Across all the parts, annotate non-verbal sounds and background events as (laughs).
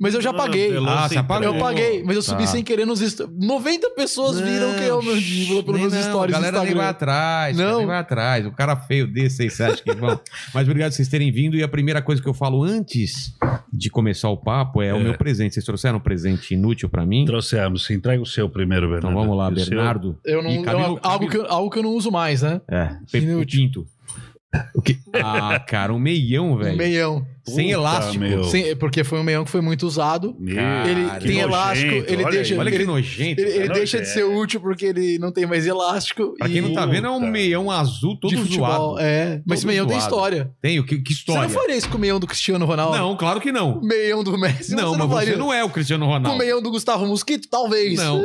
mas eu já paguei. Mandíbula. Ah, você apagou. Eu paguei, mas eu Tá. subi sem querer nos stories. 90 pessoas viram Não, que é o mandíbula pelos Nem meus não, stories A do galera nem vai Instagram. atrás, Não. não. nem vai atrás. O cara feio desse, aí, você acha que vão. Mas obrigado por vocês terem vindo. E a primeira coisa que eu falo antes de começar o papo é, o É. meu presente. Vocês trouxeram um presente inútil pra mim? Trouxemos, entrega o seu primeiro, Bernardo. Então vamos lá, O seu- Bernardo. Eu não, E cabe eu- no- algo, que eu, algo que eu não uso mais, né? É, Pe- o Inútil. Pinto. O quê? Ah, cara, um meião, Um velho. meião. Sem Puta, elástico. Ah, meu. Sim, porque foi um meião que foi muito usado. Meu, ele que tem nojento, elástico, ele olha deixa. aí. Olha que ele- nojento. Ele, ele Cara, deixa de é. ser útil porque ele não tem mais elástico. Pra quem não tá vendo, é um Puta. meião azul todo de futebol. zoado. É, mas Todo meião tem zoado. história. Tem, o que, que história? Você não faria isso com o meião do Cristiano Ronaldo? não, claro que não. Meião do Messi? não, você mas não faria. você não é o Cristiano Com o Ronaldo. meião do Gustavo Mosquito? Talvez. (laughs) Não.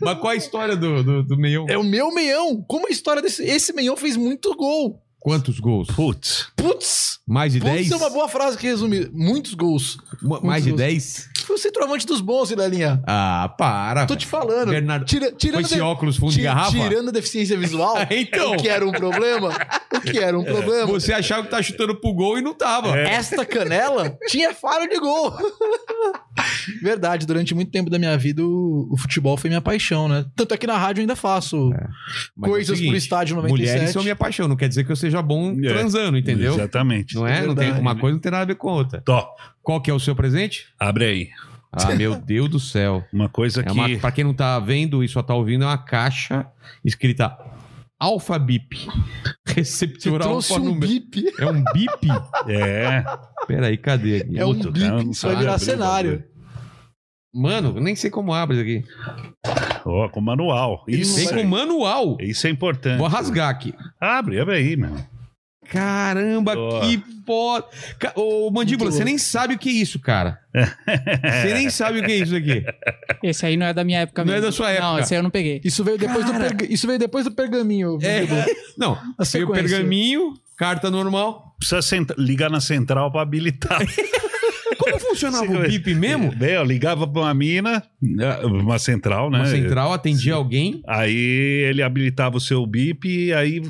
Mas qual é a história do, do, do meião? É o meu meião. Como a história desse... Esse meião fez muito gol. Quantos gols? Putz, Putz. Mais de Putz 10? é uma boa frase que resume. Muitos gols. Ma- Mais de Quantos 10? Foi o centroavante dos bons, Lelinha. Ah, para. Tô te falando. Bernardo, Tira- com tirando, esse de- óculos fundo de ti- garrafa? tirando a deficiência (laughs) visual, Ah, então, É. o que era um problema, o que era um problema. você achava que tá chutando pro gol e não tava. É. Esta canela tinha faro de gol. (laughs) Verdade, durante muito tempo da minha vida o, o futebol foi minha paixão, né? Tanto é que na rádio eu ainda faço Mas é o coisas seguinte, pro estádio 97. Mulheres são minha paixão, não quer dizer que eu seja bom É. transando, entendeu? Exatamente. Não é? Não tem, Verdade. uma coisa não tem nada a ver com a outra. Tó, Qual que é o seu presente? abre aí. (laughs) Ah, meu Deus do céu. Uma É coisa que. uma, pra quem não tá vendo e só tá ouvindo, é uma caixa escrita Alfabip. Você (laughs) Receptor trouxe alfa um número. bip. É um bip? É. Peraí, cadê aqui? É um Puta, bip, cara, não isso vai sabe virar abrir o cenário. bagulho. Mano, eu nem sei como abre isso aqui. Ó, com manual. Ele Isso, Tem Sei. com manual. isso é importante. Vou rasgar aqui. Abre, abre aí, meu. Caramba, Ó. que foda. Ca- Ô, Mandíbula, Muito você nem sabe o que é isso, (laughs) cara. Você nem sabe o que é isso aqui. Esse aí não é da minha época Não é mesmo. da sua época. Não, esse aí eu não peguei. Isso veio depois Cara. do perga- isso veio depois do pergaminho. É, Bibo. não, A veio sequência. pergaminho, carta normal. Precisa senta- ligar na central pra habilitar. Como funcionava o Sequência. PIP É mesmo? Daí eu ligava pra uma mina, uma central, né? é. Na central, atendia alguém. Aí ele habilitava o seu bip e aí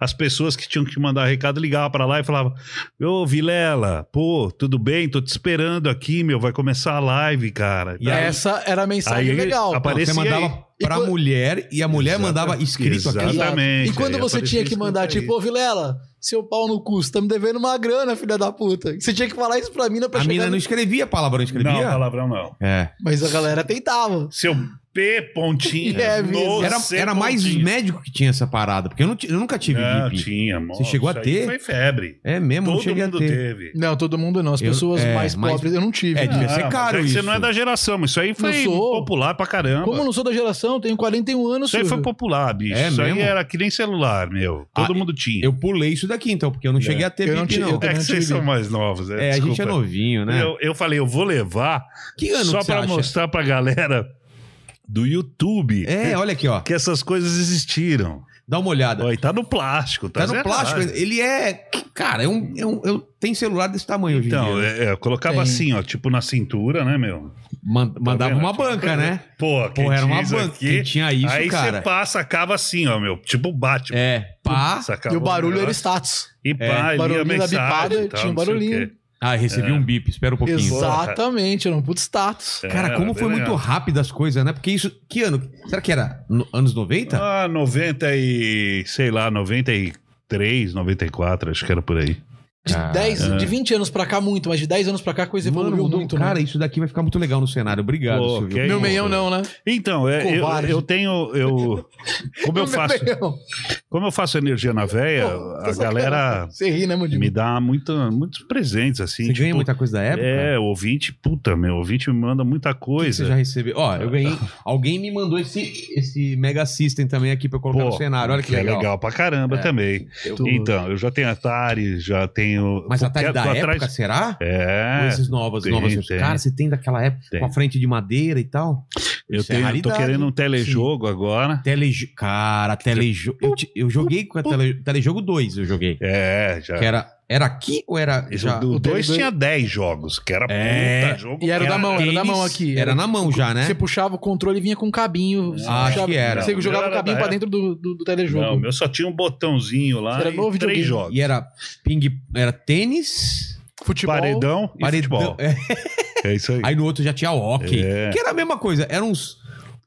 as pessoas que tinham que mandar recado ligavam pra lá e falavam: Ô Vilela, pô, tudo bem? Tô te esperando aqui, meu. Vai começar a live, cara. E aí- Essa era a mensagem Aí legal. apare- Não, Você Aparecia mandava E pra quando- mulher e a mulher Exata- mandava escrito aqui. exata- exatamente, E quando aí você aparecia tinha que escrito mandar, aí. tipo, ô Vilela, seu pau no cu, você tá me devendo uma grana, filha da puta. Você tinha que falar isso pra mina pra A chegar mina no- não escrevia palavrão, escrevia? Tá Não, palavrão não. É. Mas a galera tentava. Seu P (laughs) pontinho. É mesmo. no Era, C era mais pontinho. médico que tinha essa parada, porque eu, não ti- eu nunca tive Não, bip. tinha, mano. Você chegou a Isso aí ter? Foi febre. É mesmo, não Todo cheguei a mundo ter. teve. Não, todo mundo não. As Eu- pessoas é, mais mas- pobres eu não tive. É, devia Ah, ser mas caro é que isso. Você não é da geração, mas isso aí foi Não sou. popular pra caramba. Como eu não sou da geração, eu tenho 41 anos. Isso aí foi Silvio. popular, bicho. É isso mesmo? aí era que nem celular, meu. Todo Ah, mundo tinha. Eu pulei isso daqui, então, porque eu não cheguei a ter Eu bip, não não. tinha- eu é também que não vocês tive. são mais novos. É, né? a gente é novinho, né? Eu, eu falei, eu vou levar Que ano só que você pra acha? mostrar pra galera do YouTube É, olha aqui, ó. que essas coisas existiram. Dá uma olhada. Ó, e tá no plástico, tá? tá no zerado. plástico. Ele é... Cara, é um, é um- eu- tem celular desse tamanho hoje em Então, dia. né? é, é, eu colocava Tem. assim, ó, tipo na cintura, né, meu? Man- mandava Tá vendo? uma banca, né? Pô, quem Porra, era uma diz banca. aqui- Quem tinha isso, aí cara? passa, acaba assim, ó, meu. Tipo Batman. É, pá. Sacava E o barulho era negócio status. né? E pá, ele ia É, barulhinho da mensagem bipada, e tal, tinha um não sei o barulhinho. quê. Ah, recebi um bip, espera um pouquinho. Exatamente, era um puto status. É, Cara, como bem foi muito legal. rápido as coisas, né? Porque isso. Que ano? Será que era no- anos 90? Ah, 90 e. sei lá, 93, 94, acho que era por aí. De, Cara. É. 10, de 20 anos pra cá, muito, mas de 10 anos pra cá a coisa Mano, evoluiu mudou- muito, cara, né? isso daqui vai ficar muito legal no cenário. Obrigado, Pô, Silvio. que é Meu isso. meião não, né? Então, é, eu, Covarde. eu tenho. Eu, como, (laughs) eu Meu faço, meião. como eu faço energia na véia, Pô, tá a sacanagem. galera Você ri, né, Mundinho? me dá muito, muitos presentes, assim. Você tipo, ganha muita coisa da época? É, o ouvinte, puta, meu, o ouvinte me manda muita O que que Você coisa. já recebeu. Ó, eu ganhei. Alguém me mandou esse, esse Mega System também aqui pra eu colocar Pô, no cenário. Olha que, é legal. legal pra caramba É. também. Tu- Então, eu já tenho Atari, já tenho. Mas a tarde Quero- da tô época, atrás- será? Ou É, esses novas, tem, novas. tem. Cara, você tem daquela época Tem. com a frente de madeira e tal? eu Isso é tenho, tô raridade. querendo um telejogo agora. Telejo... Cara, telejogo. Eu, te- eu joguei com a tele... Telejogo 2, eu joguei. É, já. Que era... era aqui ou era. Esse- Já... o o 2 Teledo- tinha 10 jogos, que era É. puta jogo. E era o da cara. mão, era da Tênis, mão aqui. Era na mão já, né? Você puxava o controle e vinha com um cabinho. Você Ah, acho puxava- que era. Você jogava Não, o era cabinho da pra época. dentro do, do, do Não, o telejogo. meu só tinha um botãozinho lá Era e novo videogame. três jogos. E era ping. Era tênis. Futebol. Paredão (laughs) e futebol. É. É isso aí. Aí no outro já tinha hockey. É. Que era a mesma coisa. Eram uns,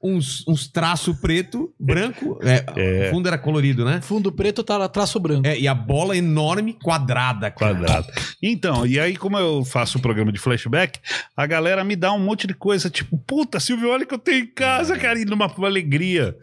uns, uns traços preto, branco. é, É. O fundo era colorido, né? Fundo preto, tá traço branco. É, e a bola enorme, quadrada. cara. Quadrado. Então, e aí, como eu faço o programa de flashback, a galera me dá um monte de coisa, tipo, puta, Silvio, olha o que eu tenho em casa, cara, e numa alegria.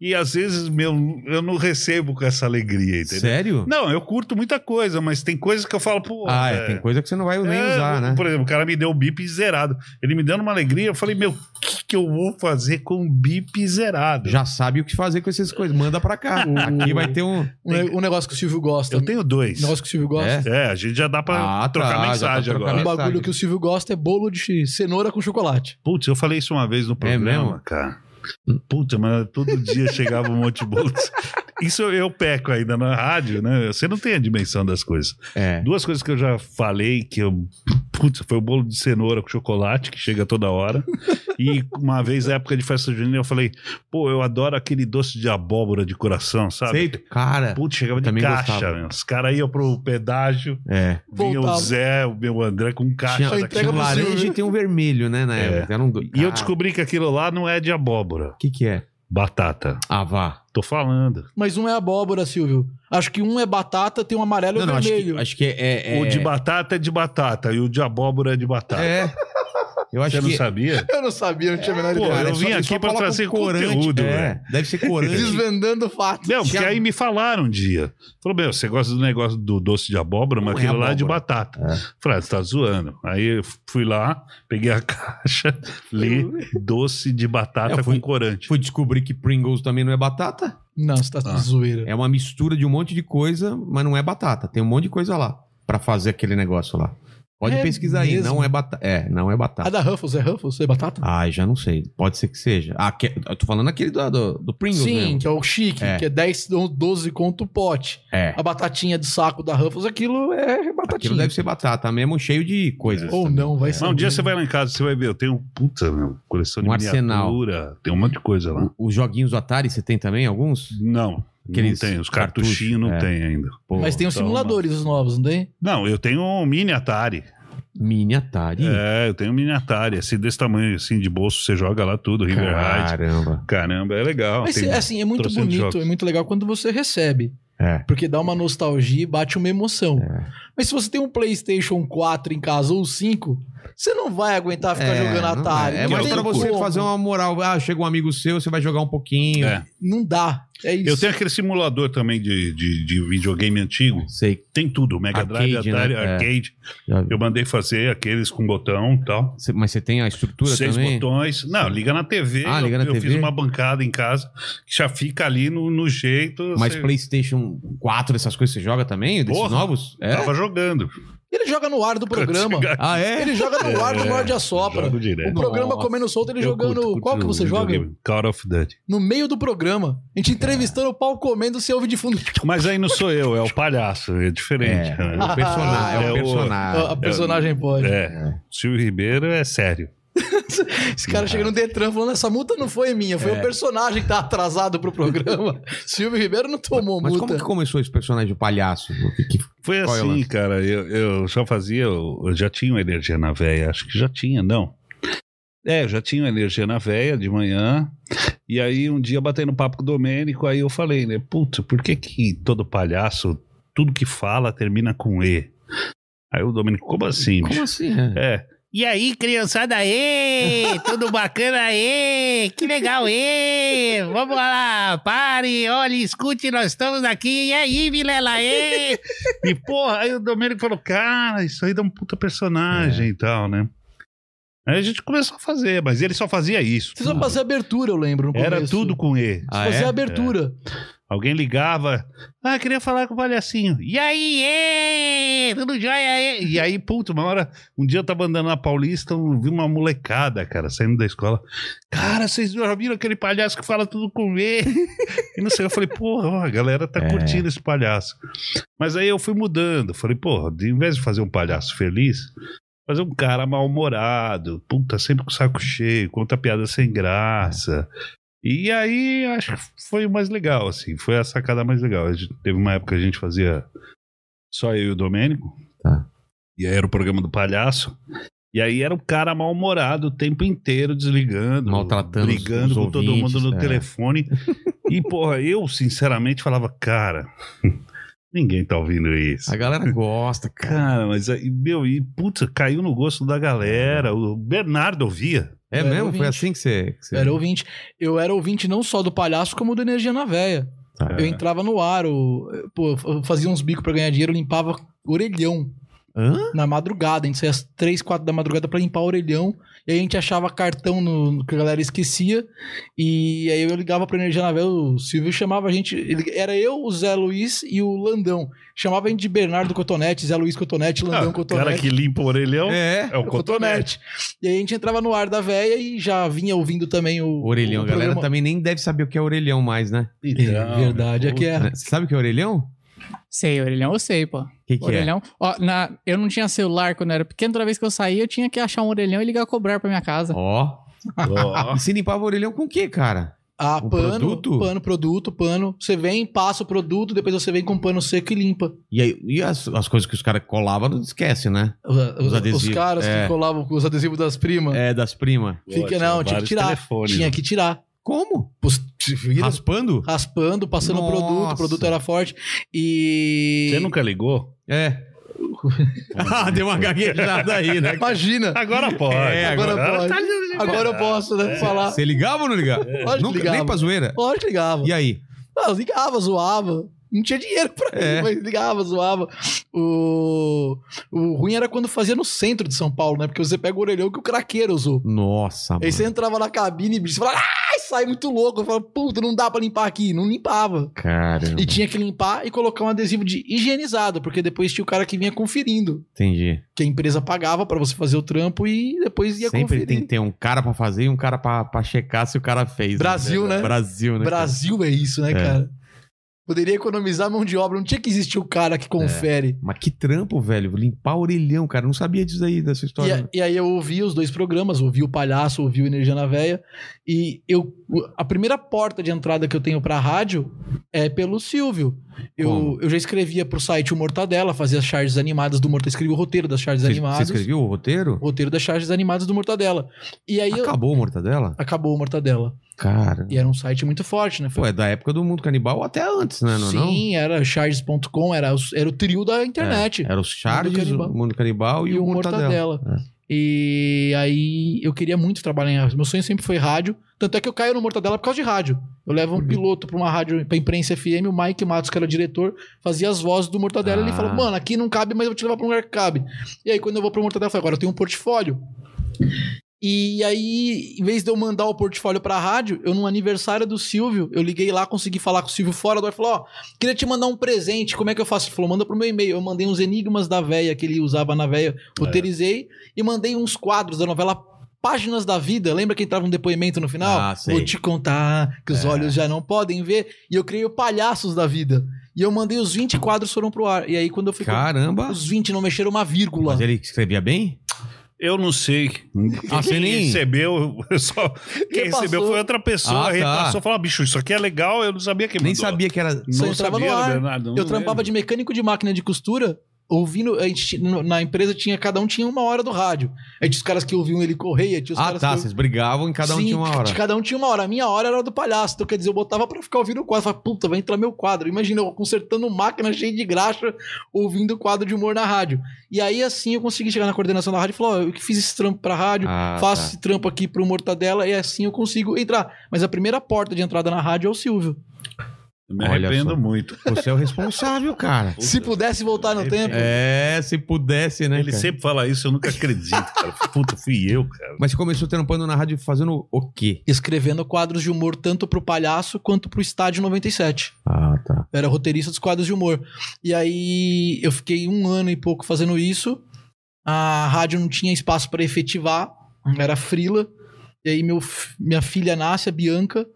E às vezes, meu, eu não recebo com essa alegria, entendeu? Sério? Não, eu curto muita coisa, mas tem coisa que eu falo, pô. ah, é, é, tem coisa que você não vai nem é, usar, né? Por exemplo, o cara me deu o bip zerado. Ele me dando uma alegria, eu falei, meu, o que, que eu vou fazer com um bip zerado? Já sabe o que fazer com essas coisas. Manda pra (laughs) cá. Aqui vai ter um. Um, ne- um negócio que o Silvio gosta. Eu tenho dois. Um negócio que o Silvio gosta. É, a gente já dá pra Ah, trocar tá, já mensagem dá pra trocar agora. Um mensagem. bagulho que o Silvio gosta é bolo de cenoura com chocolate. Putz, eu falei isso uma vez É no programa, mesmo? cara. Puta, mas todo dia chegava um monte de bolos. Isso eu peco ainda na rádio, né? Você não tem a dimensão das coisas. É. Duas coisas que eu já falei que eu. Putz, foi o bolo de cenoura com chocolate, que chega toda hora. E uma vez, na época de festa junina, eu falei, pô, eu adoro aquele doce de abóbora de coração, sabe? Aceito? Cara. Putz, chegava Eu de também caixa, gostava. meu. Os caras iam pro pedágio, É. vinha o Voltava. Zé, o meu André com caixa. Tinha, Só daquele. tinha entrega um pro Silvio, laranja hein? e tem um vermelho, né? Na É. época. Eram dois. E eu Cara, descobri que aquilo lá não é de abóbora, O que, que é? batata. Ah, vá. Tô falando. Mas um é abóbora, Silvio. Acho que um é batata, tem um amarelo e um Não, não, acho que, vermelho. acho que é. é, O de é- batata é de batata e o de abóbora é de batata. É. Eu acho Você não que. sabia? Eu não sabia, não tinha a menor Pô, Cara, eu só- vim só aqui pra coloca trazer um corante. conteúdo, É, deve ser corante. Desvendando o fato. Não, porque Tinha- aí me falaram um dia. Falou, meu, você gosta do negócio do doce de abóbora, mas Não é aquilo lá é de abóbora. batata. É. Falei, ah, você tá zoando. Aí eu fui lá, peguei a (laughs) caixa, li doce de batata Eu fui- com corante. Fui descobrir que Pringles também não é batata. Não, você tá Ah. zoeira. É uma mistura de um monte de coisa, mas não é batata. Tem um monte de coisa lá pra fazer aquele negócio lá. Pode É pesquisar aí. mesmo? Não é batata. É, não é A batata. da Ruffles é Ruffles? É batata? Ah, já não sei. Pode ser que seja. Ah, que- eu tô falando aquele do, do, do Pringles Sim, mesmo. que é o chique, É. que é 10 ou 12 conto o pote. É. A batatinha de saco da Ruffles, aquilo é batatinha. Aquilo deve ser batata mesmo, cheio de coisas. Ou também. não, vai Mas ser. um dia você vai lá em casa, você vai ver, eu tenho, puta, meu, coleção de Um arsenal. miniatura, tem um monte de coisa lá. Os joguinhos do Atari, você tem também alguns? Não, Aqueles não tem, os cartuchos, cartuchinhos não é. tem ainda. Pô, Mas tem os Toma. simuladores os novos, não tem? Não, eu tenho um mini Atari. Mini Atari. É, eu tenho um mini Atari, assim, desse tamanho, assim, de bolso, você joga lá tudo, River Ride. Caramba. Caramba, é legal. Mas tem- assim, é muito trocentos bonito, um jogos. é muito legal quando você recebe. É. Porque dá uma nostalgia e bate uma emoção. É. Mas se você tem um PlayStation 4 em casa ou 5, você não vai aguentar ficar É, jogando não Atari. É, é Não mais tem pra você como. fazer uma moral. Ah, chega um amigo seu, você vai jogar um pouquinho. É. Não dá. É isso. Eu tenho aquele simulador também de, de, de videogame antigo. Sei. Tem tudo, Mega Drive, Arcade, né? Atari, É. Arcade. Já- Eu mandei fazer aqueles com botão e tal. Cê- Mas você tem a estrutura Seis também? botões. Não, liga na TV. Ah, eu, liga na eu TV. fiz uma bancada em casa que já fica ali no, no jeito. Mas você PlayStation 4, essas coisas você joga também? Desses Porra. novos? É? Tava jogando. Ele joga no ar (laughs) do programa. Ah, é? Ele joga no ar, É, no morde a sopra. Jogo O direto. programa Nossa. comendo solto, ele Eu jogando. curto, É. curto Qual que você joga? videogame. Call of Duty. No meio do programa. A gente entrevistando o pau comendo, você ouve de fundo. Mas aí não sou eu, é o palhaço. É diferente. É, né? é o personagem. É É o o- (laughs) personagem. a a personagem pode. É. Silvio Ribeiro é sério. Esse cara chega no Detran falando: essa multa não foi minha, foi É. o personagem que tá atrasado pro programa. (laughs) Silvio Ribeiro não tomou Mas multa. como que começou esse personagem, o palhaço? O que que- Foi Qual é o assim, lance? cara. Eu, eu já fazia, eu, eu já tinha uma energia na veia. Acho que já tinha, não. É, eu já tinha uma energia na veia de manhã. E aí um dia batendo papo com o Domênico, aí eu falei, né? Puta, por que que todo palhaço, tudo que fala termina com E? Aí o Domênico, como assim? bicho? Como assim? É. É. E aí, criançada, ê! (laughs) Tudo bacana, ê! Que legal, ê! Vamos lá, pare, olhe, escute, nós estamos aqui, e aí, Vilela, ê! E porra, aí o Domênico falou, cara, isso aí dá um puta É. personagem e tal, né? Aí a gente começou a fazer, mas ele só fazia isso. Vocês vão fazer abertura, eu lembro. no Era começo. tudo com E. Ah, Fazer é? abertura. Alguém ligava. Ah, queria falar com o palhacinho. E aí, ê? Tudo jóia, ê? E aí, puto, uma hora, um dia eu tava andando na Paulista, eu vi uma molecada, cara, saindo da escola. Cara, vocês já viram aquele palhaço que fala tudo com E? E não sei, eu falei, porra, ó, a galera tá É. curtindo esse palhaço. Mas aí eu fui mudando. Falei, porra, de- em vez de fazer um palhaço feliz, fazer um cara mal-humorado, puta, sempre com o saco cheio, conta piada sem graça. E aí, acho que foi o mais legal, assim, foi a sacada mais legal. A gente- teve uma época que a gente fazia só eu e o Domênico, Tá. e aí era o programa do palhaço. E aí era o cara mal-humorado o tempo inteiro, desligando, Maltratando os- brigando os com todo ouvintes, mundo no é. telefone. E, porra, eu sinceramente falava, cara, (laughs) ninguém tá ouvindo isso. A galera gosta, cara. Cara, mas aí, meu, e puta, caiu no gosto da galera. O Bernardo ouvia. É Era mesmo? ouvinte. Foi assim que você. que você- Eu era ouvinte. Eu era ouvinte não só do palhaço, como do Energia na Véia. Tá. Eu entrava no ar, eu, pô, eu fazia uns bicos pra ganhar dinheiro, eu limpava orelhão. Hã? na madrugada. A gente saía às 3, 4 da madrugada pra limpar o orelhão. E aí a gente achava cartão no, no que a galera esquecia. E aí eu ligava pra Energia Navel, o Silvio chamava a gente. ele- era eu, o Zé Luiz e o Landão. Chamava a gente de Bernardo Cotonete, Zé Luiz Cotonete, Ah, Landão o Cotonete. cara que limpa o orelhão Então, é, É. o cotonete. E aí a gente entrava no ar da véia e já vinha ouvindo também o. Orelhão, o a galera programa. também nem deve saber o que é orelhão mais, né? É, verdade, é que é. Você sabe o que é orelhão? Sei, orelhão, eu sei, pô. O que, que é? orelhão. Ó, na, eu não tinha celular quando eu era pequeno. Toda vez que eu saía, eu tinha que achar um orelhão e ligar a cobrar pra minha casa. Ó. Ó, (laughs) E se limpava o orelhão com o que, cara? Ah, O pano, produto? pano, produto, pano. Você vem, passa o produto, depois você vem com pano seco e limpa. E, aí, e as, as coisas que os caras colavam, não esquece, né? Os, os adesivos, caras é. que colavam com os adesivos das primas. É, das primas. Fica, não, tinha que vários tirar. telefones. Tinha né? que tirar. Como? Pô, se vira, Raspando? Raspando, passando o produto, Nossa. o produto era forte. E. Você nunca ligou? (laughs) É. ah, deu uma gaguejada aí, né? Imagina! Agora pode. É, agora pode. Agora eu posso, né? Falar. Você ligava ou não ligava? Lógico que Nunca, ligava. nem pra zoeira? Lógico que ligava. E aí? Ah, eu ligava, zoava. Não tinha dinheiro pra É. isso, mas ligava, zoava. O... o ruim era quando fazia no centro de São Paulo, né? Porque você pega o orelhão que o craqueiro usou. Nossa, mano. Aí você entrava na cabine e você falava, ai, sai muito louco. Eu falava, puta, não dá pra limpar aqui. Não limpava. Caramba. E tinha que limpar e colocar um adesivo de higienizado, porque depois tinha o cara que vinha conferindo. Entendi. Que a empresa pagava pra você fazer o trampo e depois ia Sempre conferir. tem que ter um cara pra fazer e um cara pra, pra checar se o cara fez. Brasil, né? Brasil, né? Brasil é isso, né, É. cara? Poderia economizar mão de obra, não tinha que existir o cara É. que confere. Mas que trampo, velho. Limpar o orelhão, cara. Não sabia disso aí, dessa E, é- história. a- e aí eu ouvi os dois programas, ouvi o Palhaço, ouvi o Energia na Véia, e eu a primeira porta de entrada que eu tenho pra rádio é pelo Silvio. Eu, Como? eu já escrevia pro site o Mortadela, fazia as charges animadas do Mortadela, escrevia o roteiro das charges Você, você animadas. escreveu o roteiro? O roteiro das charges animadas do Mortadela. E aí eu- Acabou o Mortadela? acabou o Mortadela. Cara. E era um site muito forte, né? Pô, Foi- é da época do mundo canibal ou até antes, né? Não, é não? Sim, era charges.com, era, os- era o trio da internet. Era os Charges, Canibal. o mundo canibal e, o Mortadela. É. E aí eu queria muito trabalhar em rádio. Meu sonho sempre foi rádio. Tanto é que eu caio no Mortadela por causa de rádio. Eu levo Uhum. um piloto pra uma rádio, pra imprensa FM, o Mike Matos, que era diretor, fazia as vozes do Mortadela. Ah. Ele falou, mano, aqui não cabe, mas eu vou te levar pra um lugar que cabe. E aí quando eu vou pro Mortadela, eu falei, agora eu tenho um portfólio. E aí, em vez de eu mandar o portfólio pra rádio, eu no aniversário do Silvio, eu liguei lá, consegui falar com o Silvio fora do ar, falou, ó, queria te mandar um presente, como é que eu faço? Ele falou, manda pro meu e-mail. Eu mandei uns enigmas da véia que ele usava na véia, É. roteirizei e mandei uns quadros da novela Páginas da Vida. Lembra que entrava um depoimento no final? Ah, É. sei. Vou te contar que os olhos já não podem ver. E eu criei o Palhaços da Vida. E eu mandei os 20 quadros foram pro ar. E aí, quando eu fui. Caramba. Os 20 não mexeram uma vírgula. Mas ele escrevia bem? Eu não sei. Ah, você quem nem- recebeu, eu só, quem Repassou. recebeu foi outra pessoa. Ah, tá. Repassou e falou: "Ah, bicho, isso aqui é legal, eu não sabia que Nem sabia que era. Só Não entrava no sabia, ar. Bernardo, é não Eu trampava lembro. de mecânico de máquina de costura, ouvindo. A gente, no- na empresa tinha, cada um tinha uma hora do rádio. Aí tinha os caras que ouviam ele correr, aí tinha os Ah, caras tá. que Vocês brigavam e cada um Sim, tinha uma hora. de Cada um tinha uma hora. A minha hora era a do palhaço. Então, quer dizer, eu botava pra ficar ouvindo o quadro. Falava, puta, vai entrar meu quadro. Imagina, eu consertando máquina cheia de graxa, ouvindo o quadro de humor na rádio. E aí, assim, eu consegui chegar na coordenação da rádio e falar, ó, eu que fiz esse trampo pra rádio, Ah, faço tá. esse trampo aqui pro Mortadela, e assim eu consigo entrar. Mas a primeira porta de entrada na rádio é o Silvio. Me Olha arrependo só. muito. Você é o responsável, (laughs) cara. Se pudesse voltar no tempo... É, se pudesse, né? Ele cara? sempre fala isso, eu nunca acredito, cara. Puta, (laughs) fui eu, cara. Mas você começou trampando na rádio fazendo o quê? Escrevendo quadros de humor tanto pro Palhaço quanto pro Estádio 97. Ah, tá. Eu era roteirista dos quadros de humor. E aí eu fiquei um ano e pouco fazendo isso. A rádio não tinha espaço pra efetivar, era frila. E aí meu, f- minha filha nasce, a Bianca.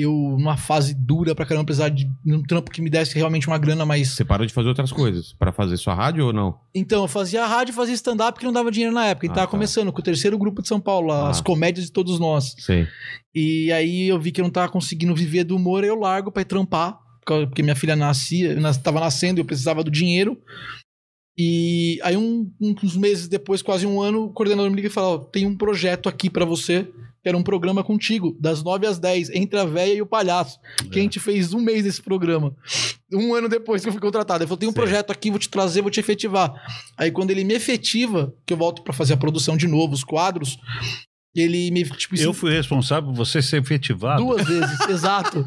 Eu, numa fase dura pra caramba, apesar de um trampo que me desse realmente uma grana mais Você parou de fazer outras coisas pra fazer sua rádio ou não? então, eu fazia rádio, fazia stand-up porque não dava dinheiro na época. E Ah, tava tá. começando com o terceiro grupo de São Paulo, Ah. as comédias de todos nós. Sei. E aí eu vi que eu não tava conseguindo viver do humor, eu largo pra ir trampar, por- porque minha filha nascia, nas- tava nascendo e eu precisava do dinheiro. E aí um- um- uns meses depois, quase um ano, o coordenador me liga e fala: "Ó, "Tem um projeto aqui pra você, que era um programa contigo, das 9 às 10, entre a véia e o palhaço". É. Que a gente fez um mês desse programa. Um ano depois que eu fui contratado, ele falou: "Tem um Sei. projeto aqui, vou te trazer, vou te efetivar". Aí quando ele me efetiva, que eu volto pra fazer a produção de novo, os quadros, ele me tipo, Eu fui responsável por você ser efetivado. Duas vezes, exato.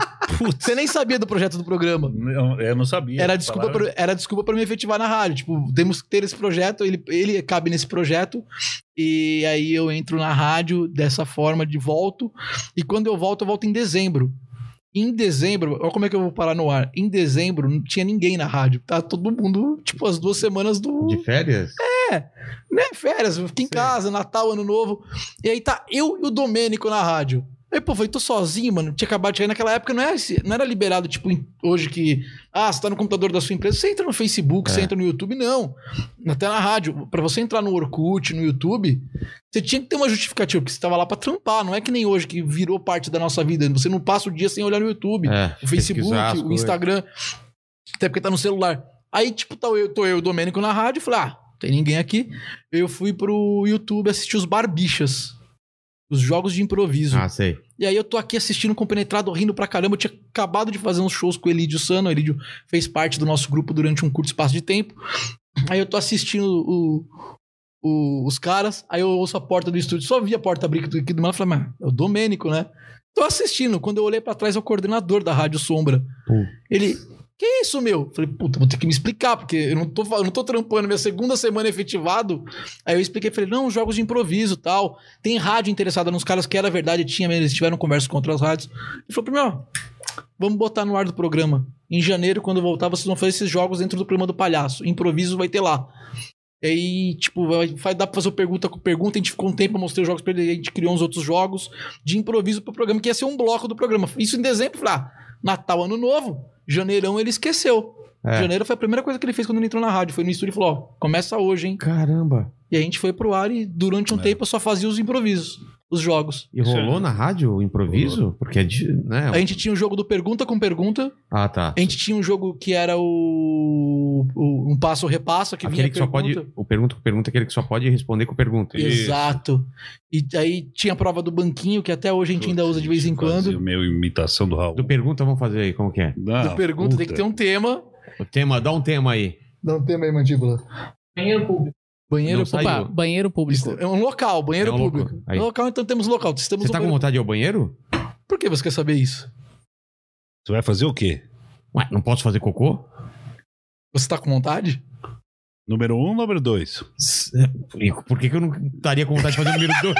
Você nem sabia do projeto do programa. Não, Eu não sabia. Era desculpa, Falaram- pra, era desculpa pra me efetivar na rádio. Tipo, temos que ter esse projeto, ele, ele cabe nesse projeto. E aí eu entro na rádio dessa forma, de volto. E quando eu volto, eu volto em dezembro. Em dezembro, olha como é que eu vou parar no ar. Em dezembro, não tinha ninguém na rádio. Tá todo mundo, tipo, as duas semanas do De férias? né, férias, eu fiquei em casa, Natal, Ano Novo. E aí tá eu e o Domênico na rádio. Aí, pô, falei, tô sozinho, mano. Tinha acabado de chegar naquela época, não era, esse- não era liberado, tipo, em- hoje que. Ah, você tá no computador da sua empresa, você entra no Facebook, É. você entra no YouTube, não. Até na rádio. Pra você entrar no Orkut, no YouTube, você tinha que ter uma justificativa, porque você tava lá pra trampar. Não é que nem hoje que virou parte da nossa vida. Você não passa o dia sem olhar no YouTube É, o Facebook, pesquisar as o coisas. Instagram, até porque tá no celular. Aí, tipo, tá eu, tô eu e o Domênico na rádio e falei, ah, tem ninguém aqui. Eu fui pro YouTube assistir os Barbichas, os jogos de improviso. Ah, sei. E aí eu tô aqui assistindo com o Penetrado, rindo pra caramba. Eu tinha acabado de fazer uns shows com o Elidio Sano. O Elidio fez parte do nosso grupo durante um curto espaço de tempo. Aí eu tô assistindo o- o- os caras. Aí eu ouço a porta do estúdio. Só vi a porta abrir aqui do- aqui do mano. Eu falei, mas é o Domênico, né? Tô assistindo. Quando eu olhei pra trás, é o coordenador da Rádio Sombra. Pô. Ele... Que isso, meu? Eu Falei, puta, vou ter que me explicar, porque eu não tô, fa- eu não tô trampando minha segunda semana é efetivado. Aí eu expliquei, falei, não, jogos de improviso tal. Tem rádio interessada nos caras que era verdade, tinha mesmo, eles tiveram conversa com outras rádios. Ele falou, primeiro, vamos botar no ar do programa. Em janeiro, quando voltar, vocês vão fazer esses jogos dentro do programa do palhaço. Improviso vai ter lá. E aí, tipo, vai, vai dar pra fazer pergunta com pergunta. A gente ficou um tempo, eu mostrei os jogos pra ele, a gente criou uns outros jogos de improviso pro programa, que ia ser um bloco do programa. Isso em dezembro, eu falei, ah, Natal, Ano Novo, janeirão ele esqueceu. É. Janeiro foi a primeira coisa que ele fez quando ele entrou na rádio. Foi no estúdio e falou, ó, começa hoje, hein? Caramba. E a gente foi pro ar e durante um É. tempo eu só fazia os improvisos, os jogos. E rolou na rádio o improviso? Porque é de. Né? A gente tinha o jogo do pergunta com pergunta, Ah, tá. a gente tinha um jogo que era o, o- um passo repassa que aquele vinha que só pode. pergunta. O pergunta com pergunta é aquele que só pode responder com pergunta. Exato. E aí tinha a prova do banquinho que até hoje a gente ainda usa de vez em Fazia quando. o meu imitação do Raul. Do pergunta, vamos fazer aí, como que é? Não, do pergunta puta. tem que ter um tema. O tema, dá um tema aí. Dá um tema aí, mandíbula. Banheiro público. Banheiro Não público. sai- Opa, Saiu. banheiro público. É um local, banheiro É um local. público. Aí. É um local, então temos local. Estamos Você tá no com banheiro. vontade de ir ao banheiro? Por que você quer saber isso? Você vai fazer o quê? Ué, não posso fazer cocô? Você tá com vontade? Número um, número dois. S- é, Por que, que eu não estaria com vontade de fazer o número 2?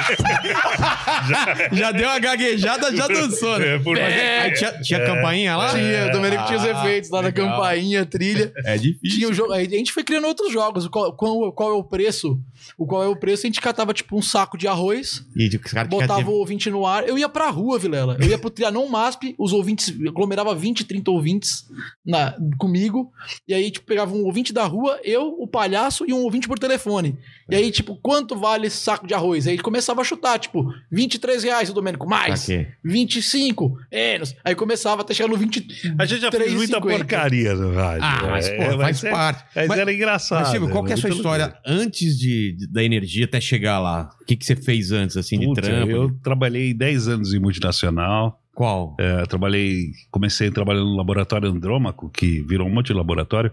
já, deu uma gaguejada, já dançou, né? É, por- Aí tinha, tinha campainha lá? Tinha, o Domenico tinha os Ah, efeitos lá na legal. campainha, trilha. (laughs) É difícil. Tinha o jogo, aí a gente foi criando outros jogos. O Qual, qual, qual é o preço? O qual é o preço? A gente catava tipo um saco de arroz, E de- os caras que botava querem- o ouvinte no ar. Eu ia pra rua, Vilela. Eu ia pro Trianon MASP, os ouvintes, aglomerava 20, 30 ouvintes na, comigo. E aí, tipo, pegava um ouvinte da rua, eu, o palhaço e um ouvinte por telefone. E aí, tipo, quanto vale esse saco de arroz? Aí ele começava a chutar, tipo, 23 reais o Domênico, mais, Aqui. 25, menos. Aí começava até chegar no 20. A gente já fez muita 3,50. porcaria no rádio. Ah, mas pô, é, faz é- parte. Mas, Mas- era engraçado. Mas, Silvio, qual né? que é a sua Muito história antes de, de- da energia até chegar lá? O que, que você fez antes, assim, de Putz, trampo? eu trabalhei 10 anos em multinacional. Qual? Eh, trabalhei, comecei trabalhando no laboratório Andrômaco, que virou um monte de laboratório.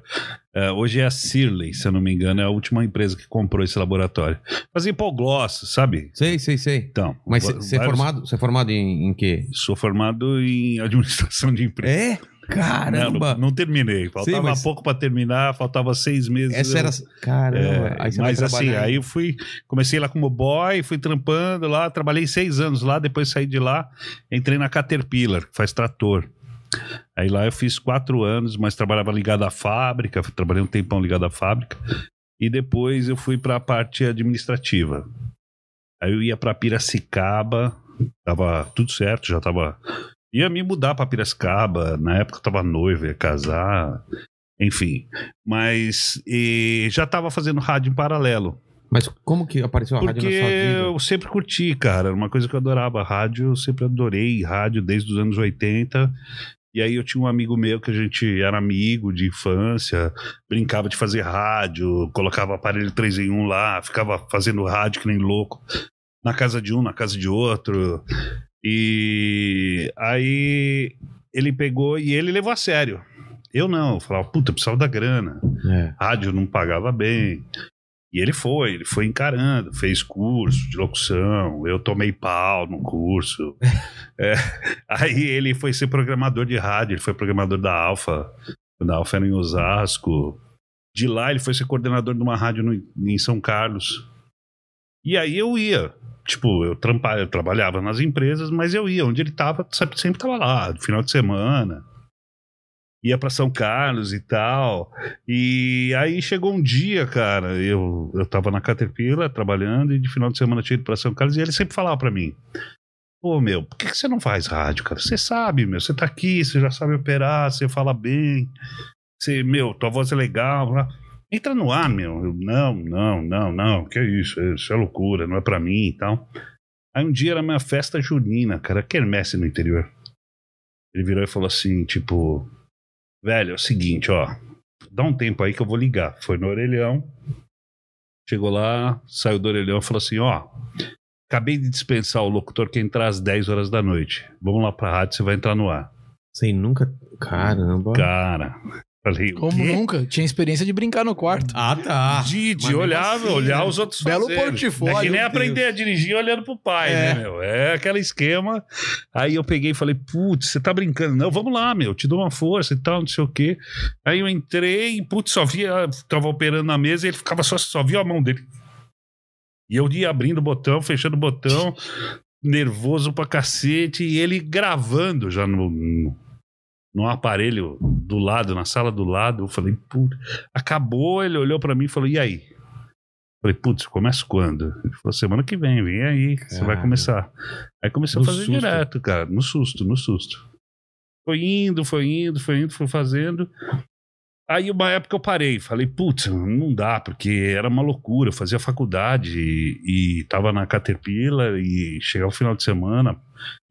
Eh, hoje é a Sirley, se eu não me engano, é a última empresa que comprou esse laboratório. Fazia hipogloss, sabe? Sei, sei, sei. Então, Mas va- você é vários- formado, você é formado em, em quê? Sou formado em administração de empresa. É? Caramba! Não, não terminei. Faltava Sim, mas- pouco para terminar, faltava seis meses. Essa eu- era. Caramba! É, aí você vai mas assim, trabalhar. aí eu fui, comecei lá como boy, fui trampando lá, trabalhei seis anos lá, depois saí de lá, entrei na Caterpillar, que faz trator. Aí lá eu fiz quatro anos, mas trabalhava ligado à fábrica, trabalhei um tempão ligado à fábrica, e depois eu fui para a parte administrativa. Aí eu ia para Piracicaba, tava tudo certo, já tava. Ia me mudar para Piracicaba, na época eu tava noivo, ia casar, enfim. Mas e já tava fazendo rádio em paralelo. Mas como que apareceu a porque rádio então. na sua vida? eu sempre curti, cara. Era uma coisa que eu adorava. Rádio, eu sempre adorei rádio desde os anos 80. E aí eu tinha um amigo meu que a gente era amigo de infância, brincava de fazer rádio, colocava aparelho 3 em 1 lá, ficava fazendo rádio que nem louco. Na casa de um, na casa de outro. E aí ele pegou e ele levou a sério. Eu não, eu falava, puta, eu precisava da grana É. rádio não pagava bem. E ele foi, ele foi encarando, fez curso de locução, eu tomei pau no curso. É, aí ele foi ser programador de rádio, ele foi programador da Alfa, da Alfa era em Osasco. De lá ele foi ser coordenador de uma rádio no- em São Carlos. E aí eu ia, tipo, eu, trampa, eu trabalhava nas empresas, mas eu ia, onde ele tava, sempre, sempre tava lá, no final de semana. Ia para São Carlos e tal. E aí chegou um dia, cara, eu, eu tava na Caterpillar trabalhando e de final de semana eu tinha ido pra São Carlos e ele sempre falava pra mim: Pô, meu, por que, que você não faz rádio, cara? Você sabe, meu, você tá aqui, você já sabe operar, você fala bem, você, meu, tua voz é legal. blá. Entra no ar, meu. Eu, não, não, não, não, que isso, isso é loucura, não é pra mim e tal. Aí um dia era minha festa junina, cara, quermesse no interior. Ele virou e falou assim: Tipo, velho, é o seguinte, ó dá um tempo aí que eu vou ligar. Foi no orelhão, chegou lá, saiu do orelhão e falou assim: ó, acabei de dispensar o locutor que entrar às 10 horas da noite. Vamos lá pra rádio, você vai entrar no ar. Sem nunca. Caramba! Cara, falei, o Como quê? nunca? Tinha experiência de brincar no quarto. Ah, tá. (laughs) De, Mas de mesmo olhar, assim, olhar né? os outros Belo fazerem. portfólio, É que nem meu aprender a dirigir olhando pro pai, É. né, meu? É aquele esquema. Aí eu peguei e falei, putz, você tá brincando. Não, vamos lá, meu, te dou uma força e tal, não sei o quê. Aí eu entrei e, putz, só via, tava operando na mesa e ele ficava só, só via a mão dele. E eu ia abrindo o botão, fechando o botão, nervoso pra cacete, e ele gravando já no, no, no aparelho do lado, na sala do lado. Eu falei, puta. Acabou, ele olhou pra mim e falou, e aí? Falei, putz, começo quando? Ele falou, semana que vem, vem aí, você vai Cara. começar. Aí comecei a No fazer susto. direto, cara, no susto, no susto. Foi indo, foi indo, foi indo, foi fazendo. Aí uma época eu parei, falei, putz, não dá, porque era uma loucura, eu fazia faculdade e, e tava na Caterpillar e chegava o final de semana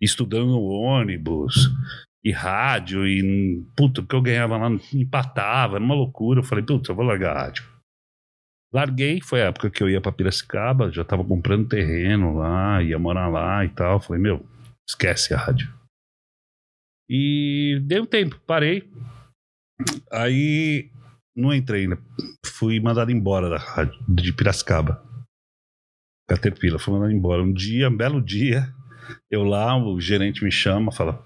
estudando no ônibus e rádio e, puta, o que eu ganhava lá não empatava, era uma loucura, eu falei, putz, eu vou largar a rádio. Larguei, foi a época que eu ia pra Piracicaba, já tava comprando terreno lá, ia morar lá e tal, falei, meu, esquece a rádio. E dei um tempo, parei, Aí não entrei, né? Fui mandado embora da rádio de Piracicaba. Caterpillar, fui mandado embora. Um dia, um belo dia, eu lá, o gerente me chama, fala.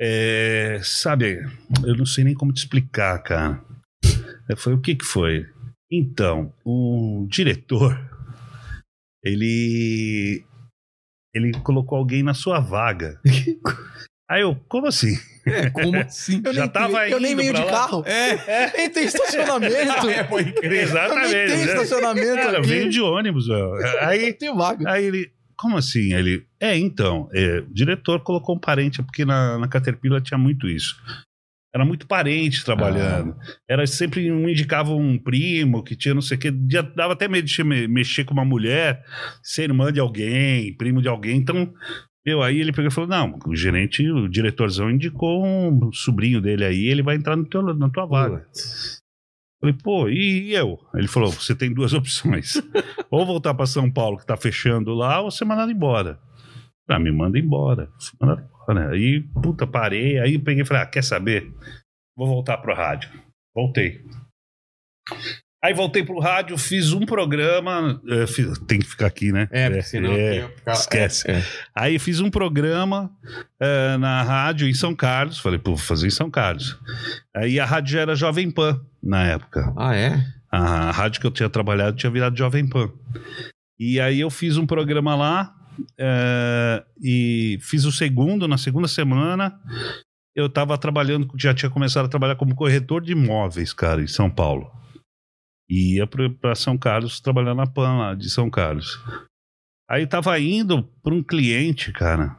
"É, sabe, eu não sei nem como te explicar, cara. Eu falei, o que que foi? Então, o diretor, ele. Ele colocou alguém na sua (laughs) vaga. Aí eu, como assim? É, como assim? Eu Já nem, tava Eu nem indo venho pra de lá. carro. É, Nem (laughs) tem estacionamento. pode crer. É, Exatamente. Eu nem tenho né? estacionamento Cara, aqui. veio de ônibus, velho. Aí, Tem vaga. aí ele, como assim? Aí Ele, é, então, é, o diretor colocou um parente, porque na, na Caterpillar tinha muito isso. Era muito parente trabalhando. Era sempre um indicava um primo que tinha não sei o que. Já dava até medo de me- mexer com uma mulher, ser irmã de alguém, primo de alguém. Então, eu aí ele pegou e falou: não, o gerente, o diretorzão indicou um sobrinho dele aí, ele vai entrar no teu, na tua vaga. Falei, pô, e eu? Ele falou: você tem duas (laughs) opções. ou voltar para São Paulo, que tá fechando lá, ou ser mandado embora. Ah, me manda embora. Fui mandado embora. Aí, puta, parei. Aí eu peguei e falei: ah, quer saber? Vou voltar pro rádio. Voltei. Aí voltei pro rádio, fiz um programa. eh, fiz- tem que ficar aqui, né? É, porque senão é. tem- fica- Esquece. é. Aí fiz um programa eh, na rádio em São Carlos. Falei, pô, vou fazer em São Carlos. Aí a rádio já era Jovem Pan na época. Ah, é? A rádio que eu tinha trabalhado tinha virado Jovem Pan. E aí eu fiz um programa lá eh, e fiz o segundo, na segunda semana. Eu tava trabalhando, já tinha começado a trabalhar como corretor de imóveis, cara, em São Paulo. E ia pra pra São Carlos trabalhar na PAN lá de São Carlos. Aí tava indo pra um cliente, cara.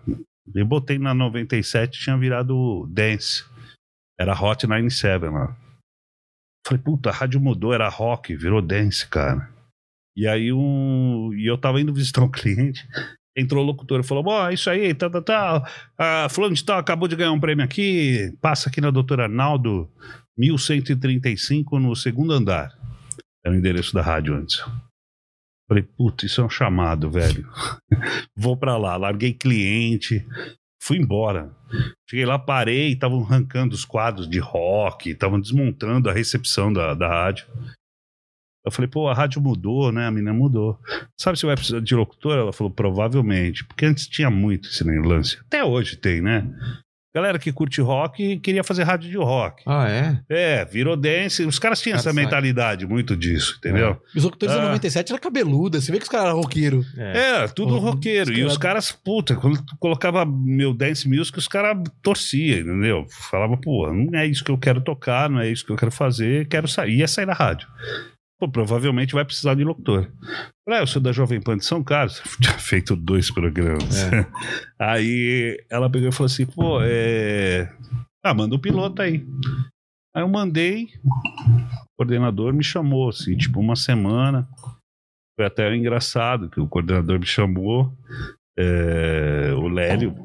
Eu botei na 97, tinha virado Dance. Era Hot 97 lá. Falei, puta, a rádio mudou, era rock, virou dance, cara. E aí um. E eu tava indo visitar um (laughs) cliente. Entrou o locutor e falou: Bom, é isso aí, tal, tal, tal. Ah, fulano de tal acabou de ganhar um prêmio aqui. Passa aqui na Doutor Arnaldo, 1135, no segundo andar. Era o endereço da rádio antes. Falei, puta, isso é um chamado, velho. (laughs) Vou pra lá. Larguei cliente, fui embora. Cheguei lá, parei, estavam arrancando os quadros de rock, estavam desmontando a recepção da, da rádio. Eu falei, pô, a rádio mudou, né? A menina mudou. Sabe se vai precisar de locutor? Ela falou, provavelmente, porque antes tinha muito esse lance. Até hoje tem, né? Galera que curte rock queria fazer rádio de rock. Ah, é? É, virou dance. Os caras tinham essa Cara, sai. mentalidade muito disso, entendeu? Os locutores da Ah. 97 era cabeluda. Você vê que os caras eram roqueiro. É. É, tudo Os roqueiro. E caras- os caras, puta, quando tu colocava meu dance music, os caras torciam, entendeu? Falava, pô, não é isso que eu quero tocar, não é isso que eu quero fazer, quero sair. Ia sair da rádio. Pô, provavelmente vai precisar de locutor. Falei, ah, eu sou da Jovem Pan de São Carlos. (laughs) Tinha feito dois programas. É. (laughs) Aí ela pegou e falou assim, pô, é... Ah, manda o piloto aí. Aí eu mandei, o coordenador me chamou, assim, tipo, uma semana. Foi até engraçado que o coordenador me chamou, é, o Lélio,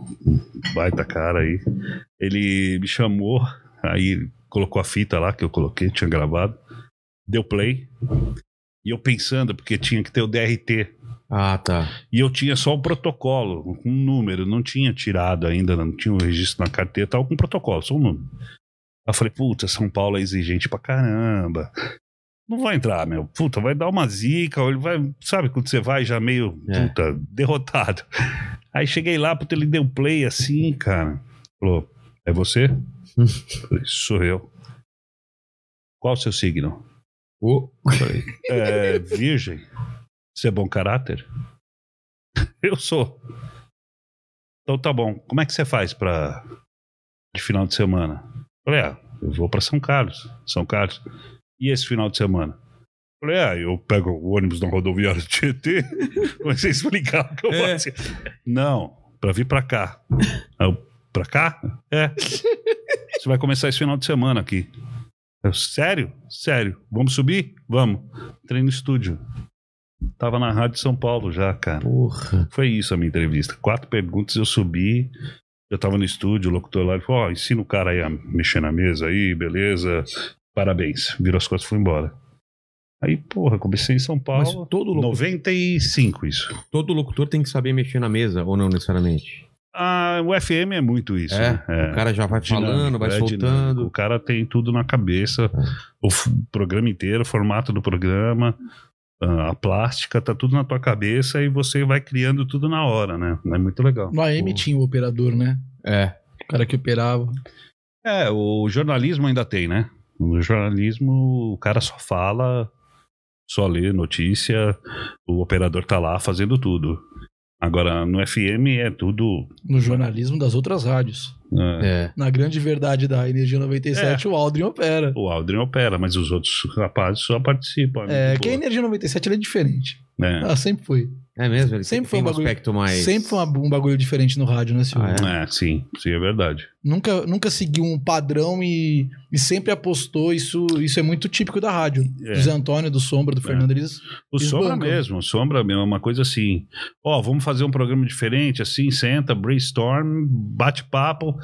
baita cara aí, ele me chamou, aí colocou a fita lá que eu coloquei, tinha gravado, deu play, e eu pensando, porque tinha que ter o DRT, Ah, tá. e eu tinha só o protocolo, um número, não tinha tirado ainda, não tinha o registro na carteira, tava com protocolo, só um número. Aí eu falei, puta, São Paulo é exigente pra caramba. Não vai entrar, meu. Puta, vai dar uma zica, ou ele vai, sabe, quando você vai já meio, É. puta, derrotado. Aí cheguei lá, puta, ele deu play assim, cara. Falou, é você? Falei, sou eu. Qual o seu signo? O... É, virgem. Você é bom caráter? (laughs) Eu sou. Então tá bom. Como é que você faz pra. de final de semana? Falei, ah, eu vou pra São Carlos. São Carlos. E esse final de semana? Falei, ah, eu pego o ônibus na rodoviária do Tietê. (laughs) Comecei a explicar o que eu É. fazia. Não, pra vir pra cá. Aí eu, pra cá? É. Você vai começar esse final de semana aqui. Eu, sério? Sério. Vamos subir? Vamos. Treino estúdio. Tava na Rádio São Paulo já, cara. Porra. Foi isso a minha entrevista. Quatro perguntas, eu subi. Eu tava no estúdio, o locutor lá ele falou: Ó, ensina o cara aí a mexer na mesa aí, beleza. Parabéns. Virou as costas e foi embora. Aí, porra, comecei em São Mas Paulo. todo locutor, 95, isso. todo locutor tem que saber mexer na mesa, ou não necessariamente? Ah, o FM é muito isso. É? né? O cara já vai falando, Dinâmico, vai é dinâmico. O soltando. cara tem tudo na cabeça, o f- programa inteiro, o formato do programa, ah, a plástica, tá tudo na tua cabeça e você vai criando tudo na hora, né? É muito legal. No AM Pô. tinha o operador, né? É. O cara que operava. É, o jornalismo ainda tem, né? No jornalismo, o cara só fala, só lê notícia, o operador tá lá fazendo tudo. Agora, no FM é tudo. No jornalismo das outras rádios. ah, É. Na grande verdade da Energia 97, É. o Aldrin opera. O Aldrin opera, mas os outros rapazes só participam. É, muito que a boa. Energia 97 ela é diferente. É. Ela sempre foi. É. É mesmo? Ele tem Sempre foi um um bagulho- aspecto mais. Sempre foi uma- um bagulho diferente no rádio, né, Silvio? Ah, é? É, sim, sim, é verdade. Nunca, nunca seguiu um padrão e, e sempre apostou. Isso, isso é muito típico da rádio. É. Do Zé Antônio, do Sombra, É. do Fernando. Eles O Eles Sombra bancam. mesmo, o Sombra mesmo, é uma coisa assim. Ó, vamos fazer um programa diferente, assim, senta, brainstorm, bate papo.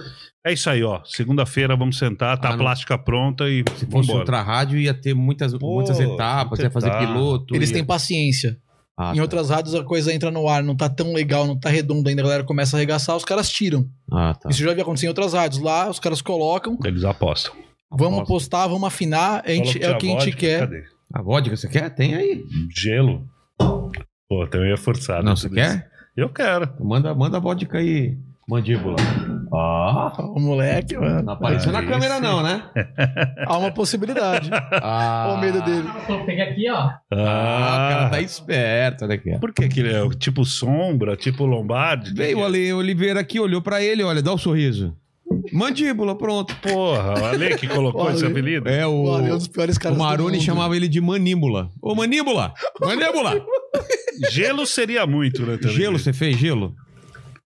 É isso aí, ó. Segunda-feira vamos sentar, tá Ah, a não. plástica pronta e Se fosse vambora. outra rádio, ia ter muitas, Pô, muitas etapas, ia fazer etapa. piloto. eles ia- têm paciência. Ah, em tá. outras rádios a coisa entra no ar, não tá tão legal, não tá redonda ainda, a galera começa a arregaçar, os caras tiram. Ah, tá. Isso já havia acontecido em outras rádios. Lá os caras colocam, Eles apostam. vamos Aposta. apostar, vamos afinar, a gente, é o que a gente quer. Cadê? A Ah, vodka você quer? Tem aí. Gelo. Pô, também é forçado. não, você tudo isso. quer? Eu quero. Manda, manda a vodka aí, mandíbula. Ah, Ó, O moleque, mano. não apareceu na Aí câmera, sim. não, (laughs) né? Há uma possibilidade. (laughs) Ah, Olha o medo dele. Peguei aqui, ó. Ah, o cara tá aí. esperto, olha aqui. ó. Por que que ele é tipo sombra, tipo Lombardi? Veio ali, Oliveira aqui, olhou pra ele, olha, dá o um sorriso. Mandíbula, pronto. Porra, o Ale (laughs) que colocou O esse Ale. apelido? É o. Mano, é um dos piores caras o do Maroni mundo. chamava ele de Maníbula. Ô, Maníbula! Maníbula! Gelo seria muito, né? também? gelo, você fez gelo?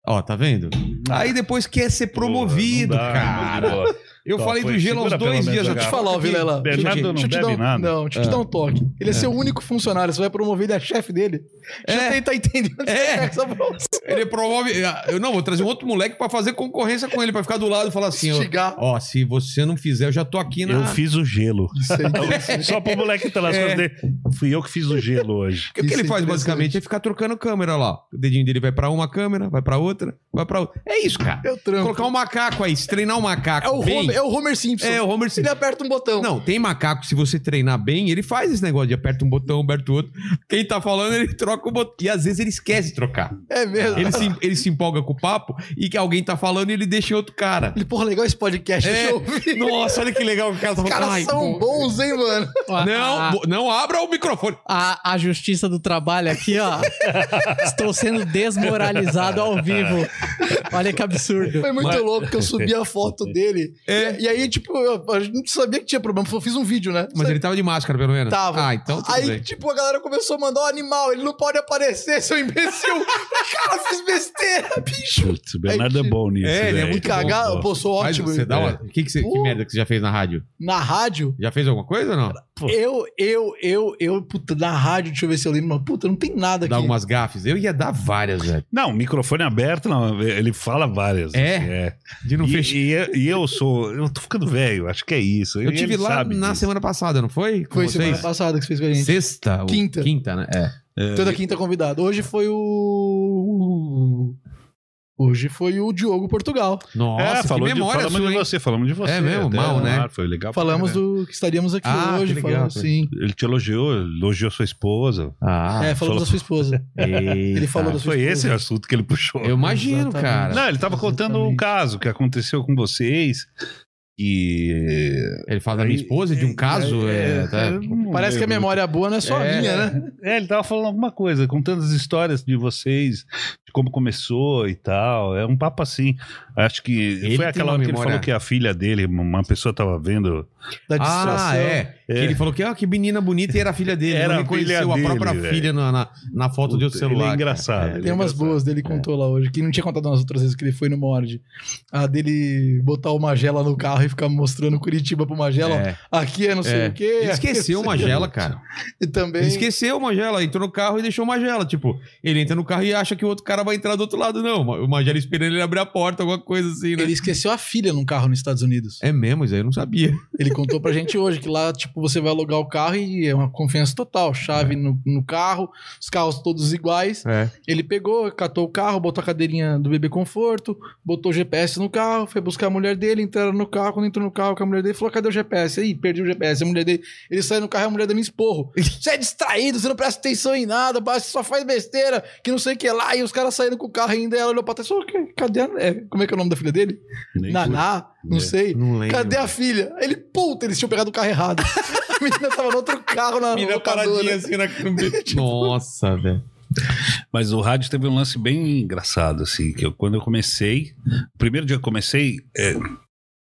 Ó, tá vendo? Aí depois quer ser Porra, promovido, não dá, cara. não dá. Eu Tá, falei foi, do gelo aos segura pelo dois menos dias. a Eu te garrafa. falar, ó, Vilela. Bernardo Gente, não Deixa eu te dar bebe um- nada. Não, deixa eu te dar um toque. Ele é, seu único funcionário, você vai promover ele é chefe dele. Deixa É. eu tentar entender onde É. você tá com essa bolsa. Ele promove. Eu não, vou trazer um outro moleque pra fazer concorrência com ele, pra ficar do lado e falar assim: ó, Estigar. ó, se você não fizer, eu já tô aqui na. Eu fiz (laughs) o gelo. Isso aí, tá- Só pro moleque que tá lá, as É. coisas dele. Fui eu que fiz o gelo hoje. O que, que Isso ele é faz interessante. basicamente? É ficar trocando câmera lá. O dedinho dele vai pra uma câmera, vai pra outra, vai pra outra. É isso, cara. eu tranco. Colocar um macaco aí, se treinar um macaco. É o, bem, Homer, é o Homer Simpson. é o Homer Simpson. Ele aperta um botão. Não, tem macaco, se você treinar bem, ele faz esse negócio de aperta um botão, aperta o outro. Quem tá falando, ele troca o botão. E às vezes ele esquece de trocar. É mesmo. Ele se, ele se empolga com o papo e que alguém tá falando e ele deixa em outro cara. Ele, porra, legal esse podcast. É. Deixa eu ouvir. Nossa, olha que legal que o cara tá Os falando. caras Ai, pô. são bons, hein, mano? Ó, Não, Ah. a- bo- não abra o microfone. A, a justiça do trabalho (laughs) aqui, ó. Estou sendo desmoralizado ao vivo. Olha que absurdo. Foi muito louco que eu subi a foto dele. É. E, e aí, tipo, eu, a gente não sabia que tinha problema. Eu fiz um vídeo, né? Mas ele tava de máscara, pelo menos. Tava. Ah, então tudo Aí, bem. tipo, a galera começou a mandar o animal, ele não pode aparecer, seu imbecil. (laughs) Cara, fiz besteira, bicho. Putz, o Bernardo é bom nisso. É, ele é velho. muito Cagar, bom, pô, sou Mas ótimo. é. você dá uma... que, que, você- que Pô. merda que você já fez na rádio? Na rádio, Já fez alguma coisa ou não? Pô. eu, eu, eu, eu, puta, na rádio, deixa eu ver se eu lembro, mas puta, não tem nada aqui. Dar algumas gafes? Eu ia dar várias, velho. Não, microfone aberto, não. Ele fala várias. É? assim, é. De não E, fechar. e eu- e eu sou. Eu tô ficando velho, acho que é isso. Eu tive lá na semana. semana passada, não foi? Com Foi vocês? semana passada que você fez com a gente. Sexta? ou Quinta. Quinta, né? É. Toda quinta convidado. Hoje foi o... Hoje foi o Diogo Portugal. Nossa, é, falou que memória de, falamos sua, de hein? você, falamos de você. É mesmo? até Mal, no né? ar, Foi legal. pra Falamos caralho. do que estaríamos aqui Ah, que hoje. legal, falamos, foi. sim. Ele te elogiou, elogiou sua esposa. Ah, é, falamos falou- da sua (laughs) esposa. ele falou do- Foi esse o assunto que ele puxou. Eu imagino, Exatamente. cara. Não, ele tava contando um Exatamente. caso que aconteceu com vocês. E. Ele fala da minha Aí- esposa, de um caso. É, tá. eu não Parece que a lembro. memória boa não é só É. a minha, né? É, ele tava falando alguma coisa, contando as histórias de vocês, de como começou e tal. É um papo assim. Acho que Ele foi tem aquela uma hora que ele memória. falou que a filha dele, uma pessoa tava vendo. Da distração. Ah, é. Que ele falou que, ah, que menina bonita e era a filha dele. Era não a filha reconheceu a, dele, própria velho. filha na, na, na foto de outro Puta, ele é celular. cara. engraçado. É. Ele Tem umas engraçado. boas dele que contou lá hoje, que não tinha contado nas outras vezes que ele foi no Mord. A dele botar o Magela no carro e ficar mostrando Curitiba pro Magela. ó, É. Aqui é não sei É. o quê. Ele aqui é esqueceu não o sei o Magela, quê. cara. E também. Ele esqueceu o Magela, entrou no carro e deixou o Magela. Tipo, ele entra no carro e acha que o outro cara vai entrar do outro lado. Não, o Magela esperando ele abrir a porta, alguma coisa assim, né? Ele esqueceu a filha num carro nos Estados Unidos. É mesmo, isso aí eu não sabia. Ele contou pra gente hoje que lá, tipo, você vai alugar o carro e é uma confiança total. Chave no, no carro, os carros todos iguais. É. Ele pegou, catou o carro, botou a cadeirinha do bebê conforto, botou o GPS no carro, foi buscar a mulher dele, entraram no carro. Quando entrou no carro com a mulher dele, falou: cadê o GPS? Aí, perdi o GPS. A mulher dele, ele saiu no carro e a mulher dele (laughs) me esporro. Você é distraído, você não presta atenção em nada, pá, você só faz besteira, que não sei o que lá. E os caras saíram com o carro ainda, ela olhou pra trás, "Ô, que- cadê a. é, como é que é o nome da filha dele? Nem Naná, não É. sei. Não lembro. Cadê a filha? Ele, puta, eles tinham pegado o (laughs) carro errado. a menina tava no outro carro na Mina paradinha locadora. assim na câmera. Nossa, velho. Mas o rádio teve um lance bem engraçado, assim, que eu, quando eu comecei, o primeiro dia que eu comecei, é,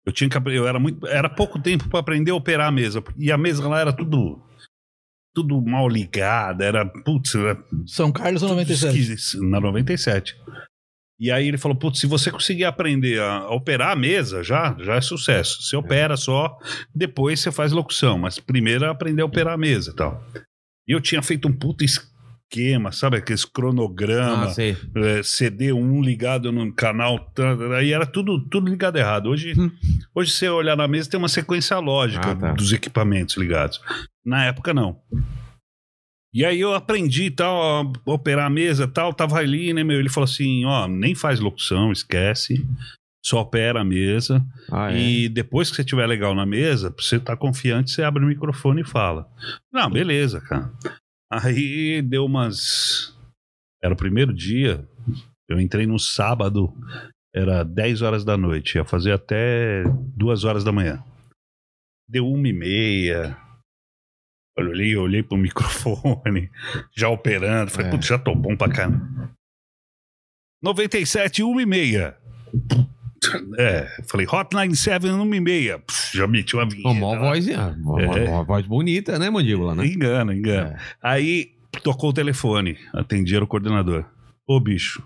eu tinha que apre- eu era muito, era pouco tempo para aprender a operar a mesa, e a mesa lá era tudo tudo mal ligada, era, putz, era São Carlos ou 97? esquisito, na 97. E aí ele falou, putz, se você conseguir aprender a operar a mesa, já, já é sucesso. Você opera só, depois você faz locução, mas primeiro é aprender a operar a mesa e tal. E eu tinha feito um puta esquema, sabe, aqueles cronograma, Ah, sei. é, CD1 ligado no canal, tá, tá, tá, aí era tudo, tudo ligado errado. Hoje, Hum. hoje se você olhar na mesa, tem uma sequência lógica Ah, tá. dos equipamentos ligados. Na época, não. E aí eu aprendi tal, a operar a mesa tal, tava ali, né, meu? Ele falou assim: ó, nem faz locução, esquece. Só opera a mesa. Ah, é. E depois que você tiver legal na mesa, pra você tá confiante, você abre o microfone e fala. Não, beleza, cara. Aí deu umas. Era o primeiro dia. Eu entrei no sábado, era 10 horas da noite. Ia fazer até 2 horas da manhã. Deu uma e meia. Eu olhei, eu olhei pro (laughs) microfone, já operando. Falei, É. putz, já tô bom pra caramba. 97, 1 e meia. (laughs) É, falei, Hotline 7, 1 e meia. Pff, Já meti uma vinheta. Uma mó lá. voz, é, uma, uma- É. uma voz bonita, né, mandíbula, né? Engana, engana. Aí tocou o telefone, atendi era o coordenador. Ô bicho,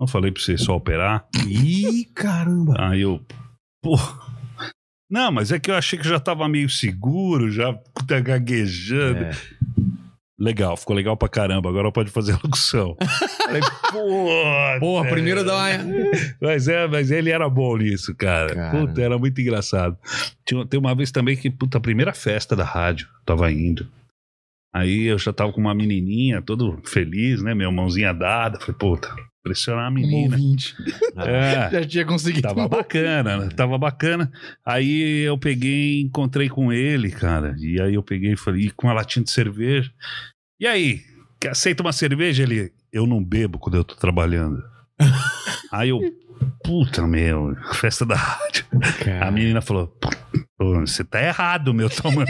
não falei pra você só operar? Ih, caramba. Aí eu, pô. Não, mas é que eu achei que já tava meio seguro, já tá gaguejando. É. Legal, ficou legal pra caramba, agora pode fazer (laughs) a locução. Falei, pô. Porra, é. primeiro dá uma... Mas, é, mas ele era bom nisso, cara. Cara. Puta, era muito engraçado. Tinha, tem uma vez também que, puta, a primeira festa da rádio, eu tava indo. Aí eu já tava com uma menininha, todo feliz, né? Minha mãozinha dada. Falei, puta, impressionar a Um menina. ouvinte. É, Já tinha conseguido. tava bacana, né? tava bacana. Aí eu peguei, encontrei com ele, cara. E aí eu peguei e falei, e com uma latinha de cerveja. E aí, que aceita uma cerveja? Ele, eu não bebo quando eu tô trabalhando. aí eu, puta, meu, festa da rádio. É. A menina falou, "Pô, você tá errado, meu, tomando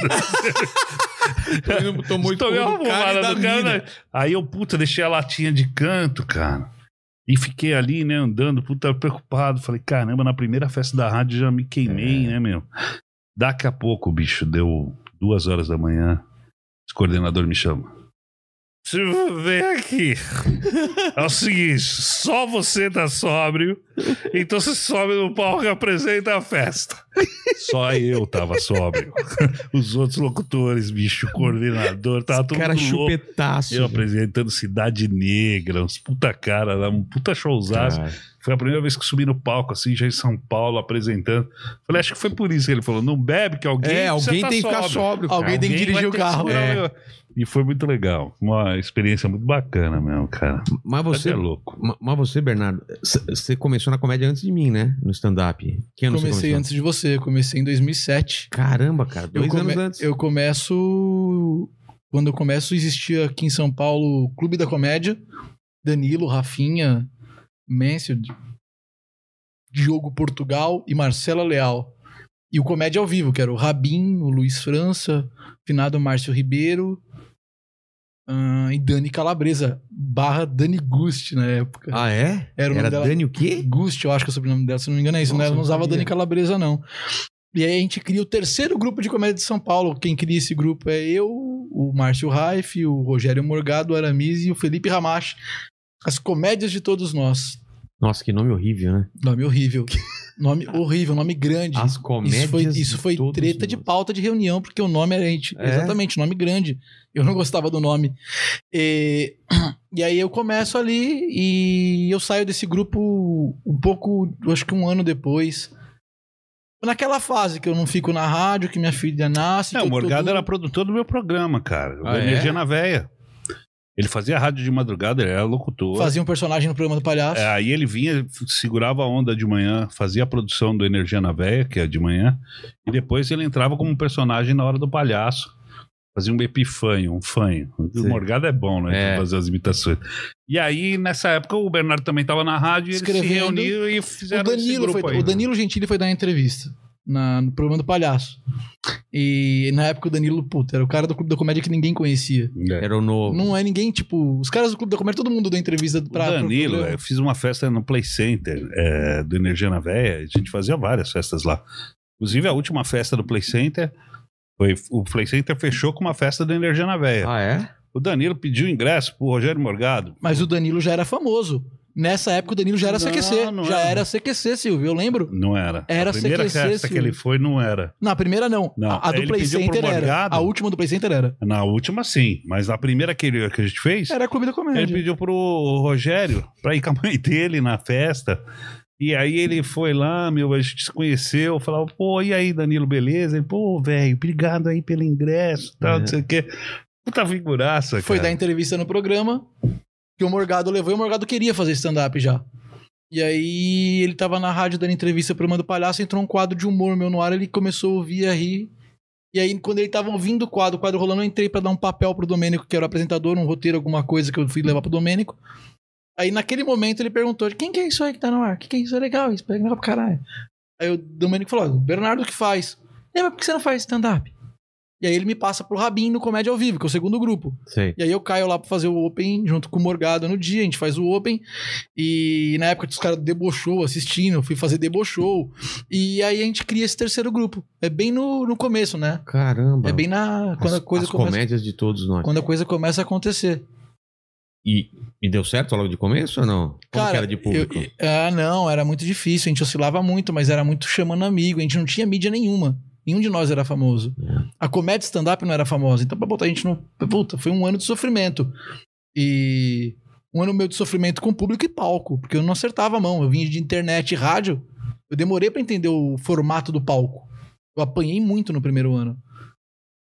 Tomou, tomou Tomei esporro uma do cara e fumada da do cara, mina. né? Aí eu, puta, deixei a latinha de canto, cara. E fiquei ali, né, andando, puta, preocupado. Falei, caramba, na primeira festa da rádio já me queimei, né, meu? Daqui a pouco, bicho, deu duas horas da manhã. Esse coordenador me chama. Vem aqui. É o seguinte, só você tá sóbrio, então você sobe no palco e apresenta a festa. Só eu tava sóbrio. Os outros locutores, bicho, o coordenador, tava todo Cara é mundo louco. chupetaço. Eu apresentando Cidade Negra, uns puta cara, lá, um puta showzaço. Cara. Foi a primeira vez que eu subi no palco, assim, já em São Paulo, apresentando. Falei, acho que foi por isso que ele falou: não bebe, que alguém. É, você alguém tá tem que ficar sóbrio. cara. Alguém tem que dirigir vai o ter carro. segurar É. o negócio. E foi muito legal. Uma experiência muito bacana mesmo, cara. Mas Você você, é louco. ma- mas você, Bernardo, c- você começou na comédia antes de mim, né? No stand-up. é Que ano você Comecei começou? antes de você, eu comecei em 2007. Caramba, cara, dois come- anos antes. Eu começo. Quando eu começo, existia aqui em São Paulo o Clube da Comédia. Danilo, Rafinha, Mansfield, Diogo Portugal e Marcela Leal. E o Comédia ao vivo, que era o Rabin, o Luiz França, finado Márcio Ribeiro ah, e Dani Calabresa, barra Dani Gust na época. Ah, é? Era o nome dela. Dani o quê? Gust, eu acho que é o sobrenome dela, se não me engano é isso, Nossa, né? Ela não não usava sabia. Dani Calabresa, não. E aí a gente cria o terceiro grupo de comédia de São Paulo. Quem cria esse grupo é eu, o Márcio Raif, o Rogério Morgado, o Aramis e o Felipe Ramache. As comédias de todos nós. Nossa, que nome horrível, né? (laughs) Nome horrível. nome horrível, nome grande. As comédias. Isso foi, de isso foi todos treta de nós. pauta de reunião, porque o nome era. gente, É? Exatamente, nome grande. Eu não gostava do nome. E, (clears throat) e aí eu começo ali e eu saio desse grupo um pouco, eu acho que um ano depois. Naquela fase que eu não fico na rádio, que minha filha nasce. É, que o eu tô Morgado duro. era produtor do meu programa, cara. O Ah, é? Energia na Veia. Ele fazia rádio de madrugada, ele era locutor. Fazia um personagem no programa do Palhaço. É, aí ele vinha, f- segurava a onda de manhã, fazia a produção do Energia na Véia, que é de manhã, e depois ele entrava como um personagem na hora do palhaço. Fazia um epifanho, um fanho. O Sim. Morgado é bom, né? É. Fazer as imitações. E aí, nessa época, o Bernardo também estava na rádio, eles se Escrevendo. reuniu e O fizeram esse Danilo, grupo foi, aí. né? o Danilo Gentili foi dar entrevista na- no programa do Palhaço. E na época o Danilo, puta, era o cara do Clube da Comédia que ninguém conhecia. É. Era o novo. Não é ninguém, tipo, os caras do Clube da Comédia, todo mundo deu entrevista O pra. pro Danilo, é, programa. eu fiz uma festa no Play Center é, do Energia na Véia, a gente fazia várias festas lá. Inclusive, a última festa do Play Center Foi, o Play Center fechou com uma festa da Energia na Véia. Ah, é? O Danilo pediu ingresso pro Rogério Morgado. Mas o Danilo já era famoso. Nessa época o Danilo já era Não, CQC. não é. já era. era CQC, Silvio, eu lembro. Não era. Era a um. primeira CQC, festa que Silvio. ele foi, não era. Na primeira não. Não, A, a do ele Play pediu pro Center era. Morgado. A última do Play Center era. Na última, sim. Mas na primeira que, ele- que a gente fez, Era Clube da Comédia. ele pediu pro Rogério pra ir com a mãe (laughs) dele na festa. E aí ele foi lá, meu, a gente se conheceu, falava, pô, e aí, Danilo, beleza? Ele, pô, velho, obrigado aí pelo ingresso, tal, não sei o quê. Puta figuraça, É. Foi dar cara. entrevista no programa que o Morgado levou e o Morgado queria fazer stand-up já. E aí ele tava na rádio dando entrevista pro Mando Palhaço, entrou um quadro de humor meu no ar, ele começou a ouvir a rir. E aí, quando ele tava ouvindo o quadro, o quadro rolando, eu entrei pra dar um papel pro Domênico, que era o apresentador, um roteiro, alguma coisa que eu fui levar pro Domênico. Aí naquele momento ele perguntou: quem que é isso aí que tá no ar? Que que é isso? É legal, isso é legal pra caralho. Aí o Domênico falou: "Ó, o Bernardo que faz. É, mas por que você não faz stand-up? E aí ele me passa pro Rabin no Comédia ao Vivo, que é o segundo grupo. Sei. E aí eu caio lá pra fazer o Open junto com o Morgado no dia, a gente faz o Open. E na época os caras debochou assistindo, eu fui fazer debochou. E aí a gente cria esse terceiro grupo. É bem no, no começo, né? Caramba. É bem na. Quando a as, coisa as começa. comédias né? de todos nós. Quando a coisa começa a acontecer. E, e deu certo logo de começo ou não? Como Cara, que era de público? eu- ah, não, era muito difícil, a gente oscilava muito, mas era muito chamando amigo, a gente não tinha mídia nenhuma. Nenhum de nós era famoso. É. A comédia stand-up não era famosa. Então, pra botar a gente no. Puta, foi um ano de sofrimento. E. Um ano meu de sofrimento com público e palco, porque eu não acertava a mão. Eu vinha de internet e rádio. Eu demorei pra entender o formato do palco. Eu apanhei muito no primeiro ano.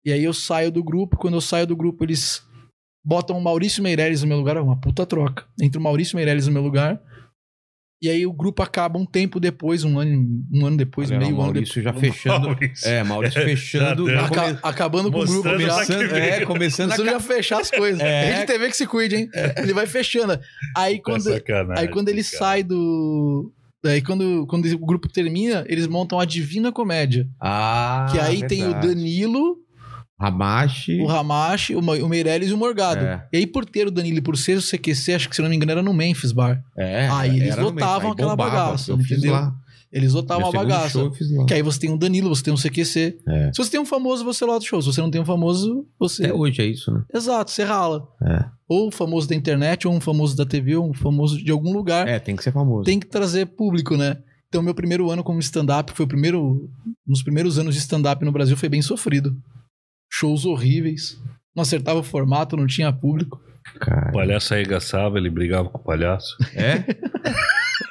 E aí eu saio do grupo. Quando eu saio do grupo, eles botam o Maurício Meirelles no meu lugar. É uma puta troca. Entre o Maurício Meirelles no meu lugar. E aí o grupo acaba um tempo depois, um ano, um ano depois, Olha lá, meio o ano depois. Maurício Um já Um fechando. Maurício. É, (laughs) Maurício fechando. já já É, come- Aca- acabando com o (laughs) grupo. Mostrando já. pra começando, (laughs) que é, veio. começando a Você já fechar as coisas. É. Tá Rede TV que se cuide, hein? Ele vai fechando. Aí É, quando, aí quando ele sai do. Aí quando, quando o grupo termina, eles montam a Divina Comédia. Ah, que aí tem o verdade. Danilo, Ramache. o Ramache, o Ma- o Meirelles e o Morgado. É. E aí, por ter o Danilo e por ser o CQC, acho que se não me engano era no Memphis Bar. É, Aí eles era no lotavam meio, aí aquela bombava, bagaça, Eu fiz entendeu? lá. Eles lotavam Meu a segundo bagaça. show eu fiz lá. Que aí você tem um Danilo, você tem um CQC. É. Se você tem um famoso, você lota o show. Se você não tem um famoso, você. Até hoje é isso, né? Exato, você rala. É. Ou um famoso da internet, ou um famoso da TV, ou um famoso de algum lugar. É, tem que ser famoso. Tem que trazer público, né? Então, meu primeiro ano como stand-up foi o primeiro. Nos primeiros anos de stand-up no Brasil foi bem sofrido. Shows horríveis. Não acertava o formato, não tinha público. Cara. O palhaço arregaçava, ele brigava com o palhaço. É?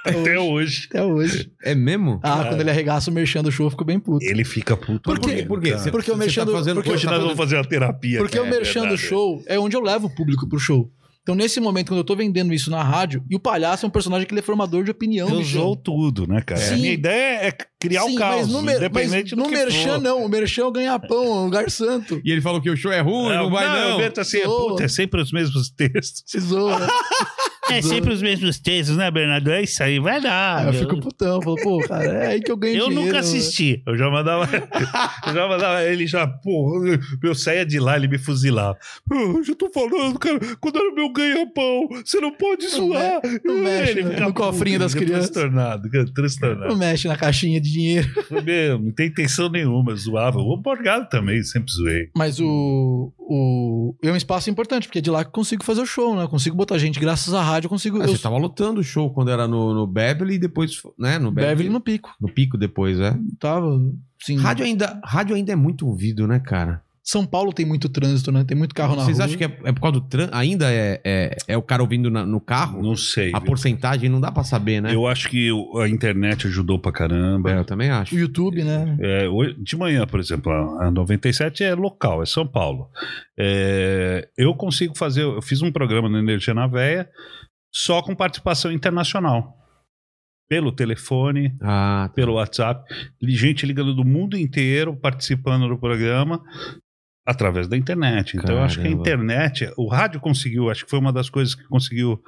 Até hoje. Até hoje. É mesmo? Ah, quando ele arregaça o merchan do show, eu fico bem puto. Ele fica puto. Por quê? comigo, Por quê? cara. Você- Porque o você merchan do- fazendo porque o que Hoje você nós tá vamos fazer uma terapia. tá Porque o cara, é merchan do verdade. show é onde eu levo o público pro show. Então, nesse momento, quando eu tô vendendo isso na rádio, e o palhaço é um personagem que ele é formador de opinião. Eu bichão. zoo tudo, né, cara? Sim. A minha ideia é criar Sim, o caos, mas no, mer mas independente no do que merchan for. não. O merchan é o ganha-pão, é o lugar santo. E ele falou que o show é ruim, É, não vai eu não. invento assim, é, Zoa. puta, é sempre os mesmos textos. Se zoa. (laughs) né? É sempre os mesmos textos, né, Bernardo? É isso aí, vai Aí lá. Ah, eu fico putão. Falo, pô, cara, é aí que eu ganho Eu dinheiro. nunca assisti. Eu já (laughs) mandava. eu já mandava ele já, pô, eu saía de lá, ele me fuzilava. Eu já tô falando, cara, quando era meu ganha-pão, você não pode zoar. não Eh, mexe, né? ficava No cofrinho das fica crianças. Transtornado, cara, transtornado. né?" (laughs) Não mexe na caixinha de dinheiro. Foi mesmo, não tem intenção nenhuma, eu zoava. O Borgado também, sempre zoei. Mas o, o. É um espaço importante, porque é de lá que eu consigo fazer o show, né? Eu consigo botar gente. Graças à rádio, eu consigo. Ah, eu você tava lotando o show quando era no, no Beverly e depois, né? No Beverly, Beverly no pico. no... pico depois, é. Tava. Sim. Rádio ainda, rádio ainda é muito ouvido, né, cara? São Paulo tem muito trânsito, né? Tem muito carro na Vocês rua. acham que é, é por causa do tran... ainda é, é, é o cara ouvindo na- no carro? Não sei. A viu? porcentagem não dá pra saber, né? Eu acho que o- a internet ajudou pra caramba. É, eu também acho. O YouTube, né? É, hoje- de manhã, por exemplo, a a 97 é local, é São Paulo. É, eu consigo fazer, eu fiz um programa na Energia na Véia só com participação internacional. Pelo telefone, Ah, pelo WhatsApp, li- gente ligando do mundo inteiro participando do programa através da internet. Então, eu acho que a Caramba. internet, o rádio conseguiu, acho que foi uma das coisas que conseguiu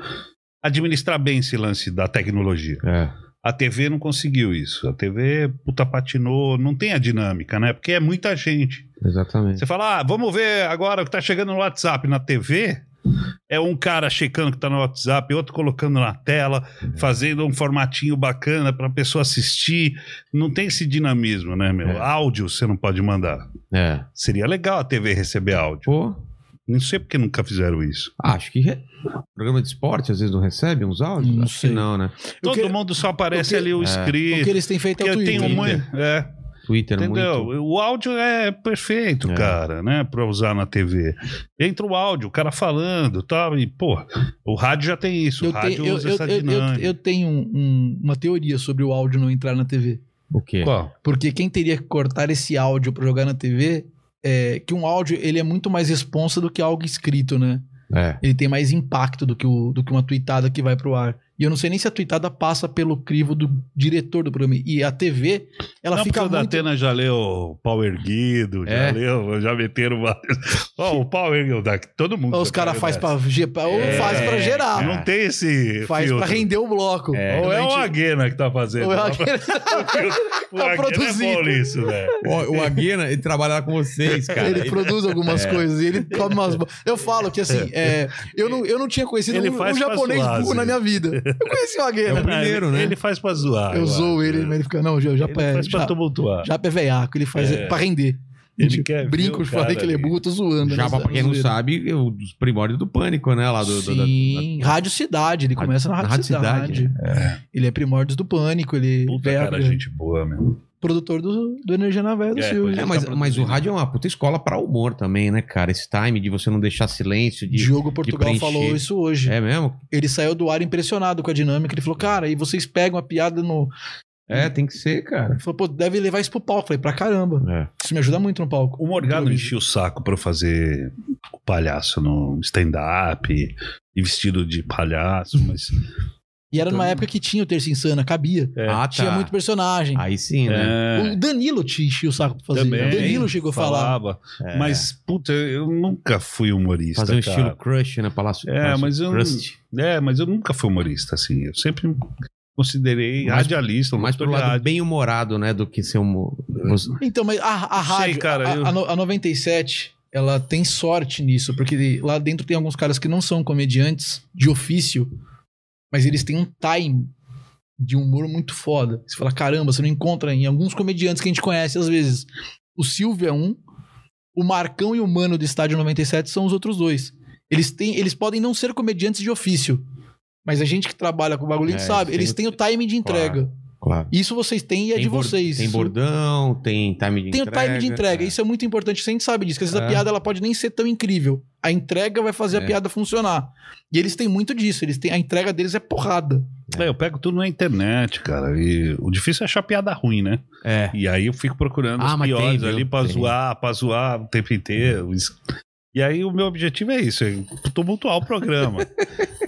administrar bem esse lance da tecnologia. é. A TV não conseguiu isso. A TV, puta, patinou, não tem a dinâmica, né? Porque é muita gente. Exatamente. Você fala, ah, vamos ver agora o que tá chegando no WhatsApp. Na TV, é um cara checando que tá no WhatsApp, outro colocando na tela, É. fazendo um formatinho bacana pra pessoa assistir. Não tem esse dinamismo, né, meu? É. Áudio você não pode mandar. É. Seria legal a TV receber áudio. Pô, Não sei porque nunca fizeram isso. acho que. re- Programa de esporte às vezes não recebe uns áudios? Não acho sei. que não, né? Todo que- mundo só aparece o que- ali o É. script. O que eles têm feito é o Porque tem Twitter. um Twitter. monte- é, Twitter entendeu? muito. O áudio é perfeito, É. cara, né? Pra usar na TV. Entra o áudio, o cara falando tal. E, pô, o rádio já tem isso. Eu o rádio tenho, eu, usa eu- essa eu- eu- dinâmica. eu tenho um- um- uma teoria sobre o áudio não entrar na TV. O quê? Qual? Porque quem teria que cortar esse áudio pra jogar na TV é que um áudio ele é muito mais responsa do que algo escrito, né? É. Ele tem mais impacto do que, o, do que uma tweetada que vai pro ar. E eu não sei nem se a tweetada passa pelo crivo do diretor do programa. E a TV, ela Não, fica porque o da muito... Atena já leu Pau Erguido, já É. leu, já (laughs) meteram vários. Ó, o Pau Erguido, da- todo mundo. Os já caras caiu fazem nessa. pra, ge- pra- ou É, faz pra gerar. Não tem esse. Faz filtro. pra render o bloco. É. Ou é o Realmente- Aguena que tá fazendo. Ou é o- o Aguena é produzindo. bom nisso, velho. O, o Aguena, ele trabalha lá com vocês, cara. ele Ele- produz algumas É. coisas, ele toma umas. bo- Eu falo que assim, é, eu, não, eu não tinha conhecido Ele um, faz um japonês pra zoar, burro na assim. um minha vida. Eu conheci o É o Aguena. primeiro, ele, né? Ele faz pra zoar. Eu zoo acho. né? ele, mas ele fica, não, já, já, Ele é, faz pra já, tumultuar. já é veiaco, ele faz É. pra render. Ele Gente, quer ver brinco, o eu falei cara que ele é ali. burro, tô zoando. Japa, né? pra quem não Zoeira. sabe, é um dos primórdios do pânico, né? Lá do, do- da- Sim, Rádio Cidade, ele Rádio- começa na na Rádio, Rádio Cidade. Cidade, Ele é primórdios do pânico, ele Puta é cara, gente boa, meu. produtor do, do Energia na Véia do É, Silvio. pois É, mas, Tá mas o produzindo. rádio é uma puta escola pra humor também, né, cara? Esse time de você não deixar silêncio, de... Diogo Portugal preencher. falou isso hoje. É mesmo? Ele saiu do ar impressionado com a dinâmica. Ele falou, cara, e vocês pegam a piada no, É, tem que ser, cara. Ele falou, pô, deve levar isso pro palco. Eu falei, pra caramba. É. Isso me ajuda muito no palco. O Morgado enchia o saco pra eu fazer o palhaço no stand-up e vestido de palhaço, (laughs) mas. E era numa época que tinha o Terça Insana, cabia. É. Então. Ah, tá. Tinha muito personagem. Aí sim, né? É, O Danilo te enchia o saco pra fazer. Também. o Danilo chegou a falar. falava. É. Mas, puta, eu nunca fui humorista. tá Fazer um cara. estilo crush, né? Palácio, É, Palácio mas eu não- crust. É, mas eu nunca fui humorista, assim. Eu sempre me considerei Mais- radialista, Mais pro locutor de lado rádio. bem humorado, né? Do que ser um. Então, mas a, a Sei, rádio, cara, a, eu- a no- a 97, ela tem sorte nisso. Porque lá dentro tem alguns caras que não são comediantes de ofício, mas eles têm um time de humor muito foda. Você fala, caramba, você não encontra em alguns comediantes que a gente conhece às vezes. O Silvio é um, o Marcão e o Mano do Estádio 97 são os outros dois. Eles têm, eles podem não ser comediantes de ofício, mas a gente que trabalha com o bagulho, a gente É, sabe, eles eles têm têm o time de Claro. entrega. Claro. Isso vocês têm e é de bor- vocês. Tem Isso- bordão, tem time de tem entrega. o time de entrega. É. Isso é muito importante. Você sabe disso, que às vezes É. a piada ela pode nem ser tão incrível. A entrega vai fazer É. a piada funcionar. E eles têm muito disso. Eles têm, a entrega deles é porrada. É, eu pego tudo na internet, cara. E o difícil é achar piada ruim, né? É. E aí eu fico procurando Ah, as mas tem, piores viu? ali pra Tem. zoar, pra zoar o tempo inteiro. Isso. E aí o meu objetivo é isso, é tumultuar o programa.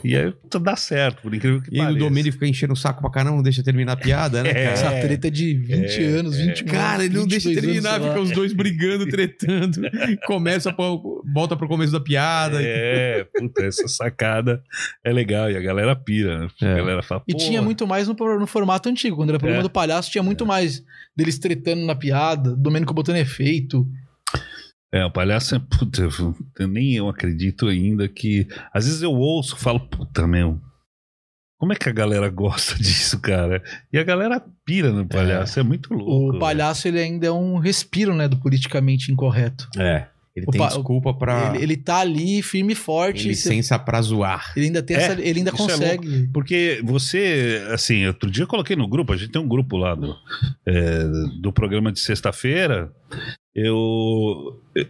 e aí tu dá certo, por incrível que E aí pareça. o domínio fica enchendo o saco pra caramba, não deixa terminar a piada, né, (laughs) É. cara? Essa treta de 20 anos, um, 20 É, Cara, ele não deixa 22 anos, terminar, sei lá. fica os dois brigando, (laughs) tretando. Começa, pro- volta pro começo da piada. É, puta, essa sacada é legal. E a galera pira, né? É. A galera fala, E "Pô, tinha muito mais no, pro- no formato antigo. Quando era programa É. do palhaço, tinha muito mais deles tretando na piada, Domênico botando efeito. É, o palhaço é puta, eu- eu nem eu acredito ainda que. Às vezes eu ouço e falo, puta meu, como é que a galera gosta (laughs) disso, cara? E a galera pira no palhaço, é, muito louco. O palhaço, ele ainda é um respiro, né, do politicamente incorreto. É. Ele O tem pa- desculpa pra. Ele, é ele tá ali firme e forte. tem e cê- licença pra zoar. Ele ainda tem É, essa, ele ainda isso é consegue. Porque você, assim, outro dia eu coloquei no grupo, a gente tem um grupo lá do, é, do programa de sexta-feira. Eu. eu-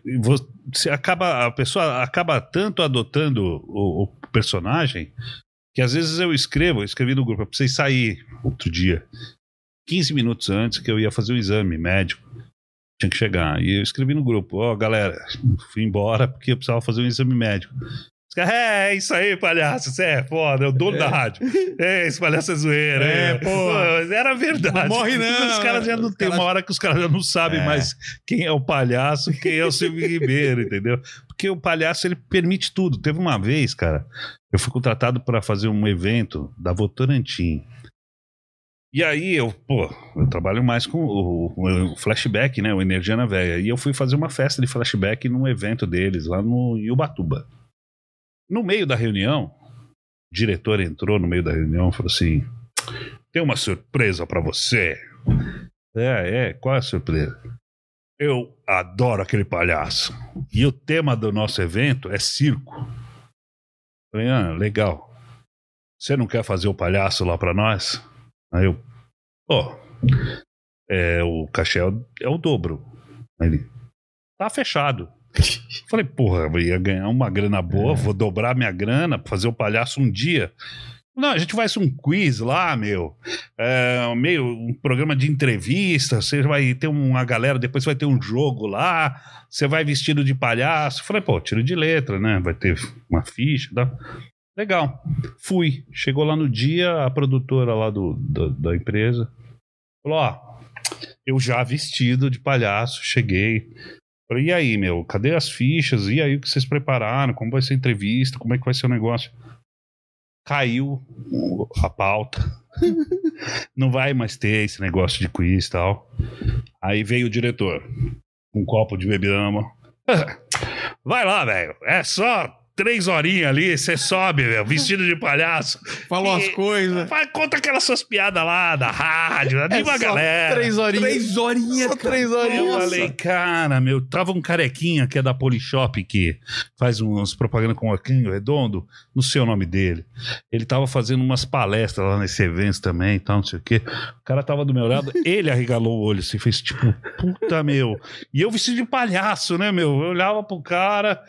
Você acaba, a pessoa acaba tanto adotando o, o personagem que às vezes eu escrevo, eu escrevi no grupo, eu precisei sair outro dia. 15 minutos antes que eu ia fazer um exame médico. Tinha que chegar. E eu escrevi no grupo, ó, galera, fui embora porque eu precisava fazer um exame médico. Os caras, É, é isso aí, palhaço. Você é foda, é o dono da rádio. É, esse palhaço é zoeira. É, É, pô. mas Era verdade. Não morre não, Os caras já não os tem caras- uma hora que os caras já não sabem É. mais quem é o palhaço, quem é o Silvio Ribeiro, entendeu? Porque o palhaço, ele permite tudo. Teve uma vez, cara, eu fui contratado para fazer um evento da Votorantim. E aí eu, pô, eu trabalho mais com o, o- o flashback, né? O Energia na Véia. E eu fui fazer uma festa de flashback num evento deles lá no em Ubatuba. No meio da reunião, o diretor entrou no meio da reunião e falou assim: tem uma surpresa pra você. É, é, qual é a surpresa? Eu adoro aquele palhaço. E o tema do nosso evento é circo. Falei, ah, legal. Você não quer fazer o palhaço lá pra nós? Aí eu, ó, é, o cachê é o, é o dobro. Aí ele, tá fechado. Falei, porra, eu ia ganhar uma grana boa, vou dobrar minha grana pra fazer o palhaço um dia. Não, a gente faz um quiz lá, meu. É, meio um programa de entrevista. Você vai ter uma galera, depois vai ter um jogo lá. Você vai vestido de palhaço. Falei, pô, tiro de letra, né? Vai ter uma ficha. Tá? Legal. Fui. Chegou lá no dia, a produtora lá do, do- da empresa falou: ó, eu já vestido de palhaço, cheguei. Falei, e aí, meu, cadê as fichas? E aí, o que vocês prepararam? Como vai ser a entrevista? Como é que vai ser o negócio? Caiu o- a pauta. Não vai mais ter esse negócio de quiz e tal. Aí veio o diretor, com um copo de beberama. (laughs) Vai lá, velho. É só três horinhas ali, você sobe, velho, vestido de palhaço. Falou as E- coisas. Vai, conta aquelas suas piadas lá da rádio, anima a É. só galera. Três horinhas. Três horinhas, Só cara. três horinhas. Eu falei, cara, meu, tava um carequinha que é da Polishop, que faz uns propaganda com o Arquinho Redondo, não sei o nome dele. Ele tava fazendo umas palestras lá nesse evento também, e tal, não sei o quê. O cara tava do meu lado, ele arregalou o olho, assim, fez tipo, puta, meu. E eu vestido de palhaço, né, meu? Eu olhava pro cara,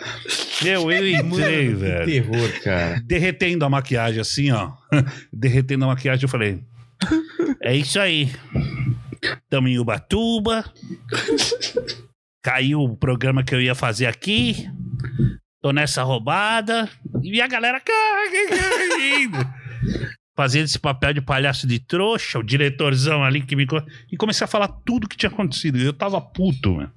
meu, eu entrei, Que velho terror, cara. derretendo a maquiagem assim, ó. (laughs) derretendo a maquiagem, eu falei. É isso aí. Tamo em Ubatuba. Caiu o programa que eu ia fazer aqui. Tô nessa roubada. E a galera rindo. Fazendo esse papel de palhaço de trouxa, o diretorzão ali que me. co- E comecei a falar tudo que tinha acontecido. Eu tava puto, mano.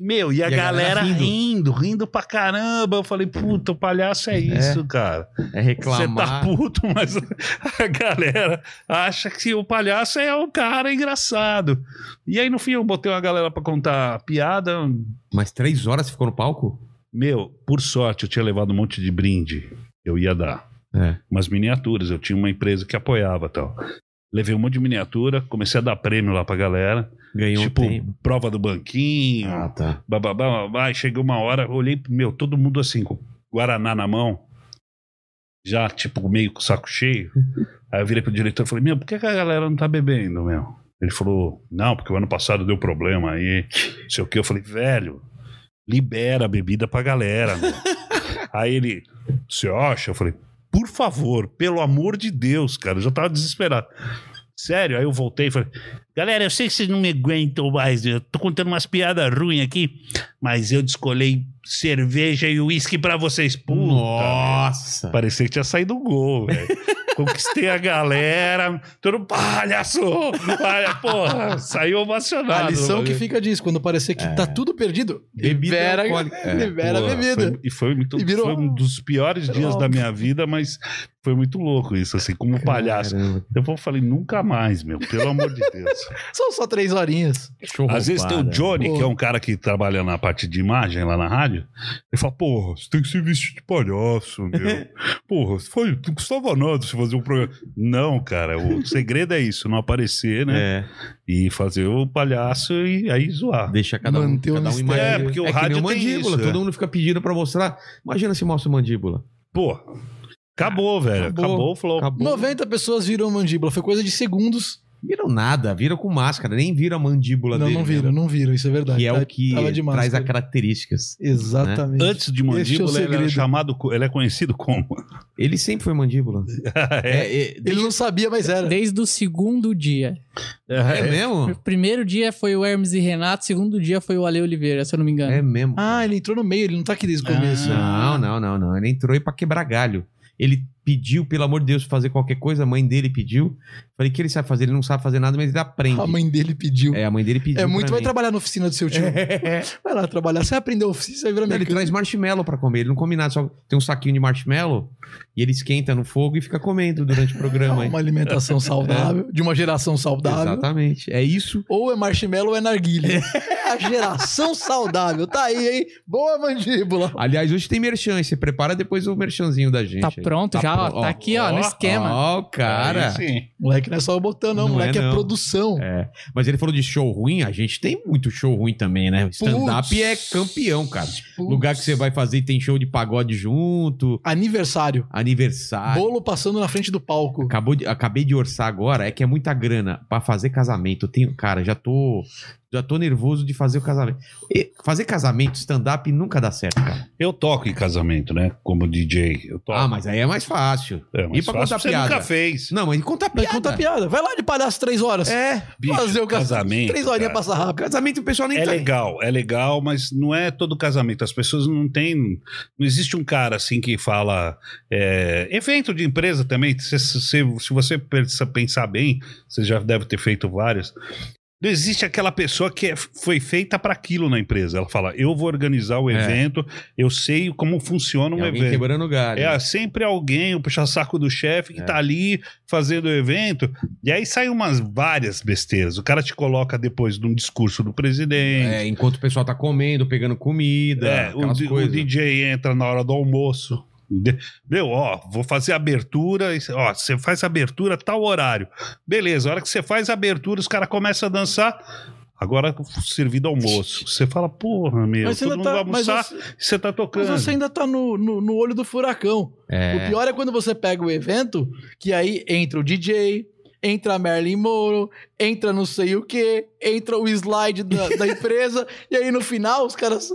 Meu, e a, galera, rindo. rindo, pra caramba. Eu falei, puta, o palhaço é isso, cara. É Você tá reclamar. puto, (laughs) mas a galera acha que o palhaço é o cara engraçado. E aí, no fim, eu botei uma galera pra contar piada. Mas três horas você ficou no palco? Meu, por sorte, eu tinha levado um monte de brinde. Eu ia dar. É. Umas miniaturas. Eu tinha uma empresa que apoiava e tal. Levei um monte de miniatura, comecei a dar prêmio lá pra galera. Ganhou tipo, um tempo. prova do banquinho, Ah, tá. bababá, babá, e chegou uma hora, olhei, meu, todo mundo assim, com Guaraná na mão, já, tipo, meio com o saco cheio. Aí eu virei pro diretor e falei, meu, por que que a galera não tá bebendo, meu? Ele falou, não, porque o ano passado deu problema aí, não sei o que. Eu falei, velho, libera a bebida pra galera, meu. Aí ele, você acha? Eu falei, por favor, pelo amor de Deus, cara, eu já tava desesperado. Sério, aí eu voltei e falei, galera, eu sei que vocês não me aguentam mais, eu tô contando umas piadas ruins aqui, mas eu descolei cerveja e uísque pra vocês. Puta, Nossa. É. Parecia que tinha saído um gol, velho. Conquistei a galera, todo palhaço! palha- Porra, saiu ovacionado. A lição mano. É que fica disso, quando parecer que tá tudo perdido, Bebida libera, alcoólica. É. (laughs) libera Porra, a bebida. foi- e foi, muito, E virou- foi um dos piores dias Virou. da minha vida, mas foi muito louco isso, assim, como palhaço. Caramba. Depois eu falei, nunca mais, meu, pelo amor de Deus. São só três horinhas. Show Às vezes tem o roubada. Johnny, Porra. que é um cara que trabalha na parte de imagem lá na rádio. Ele fala, porra, você tem que se vestir de palhaço, meu. porra, você foi, não custava nada você fazer um programa. Não, cara, o segredo é isso, não aparecer, né? É, E fazer o palhaço e aí zoar. deixa cada um, Manter o cada um mistério. imagina- É, porque o que nem rádio tem mandíbula, isso, é. todo mundo fica pedindo pra mostrar. Imagina se mostra o mandíbula. Pô, acabou, velho. Acabou. Acabou, o flow. Acabou. 90 pessoas viram mandíbula, foi coisa de segundos. Viram nada, viram com máscara, nem viram a mandíbula não, dele. não viram, né? não viram, isso é verdade. Que é Tá- o Né? que tava de traz máscara. as características. Exatamente. Antes de Esse é o mandíbula, ele, era segredo. chamado, co- ele é conhecido como. Ele sempre foi mandíbula. (laughs) é, é, Ele não sabia, mas era. Desde o segundo dia. é mesmo? O primeiro dia foi o Hermes e Renato, o segundo dia foi o Ale Oliveira, se eu não me engano. É mesmo. Ah, ele entrou no meio, ele não tá aqui desde o Ah. começo. Não, não, não, não. Ele entrou aí pra quebrar galho. Ele pediu, pelo amor de Deus, fazer qualquer coisa. A mãe dele pediu. Falei, o que ele sabe fazer? Ele não sabe fazer nada, mas ele aprende. A mãe dele pediu. É, É, a mãe dele pediu. muito, pra vai mim. trabalhar na oficina do seu tio. (laughs) Vai lá trabalhar. Você vai aprender a oficina, você vai virar Não, Ele mecânico. traz marshmallow pra comer. Ele não come nada, só tem um saquinho de marshmallow e ele esquenta no fogo e fica comendo durante o programa. (laughs) aí. É (laughs) Uma alimentação saudável, de uma geração saudável. É. Exatamente. É isso. Ou é marshmallow ou é narguilha. É a geração saudável. Tá aí, hein? Boa mandíbula. Aliás, hoje tem merchan. aí Você prepara depois o merchanzinho da gente. Tá aí. pronto já Ó, tá aqui, ó, no ó, esquema. Ó, o cara. Aí sim. Moleque não é só o botão, não. Não moleque é, é, não. produção. É, mas ele falou de show ruim, a gente tem muito show ruim também, né? Stand-up Putz. é campeão, cara. Putz. Lugar que você vai fazer e tem show de pagode junto, Aniversário. aniversário. Bolo passando na frente do palco. Acabou de- acabei de orçar agora, é que é muita grana pra fazer casamento. Eu tenho, cara, já tô já tô nervoso de fazer o casamento. E fazer casamento stand up nunca dá certo, cara. Eu toco em casamento, né? Como DJ. Eu toco. Ah, mas aí é mais fácil. É, mas e pra fácil contar você piada? nunca fez. Não, mas conta Vai piada. contar piada. Vai lá de palhaço três horas. É, Bicho, Fazer o ca- casamento. Três cara, horinhas passa rápido. casamento o pessoal nem É tá- legal, é legal, mas não é todo casamento. As pessoas não têm. Não existe um cara assim que fala. é, evento de empresa também. Se, se- se- se você pensa- pensar bem, você já deve ter feito vários. Não existe aquela pessoa que é- foi feita para aquilo na empresa. Ela fala: eu vou organizar o É. evento, eu sei como funciona Tem um alguém evento. quebrando galho. É sempre alguém, o puxa-saco do chefe que É. tá ali fazendo o evento. E aí saem umas várias besteiras. O cara te coloca depois de um discurso do presidente. É, enquanto o pessoal tá comendo, pegando comida, É, o, aquelas di- o coisas. DJ entra na hora do almoço. De- Meu, ó, vou fazer a abertura. e cê- Ó, você faz a abertura tal horário. Beleza, a hora que você faz a abertura, os caras começam a dançar. Agora servido almoço. Você fala, porra, meu, Mas você todo ainda mundo tá. vai Mas almoçar você, e você tá tocando. mas você ainda tá no, no, no olho do furacão. O É. pior é quando você pega o evento, que aí entra o DJ, entra a Merlin Moro, entra não sei o que, entra o slide da, (laughs) da empresa, e aí no final os caras.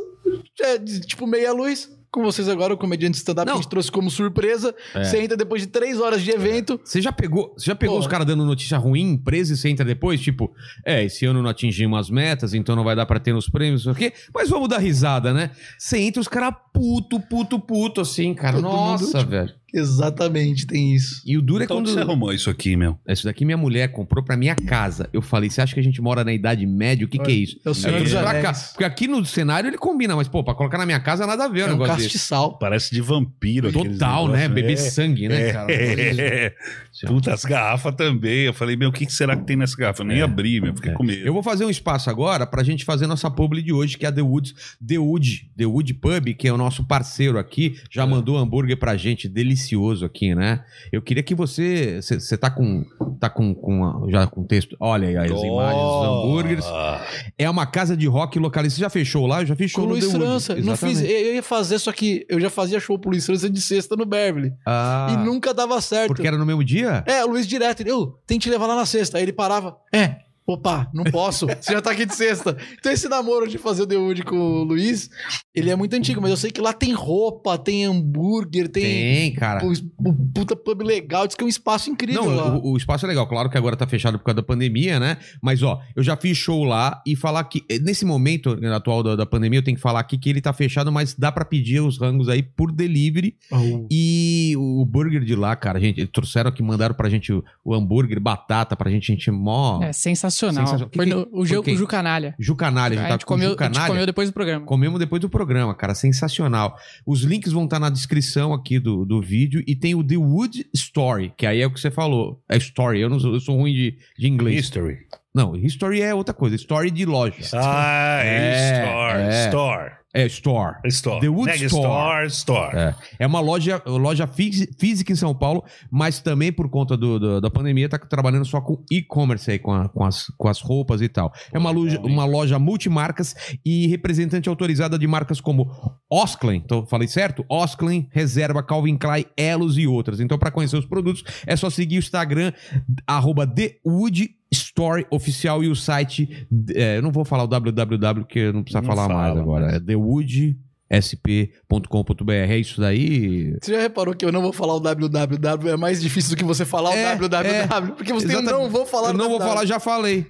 é, de- tipo, meia luz. Com vocês agora, o comediante stand-up que a gente trouxe como surpresa. É. Você entra depois de três horas de evento. Você já pegou, você já pegou Pô. os caras dando notícia ruim em empresa e você entra depois? Tipo, é, esse ano não atingimos as metas, então não vai dar pra ter nos prêmios, não sei o quê. Mas vamos dar risada, né? Você entra os caras puto, puto, puto, assim, cara. Todo mundo, Nossa, tipo- velho. Exatamente, tem isso. E o duro é Então, onde quando... você arrumou isso aqui, meu? Isso daqui minha mulher comprou pra minha casa. Eu falei, você acha que a gente mora na Idade Média? O que que é isso? É o Aí eu Senhor dos trouxe pra cá. Anéis. Porque aqui no cenário ele combina, mas, pô, pra colocar na minha casa nada a ver o É um negócio desse. castiçal. Parece de vampiro. aqueles Total, né? negócios. Beber É. sangue, né, cara? (laughs) É. Puta, as garrafas também. Eu falei, meu, o que que será que tem nessa garrafa? Eu nem É. abri, meu, fiquei É. com medo. Eu vou fazer um espaço agora pra gente fazer nossa publi de hoje, que é a The Woods, The Wood, The Wood Pub, que é o nosso parceiro aqui, É. já mandou hambúrguer pra gente, delicioso aqui, né? Eu queria que você, você tá com, tá com, com a- já com o texto, olha aí as imagens dos hambúrgueres. É uma casa de rock localista, você já fechou lá? Eu já fiz Com show o no Luiz The Wood. França. Não fiz, Exatamente. eu ia fazer, só que eu já fazia show pro Luiz França de sexta no Beverly. Ah, E nunca dava certo. porque era no mesmo dia? É, o Luiz direto, ele, eu tem que te levar lá na sexta. Aí ele parava, é, opa, não posso, você já tá aqui de sexta. Então esse namoro de fazer o The Wood com o Luiz, ele é muito antigo, mas eu sei que lá tem roupa, tem hambúrguer, tem, Tem, cara. pu- pu- puta pub legal, diz que é um espaço incrível lá. Não, o, o espaço é legal. Claro que agora tá fechado por causa da pandemia, né? Mas, ó, eu já fiz show lá e falar que, eh, nesse momento né, atual da, da pandemia, eu tenho que falar aqui que ele tá fechado, mas dá pra pedir os rangos aí por delivery. E o, o burger de lá, cara, gente, eles trouxeram aqui, mandaram pra gente o, o hambúrguer, batata, pra gente, a gente mó. É sensacional. Sensacional. Que Foi que- no, o jogo por quê? com o Ju Canalha. Ju Canalha, a gente, a tá gente com o comeu, Ju a gente Canalha. comeu depois do programa. Comemos depois do programa, cara. Sensacional. Os links vão estar na descrição aqui do, do vídeo. E tem o The Wood Story, que aí é o que você falou. É story. Eu, não sou, eu sou ruim de, de inglês. History. Não, history é outra coisa. Story de loja. Ah, É, store, é. store, É, store. store. The Wood Mega Store. store, store. É. É uma loja, loja fí- física em São Paulo, mas também por conta do- do- da pandemia tá trabalhando só com e-commerce aí, com, a- com as, com as roupas e tal. É uma loja, legal, hein? uma loja multimarcas e representante autorizada de marcas como Osklen, então falei certo? Osklen, Reserva, Calvin Klein, Elos e outras. Então para conhecer os produtos é só seguir o Instagram arroba The Wood Story Oficial e o site, é, eu não vou falar o www porque não precisa Não falar fala, mais agora, mas- é The Wood sp.com.br, é isso daí? Você já reparou que eu não vou falar o www, é mais difícil do que você falar É, o www, porque você tem o exatamente. não vou falar eu o não vou www. falar, já falei.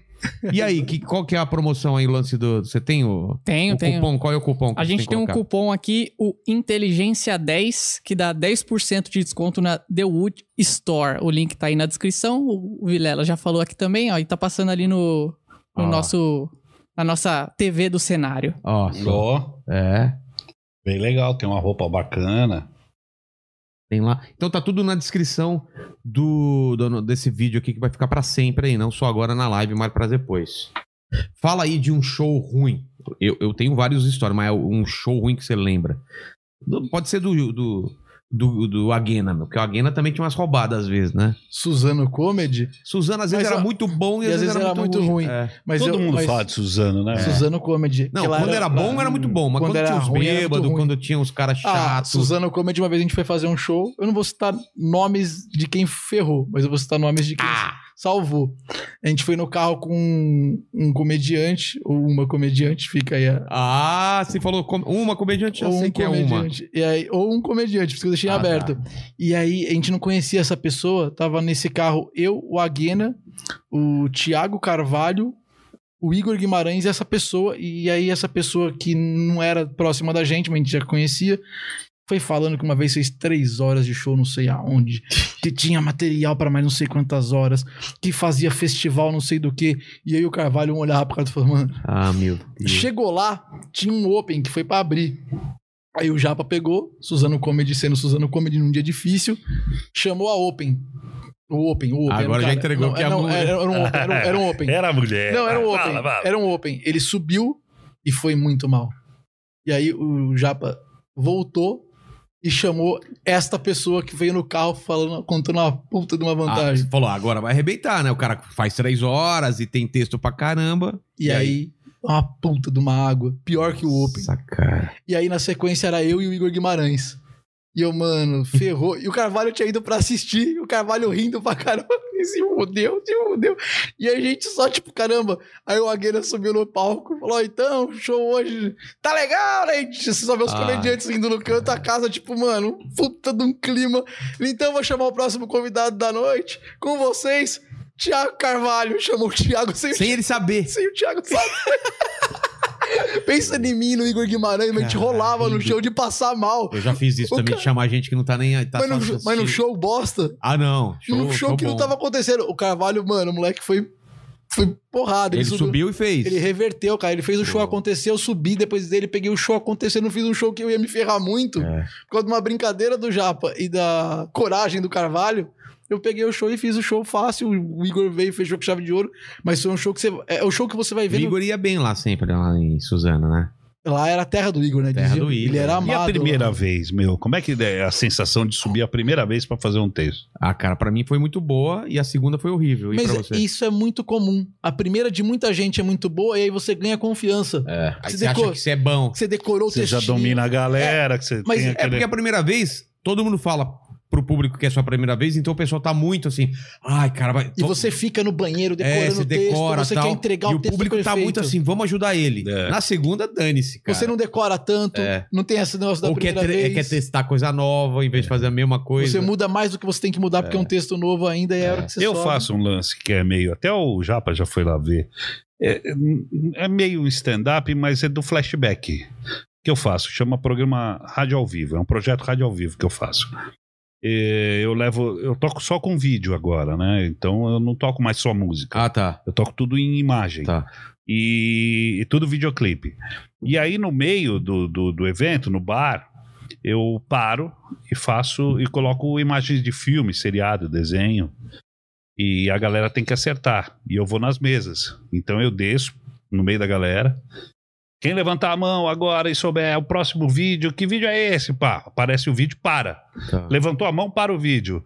E aí, que, qual que é a promoção aí, o lance do... Você tem o, Tenho, o tenho. cupom? Qual é o cupom que A você gente que tem um colocar? cupom aqui, o Inteligência 10, que dá 10% de desconto na The Wood Store. O link tá aí na descrição. O Vilela já falou aqui também, ó, e tá passando ali no, no Ó. nosso na nossa TV do cenário. Ó, só- Ó, é, bem legal, tem uma roupa bacana. tem lá. Então tá tudo na descrição do, do- desse vídeo aqui que vai ficar pra sempre aí, não só agora na live, mas pra depois. Fala aí de um show ruim. Eu, eu tenho várias histórias, mas é um show ruim que você lembra. Do- Pode ser do, do, do, do Aguena, meu. Porque o Aguena também tinha umas roubadas às vezes, né? Suzano Comedy, Suzano às vezes Mas, era ó, muito bom e, às vezes era, muito ruim. É. mas Todo eu- mundo mas fala de Suzano, né? Suzano Comedy. Não, que ela quando era, bom ela- era muito bom, mas quando quando, era tinha uns ruim, era muito bêbados, ruim. quando tinha uns caras Ah, chatos. Suzano Comedy, uma vez a gente foi fazer um show. Eu não vou citar nomes de quem ferrou, mas eu vou citar nomes de quem Ah. salvou. A gente foi no carro com um, um comediante, ou uma comediante, fica aí a. Ah, você falou com- uma comediante, já ou sei um que é uma. comediante. E aí, ou um comediante, por isso que eu deixei Ah, aberto. E aí, a gente não conhecia essa pessoa, tava nesse carro eu, o Aguena, o Thiago Carvalho, o Igor Guimarães e essa pessoa. E aí, essa pessoa que não era próxima da gente, mas a gente já conhecia, foi falando que uma vez fez três horas de show, não sei aonde, que tinha material pra mais não sei quantas horas, que fazia festival, não sei do que. E aí, o Carvalho um olhava pro cara e falou, mano. Ah, meu Deus. Chegou lá, tinha um open que foi pra abrir. Aí o Japa pegou, Suzano Comedy sendo Suzano Comedy num dia difícil, chamou a Open. O Open, o Open. Agora já era um cara- entregou não, que é a não, mulher. É. era, era um Open. Era, um- era um (laughs) Open. Era a mulher. não, era um Open. Fala, fala. Era um Open. Ele subiu e foi muito mal. E aí o Japa voltou e chamou esta pessoa que veio no carro falando, contando uma puta de uma Ah, vantagem. você falou, agora vai arrebentar, né? O cara faz três horas e tem texto pra caramba. e aí, uma puta de uma água. Pior que o Open. Nossa, cara. E aí na sequência era eu e o Igor Guimarães. E eu, mano, ferrou. E o Carvalho tinha ido pra assistir, e o Carvalho rindo pra caramba. (laughs) E se fudeu, se fudeu. E a gente só, tipo, caramba. Aí o Agueira subiu no palco e falou: então, show hoje. Tá legal, né? Você só vê os Ah, comediantes rindo no canto, a casa, tipo, mano, puta de um clima. Então eu vou chamar o próximo convidado da noite com vocês, Tiago Carvalho. Chamou o Tiago sem, Sem ele saber. sem o Thiago (laughs) sabe. Pensa em mim, no Igor Guimarães, mas a gente Caralho. rolava no show de passar mal. Eu já fiz isso O também, de chamar gente que não tá nem... Tá mas, no, só mas no assistindo. show bosta, Ah, não. num show, que não bom. tava acontecendo. O Carvalho, mano, o moleque foi, foi porrada. Ele, subiu e fez. Ele reverteu, cara. Ele fez o show Show. acontecer, eu subi depois dele, peguei o show acontecer, não fiz um show que eu ia me ferrar muito. É. Por causa de uma brincadeira do Japa e da coragem do Carvalho, eu peguei o show e fiz o show fácil. O Igor veio, fechou com chave de ouro. Mas foi um show que você. É o show que você vai ver. no- Vigor ia bem lá sempre, lá em Suzano, né? Lá era a terra do Igor, né? Terra Diziam. do Igor. Ele era E a amado. E a primeira lá. vez, meu, como é que é a sensação de subir a primeira vez pra fazer um texto? Ah, cara, pra mim foi muito boa e a segunda foi horrível. E pra Mas você? isso é muito comum. A primeira de muita gente é muito boa e aí você ganha confiança. É. Aí Você você, decor- acha que você é bom. Você decorou o Você já textinho. domina a galera, que você mas tem é É aquele... porque a primeira vez, todo mundo fala pro público que é sua primeira vez, então o pessoal tá muito assim, ai, cara, vai... E você fica no banheiro é, decorando você o texto, decora você tal, quer entregar e o o texto público tá perfeito. muito assim, vamos ajudar ele. É. Na segunda, dane-se, cara. Você não decora tanto, É. não tem esse negócio da Ou quer, primeira tre- é, vez. quer testar coisa nova, em É. vez de fazer a mesma coisa. Você muda mais do que você tem que mudar, porque é um texto novo ainda e é a hora que você Eu sobe. faço um lance que é meio. Até o Japa já foi lá ver. É, é meio um stand-up, mas é do flashback. Que eu faço, chama programa Rádio ao Vivo. É um projeto Rádio ao Vivo que eu faço. É, eu levo. Eu toco só com vídeo agora, né? Então eu não toco mais só música. Ah, tá. Eu toco tudo em imagem. Tá. E, e tudo videoclipe. E aí, no meio do, do, do evento, no bar, eu paro e faço e coloco imagens de filme, seriado, desenho. E a galera tem que acertar. E eu vou nas mesas. Então eu desço no meio da galera. Quem levantar a mão agora e souber o próximo vídeo, que vídeo é esse? Pá, aparece o vídeo, para. tá. Levantou a mão para o vídeo.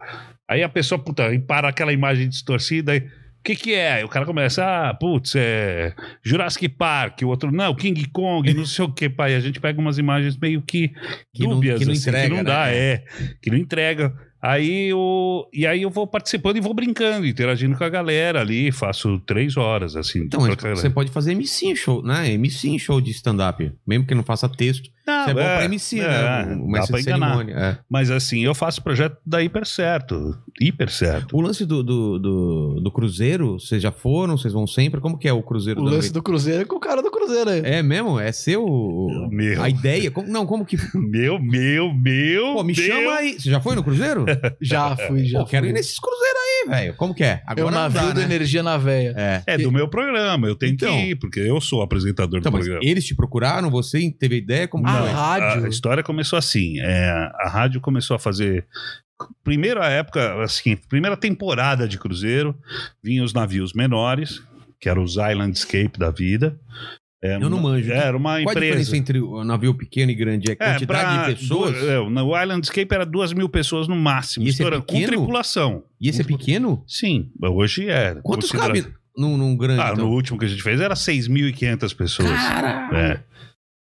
Aí a pessoa, puta, e para aquela imagem distorcida. aí, O que que é? Aí o cara começa, ah, putz, é Jurassic Park. O outro, não, King Kong, não sei o que, pai. A gente pega umas imagens meio que, Que não- dúbias, que não assim, entrega, que não né? dá, é. Que não entrega. Aí eu, e aí eu vou participando e vou brincando, interagindo com a galera ali. Faço três horas, assim. Então, com a mas galera. você pode fazer MC em show, né? MC em show de stand-up. Mesmo que não faça texto. Não, você é bom é, pra MC, é, né? O dá mestre pra de enganar. cerimônia. É. Mas assim, eu faço projeto da hiper certo. Hiper certo. O lance do, do, do, do Cruzeiro, vocês já foram? Vocês vão sempre? Como que é o Cruzeiro O da lance noite? do Cruzeiro é com o cara do Cruzeiro aí. É mesmo? É seu? Meu, A ideia? Como- não, como que. meu, meu, meu. Pô, me meu. chama aí. Você já foi no (laughs) Cruzeiro? Já fui, já. Pô, quero fui. ir nesses Cruzeiros aí, velho. Como que é? É o Agora não navio dá, da né? energia na veia. É. É do meu programa, eu tenho Então. que ir, porque eu sou o apresentador Então, do mas programa. eles te procuraram? Você teve ideia? Como A que foi? rádio. A, a história começou assim, é, a rádio começou a fazer primeira época, assim, primeira temporada de cruzeiro, vinham os navios menores, que eram os Islandscape da vida, É, Eu não uma- manjo. Era uma Qual a empresa. diferença entre o navio pequeno e grande? É É, quantidade pra de pessoas? du- é, no Island Escape era duas mil pessoas no máximo, E esse é estourando, com pequeno? tripulação. E esse é pequeno? Sim, hoje é. Quantos Considera- cabe num, num grande? Ah, então? no último que a gente fez era 6.500 pessoas. É.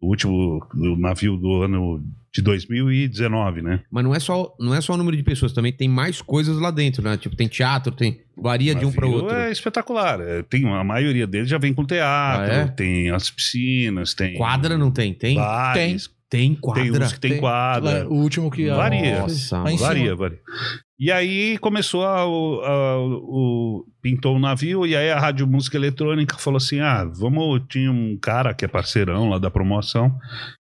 O último o navio do ano de 2019, né? Mas não é, só, não é só o número de pessoas, também tem mais coisas lá dentro, né? Tipo, tem teatro, tem. Varia de um para Navio outro. É espetacular. É, Tem, a maioria deles já vem com teatro, Ah, é? tem as piscinas, tem. Quadra não tem? Tem? bares, Tem tem. quadra. uns que tem, Tem- quadra. Lá, O último que. a- Varia. Nossa, Lá em cima. Varia, varia. E aí começou a, o- a- o- pintou um navio e aí a Rádio Música Eletrônica falou assim: "Ah, vamos, tinha um cara que é parceirão lá da promoção.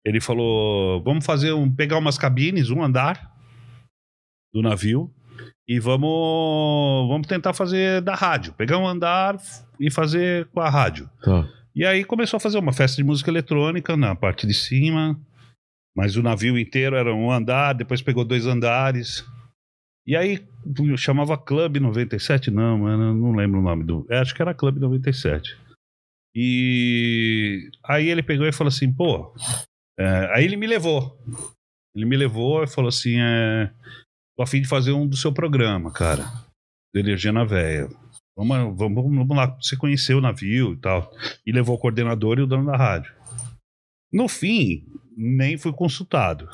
Ele falou: "Vamos fazer um pegar umas cabines, um andar do navio e vamos vamos tentar fazer da rádio, pegar um andar e fazer com a rádio". Tá. E aí começou a fazer uma festa de música eletrônica na parte de cima, mas o navio inteiro era um andar, depois pegou dois andares. E aí pu- chamava Clube 97, não, eu não- não lembro o nome do. é, acho que era Clube 97. E aí ele pegou e falou assim, pô. é, aí ele me levou. Ele me levou e falou assim: é, tô a fim de fazer um do seu programa, cara. Do Energia na Véia. Vamos, vamos, vamos lá, você conheceu o navio e tal e levou o coordenador e o dono da rádio. No fim, nem fui consultado.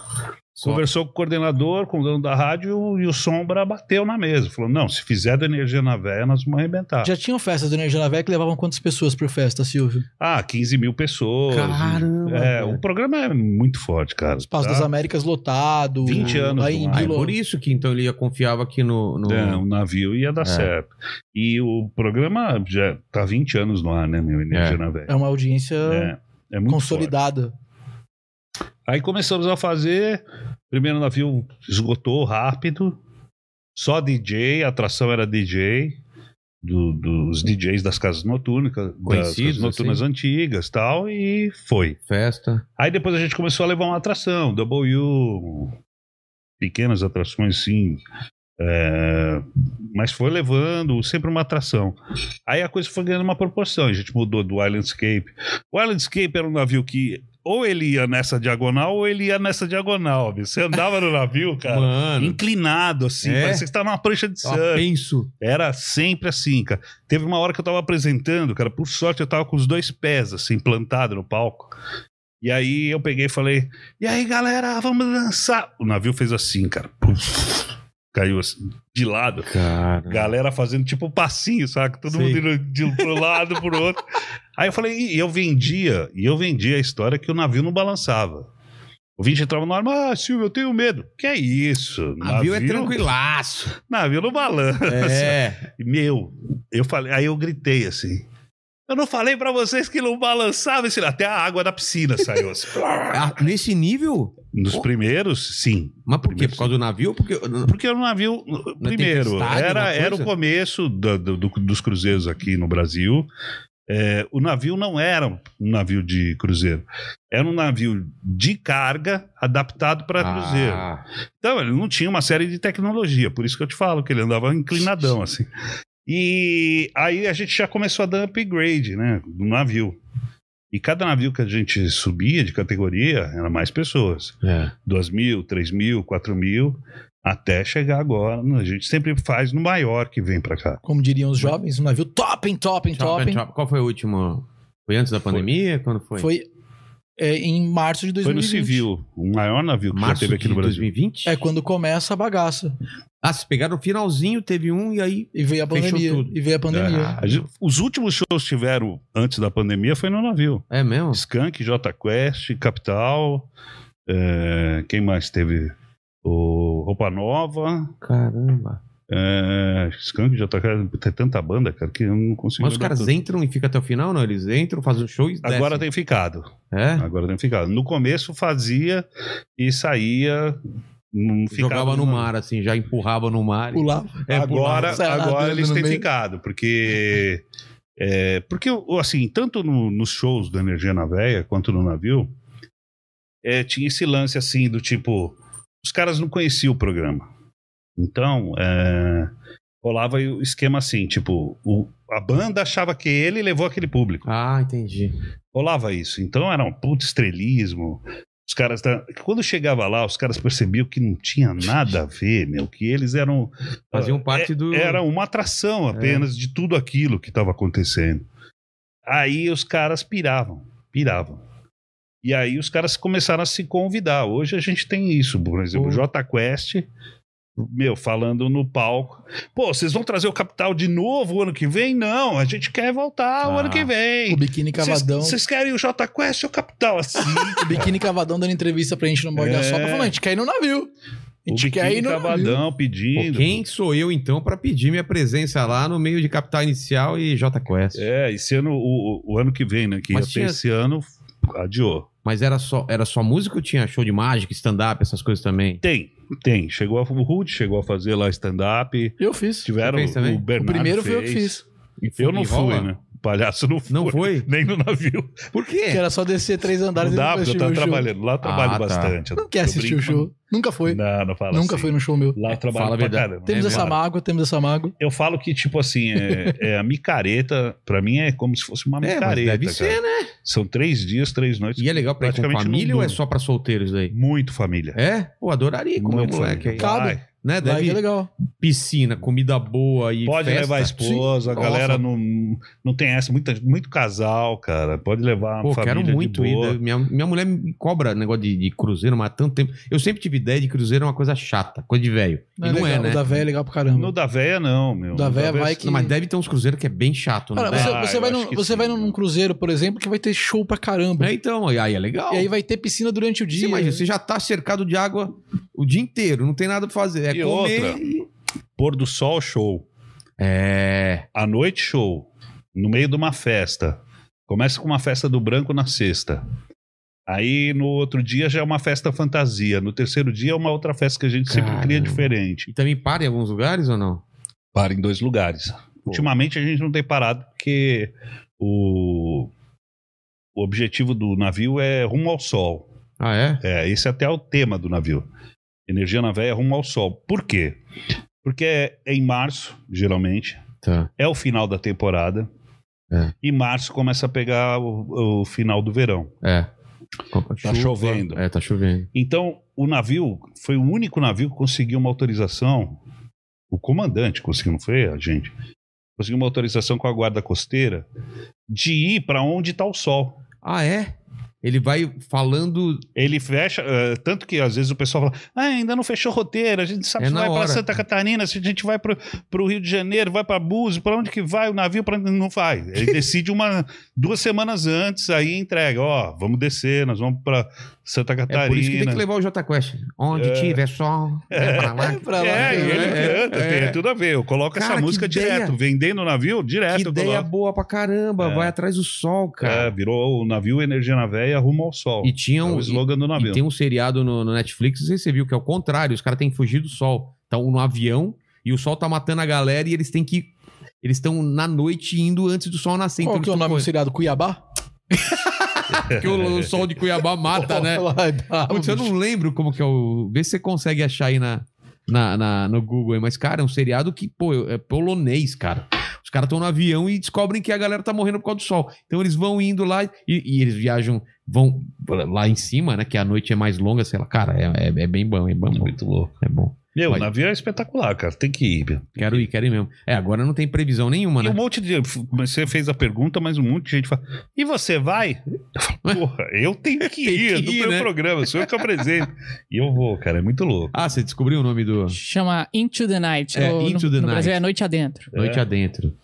Só- Conversou com o coordenador, com o dono da rádio e o- e o Sombra bateu na mesa. Falou: não, se fizer da energia na véia, nós vamos arrebentar. Já tinham festas do Energia na Véia que levavam quantas pessoas por festa, Silvio? Ah, 15 mil pessoas. Caramba. É, velho. o programa é muito forte, cara. Espaço tá? das Américas lotado. né? 20 anos Lá do em ar. Ah, é Guilo- por isso que então ele confiava aqui no. no... É, o navio ia dar É. certo. E o programa já tá 20 anos no ar, né, meu? Energia na véia. É uma audiência É, é muito forte. consolidada. Aí começamos a fazer. Primeiro navio esgotou rápido. Só DJ, a atração era DJ, do- dos DJs das casas noturnas, das Conhecidos, assim? casas noturnas antigas tal, e foi. Festa. Aí depois a gente começou a levar uma atração, W, pequenas atrações sim. é, mas foi levando sempre uma atração. Aí a coisa foi ganhando uma proporção. A gente mudou do Islandscape. O Islandscape era um navio que ou ele ia nessa diagonal ou ele ia nessa diagonal. bicho. Você andava no navio, cara, Mano, inclinado assim, É? parecia que você estava numa prancha de eu surf. penso. Era sempre assim, cara. Teve uma hora que eu tava apresentando, cara, por sorte eu tava com os dois pés assim, plantado no palco. E aí eu peguei e falei: "E aí, galera, vamos dançar". O navio fez assim, cara. Puf, caiu assim, de lado. Cara. Galera fazendo tipo passinho, saca? Todo Sim. mundo indo de um pro lado, (laughs) pro outro. Aí eu falei, e eu vendia, e eu vendia a história que o navio não balançava. O vinte entrava no ar, mas ah, Silvio, eu tenho medo. Que é isso? Navio é tranquilaço. (laughs) Navio não balança. É. Meu, eu falei, aí eu gritei assim. Eu não falei pra vocês que não balançava esse até a água da piscina (laughs) saiu. assim. Ah, nesse nível? Nos primeiros, sim. Mas por quê? Primeiro, Por causa do navio? Porque. Porque o navio, primeiro, tempestade, era, alguma era o coisa? começo do- do- do- dos cruzeiros aqui no Brasil. É, o navio não era um navio de cruzeiro. Era um navio de carga adaptado para cruzeiro. Ah, Então, ele não tinha uma série de tecnologia, por isso que eu te falo que ele andava inclinadão, assim. E aí a gente já começou a dar upgrade, né, do navio. E cada navio que a gente subia de categoria, era mais pessoas. é. 2 mil, 3 mil, 4 mil, até chegar agora. né, A gente sempre faz no maior que vem pra cá. Como diriam os jovens, um navio top, top, Chop and top. Chop. Qual foi o último? Foi antes da pandemia? Quando foi? Foi é, em março de Foi 2020. no civil, o maior navio que Março já teve aqui de no Brasil. 2020? É quando começa a bagaça. Ah, se pegaram o finalzinho, teve um e aí. E veio a Fechou pandemia. tudo. E veio a pandemia. Ah, A gente- os últimos shows que tiveram antes da pandemia foi no navio. É mesmo? Skank, J Quest, Capital. é, quem mais teve? O Roupa Nova. Caramba. É, Skank, J Quest. Tem tanta banda, cara, que eu não consigo. Mas os lembrar caras tudo. entram e ficam até o final, não? Eles entram, né, assim? fazem o show e Agora descem. tem ficado. É? Agora tem ficado. No começo fazia e saía. Não ficava Jogava no mar, assim, já empurrava no mar. e- Pular. É, agora, Sei lá, agora dando eles no têm meio. ficado, porque. é, porque, assim, tanto no- nos shows do Energia na Véia quanto no navio, é, tinha esse lance, assim, do tipo. Os caras não conheciam o programa. Então, é, rolava o esquema assim, tipo, o- a banda achava que ele levou aquele público. Ah, entendi. rolava isso. Então era um puto estrelismo. Os caras. da- Quando chegava lá, os caras percebiam que não tinha nada a ver, meu, que eles eram. Faziam um parte do. É, Era uma É. atração apenas de tudo aquilo que estava acontecendo. Aí os caras piravam, piravam. E aí os caras começaram a se convidar. Hoje a gente tem isso, por Hum. exemplo, o Jota Quest, meu, falando no palco. Pô, vocês vão trazer o Capital de novo o ano que vem? Não, a gente quer voltar o Ah. ano que vem. O Biquíni Vocês- Cavadão. Vocês querem o Jota Quest ou o Capital? (laughs) Assim, O Biquíni Cavadão dando entrevista pra gente no Morde É. a Sopa, falando, a gente quer ir no navio. A o gente quer ir Biquíni no navio. Cavadão Pô, pedindo. quem sou eu, então, pra pedir minha presença lá no meio de Capital Inicial e J Quest? É, esse ano, o, o- o ano que vem, né? Que ia Mas ter tinha- esse ano, adiou. Mas era só, era só música ou tinha show de mágica, stand-up, essas coisas também? Tem, tem. Chegou a, o Rude chegou a fazer lá stand-up. Eu fiz. Tiveram Você fez também? o O Bernardo. primeiro fez. foi eu que fiz. Eu não E rola? fui, né? O palhaço não foi. Não foi? (laughs) Nem no navio. Por Que quê? era só descer três andares Não dá, depois porque eu assistir tava o show. trabalhando. Lá eu trabalho Ah, tá. bastante. Não quer Eu assistir o brinco, show. Nunca foi. Não, não fala Nunca assim. foi no show meu. Lá eu trabalho Fala a pra verdade. caramba. né, Temos É essa mesmo. mágoa, temos essa mágoa. Eu falo que, tipo assim, é, é a micareta, pra mim é como se fosse uma É, micareta. mas deve cara. ser, né? São três dias, três noites. E é legal pra ir com Praticamente família não ou é durmo. só pra solteiros daí? Muito família. É? Pô, adoraria comer um Muito moleque aí. família. Vai. Cabe. Né? Vai que é Deve legal. piscina, comida boa e Pode festa. levar a esposa, a Sim. galera Nossa. não, não tem essa, muita, muito casal, cara. Pode levar a Pô, família quero muito de ir. boa. né? Minha, minha mulher me cobra negócio de, de cruzeiro, mas há tanto tempo. Eu sempre tive ideia de cruzeiro é uma coisa chata, coisa de velho. E Não, legal. é, né? O da véia é legal pra caramba. No da véia, não, meu. Da No véia vai que- Não, mas deve ter uns cruzeiros que é bem chato, né? Cara, dá. você, Ah, você eu vai, acho num, que você sim, vai num né? cruzeiro, por exemplo, que vai ter show pra caramba. É, então, aí aí é legal. E aí vai ter piscina durante o dia. Você imagina, você já tá cercado de água o dia inteiro, não tem nada pra fazer. É E comer outra? e... Pôr do sol, show. É. À noite, show. No meio de uma festa. Começa com uma festa do branco na sexta. Aí no outro dia já é uma festa fantasia. No terceiro dia é uma outra festa que a gente sempre cria Caramba. diferente. E também para em alguns lugares ou não? Para em dois lugares. Ultimamente a gente não tem parado porque o, o objetivo do navio é rumo ao sol. Ah, é? É, esse até é o tema do navio. Energia na veia rumo ao sol. Por quê? Porque é, é em março, geralmente, Tá. é o final da temporada. É. E março começa a pegar o, o final do verão. É. Chuva. chovendo. É, tá chovendo. Então, o navio foi o único navio que conseguiu uma autorização. O comandante conseguiu, não foi a gente? Conseguiu uma autorização com a guarda costeira de ir para onde está o sol. Ah, é? Ele vai falando. Ele fecha, eh, tanto que às vezes o pessoal fala, ah, ainda não fechou o roteiro, a gente sabe É se na vai para hora. Santa Catarina, se a gente vai para o Rio de Janeiro, vai para Búzios, para onde que vai o navio, para não vai. (laughs) Ele decide uma duas semanas antes, aí entrega, ó, vamos descer, nós vamos para Santa É Catarina. por isso que tem que levar o J Quest. Onde tiver sol, é pra lá. É pra (laughs) lá. É, e ele É, canta, é. tem tudo a ver. Eu coloco Cara, essa que música ideia. direto, vendendo o navio direto. que eu ideia coloco. boa pra caramba. É. Vai atrás do sol, É, cara. virou o navio Energia na Veia rumo ao sol. E tinha é um. o slogan do e navio. tem um seriado no, no Netflix, não sei se você viu, que é o contrário. Os caras têm que fugir do sol. Estão no avião e o sol tá matando a galera e eles têm que. Eles estão na noite indo antes do sol nascer. Então Qual que é o nome do eles seriado? Cuiabá? tão correndo. Porque o, o sol de Cuiabá (laughs) mata, né? Lá é brabo, Putz, eu bicho. não lembro como que é o. Vê se você consegue achar aí na, na, na- no Google aí. Mas, cara, é um seriado que, pô, é polonês, cara. Os caras estão no avião e descobrem que a galera tá morrendo por causa do sol. Então eles vão indo lá e, e eles viajam, vão lá em cima, né? Que a noite é mais longa, sei lá. Cara, é, é, é bem bom, é bem bom. Muito louco. É bom. Meu, Vai. o navio é espetacular, cara. Tem que ir. meu. Quero ir, quero ir mesmo. É, agora não tem previsão nenhuma, E um né? monte de. f- Você fez a pergunta, mas um monte de gente fala. E você vai? Eu falo, porra, eu tenho (laughs) que Tem ir que do ir, meu né? programa, sou eu (laughs) que apresento. e eu vou, cara, é muito louco. Ah, você descobriu o nome do. Chama Into the Night. É, ou no- Into the no Night. Brasil é Noite Adentro. Noite Adentro.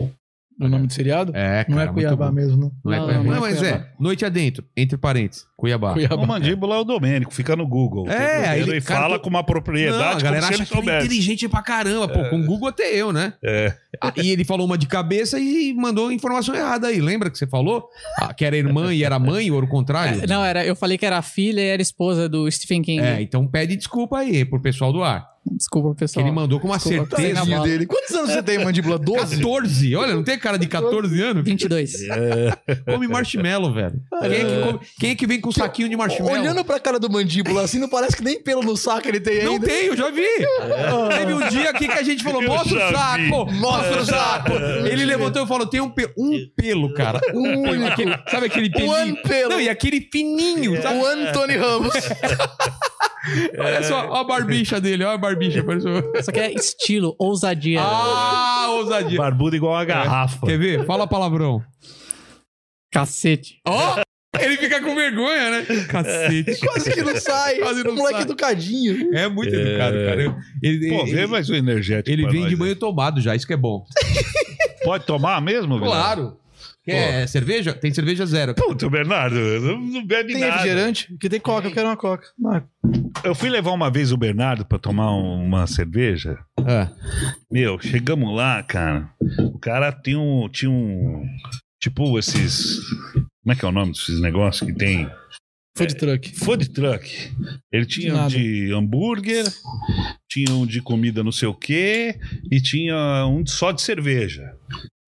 O nome do seriado? É, cara. não é muito Cuiabá bom. mesmo, não. Não é Não, Cuiabá. não é Não, mas Cuiabá. é. Noite Adentro, entre parênteses. Cuiabá. O Cuiabá. mandíbula é o Domênico, fica no Google. Tá É, aí aí ele ele- cara, fala tô- com uma propriedade Não, a galera como se acha ele que ele é soubesse. inteligente pra caramba, pô. Com o Google até eu, né? É. Ah, E ele falou uma de cabeça e mandou informação errada aí. Lembra que você falou? Ah, que era irmã e era mãe, ou o Ah, contrário? É, assim. É. Não, era, eu falei que era a filha e era a esposa do Stephen King. É, então pede desculpa aí pro pessoal do ar. Desculpa, Que pessoal. ele mandou com uma Desculpa, tá certeza. na mala. dele. Quantos anos você tem, mandíbula? 12? 14, olha, não tem cara de 14 anos? (laughs) 22. É. Come marshmallow, velho. Quem é que, come- quem é que vem com um saquinho de marshmallow? Olhando pra cara do mandíbula assim, não parece que nem pelo no saco ele tem Não ainda. tem, eu já vi. É. Teve um dia aqui que a gente falou: Eu mostra o já vi. É. saco, mostra o saco. Ele levantou e falou: tem um pelo, um pelo, cara. Um pelo, aquele- sabe (laughs) aquele One pelinho? pelo. Não, e aquele fininho, sabe? O Anthony Ramos. Olha só, olha a barbicha dele, olha a barbicha. parece um- Só que é estilo, ousadia. Ah, ousadia. Barbudo igual É, uma garrafa. Quer ver? Fala palavrão. Cacete. Ó, (laughs) ele fica com vergonha, né? Cacete. Quase que não sai. Quase não o moleque sai. educadinho. É muito educado, cara. Eu- Ele, Pô, ele- vê mais um energético. ele pra vem nós, de né? banho tomado já, isso que é bom. Pode tomar mesmo, Bernardo? Claro. Quer cerveja? Tem cerveja zero. Puta, Bernardo, não, não bebe Tem nada. refrigerante? Que tem coca, eu quero uma coca. é Eu fui levar uma vez o Bernardo pra tomar um- uma cerveja. Ah, Meu, chegamos lá, cara. O cara tinha um. Tinha um tipo esses. Como é que é o nome desses negócios que tem? Food truck. Food truck. Ele tinha um Nada. de hambúrguer, tinha um de comida não sei o quê, e tinha um só de cerveja.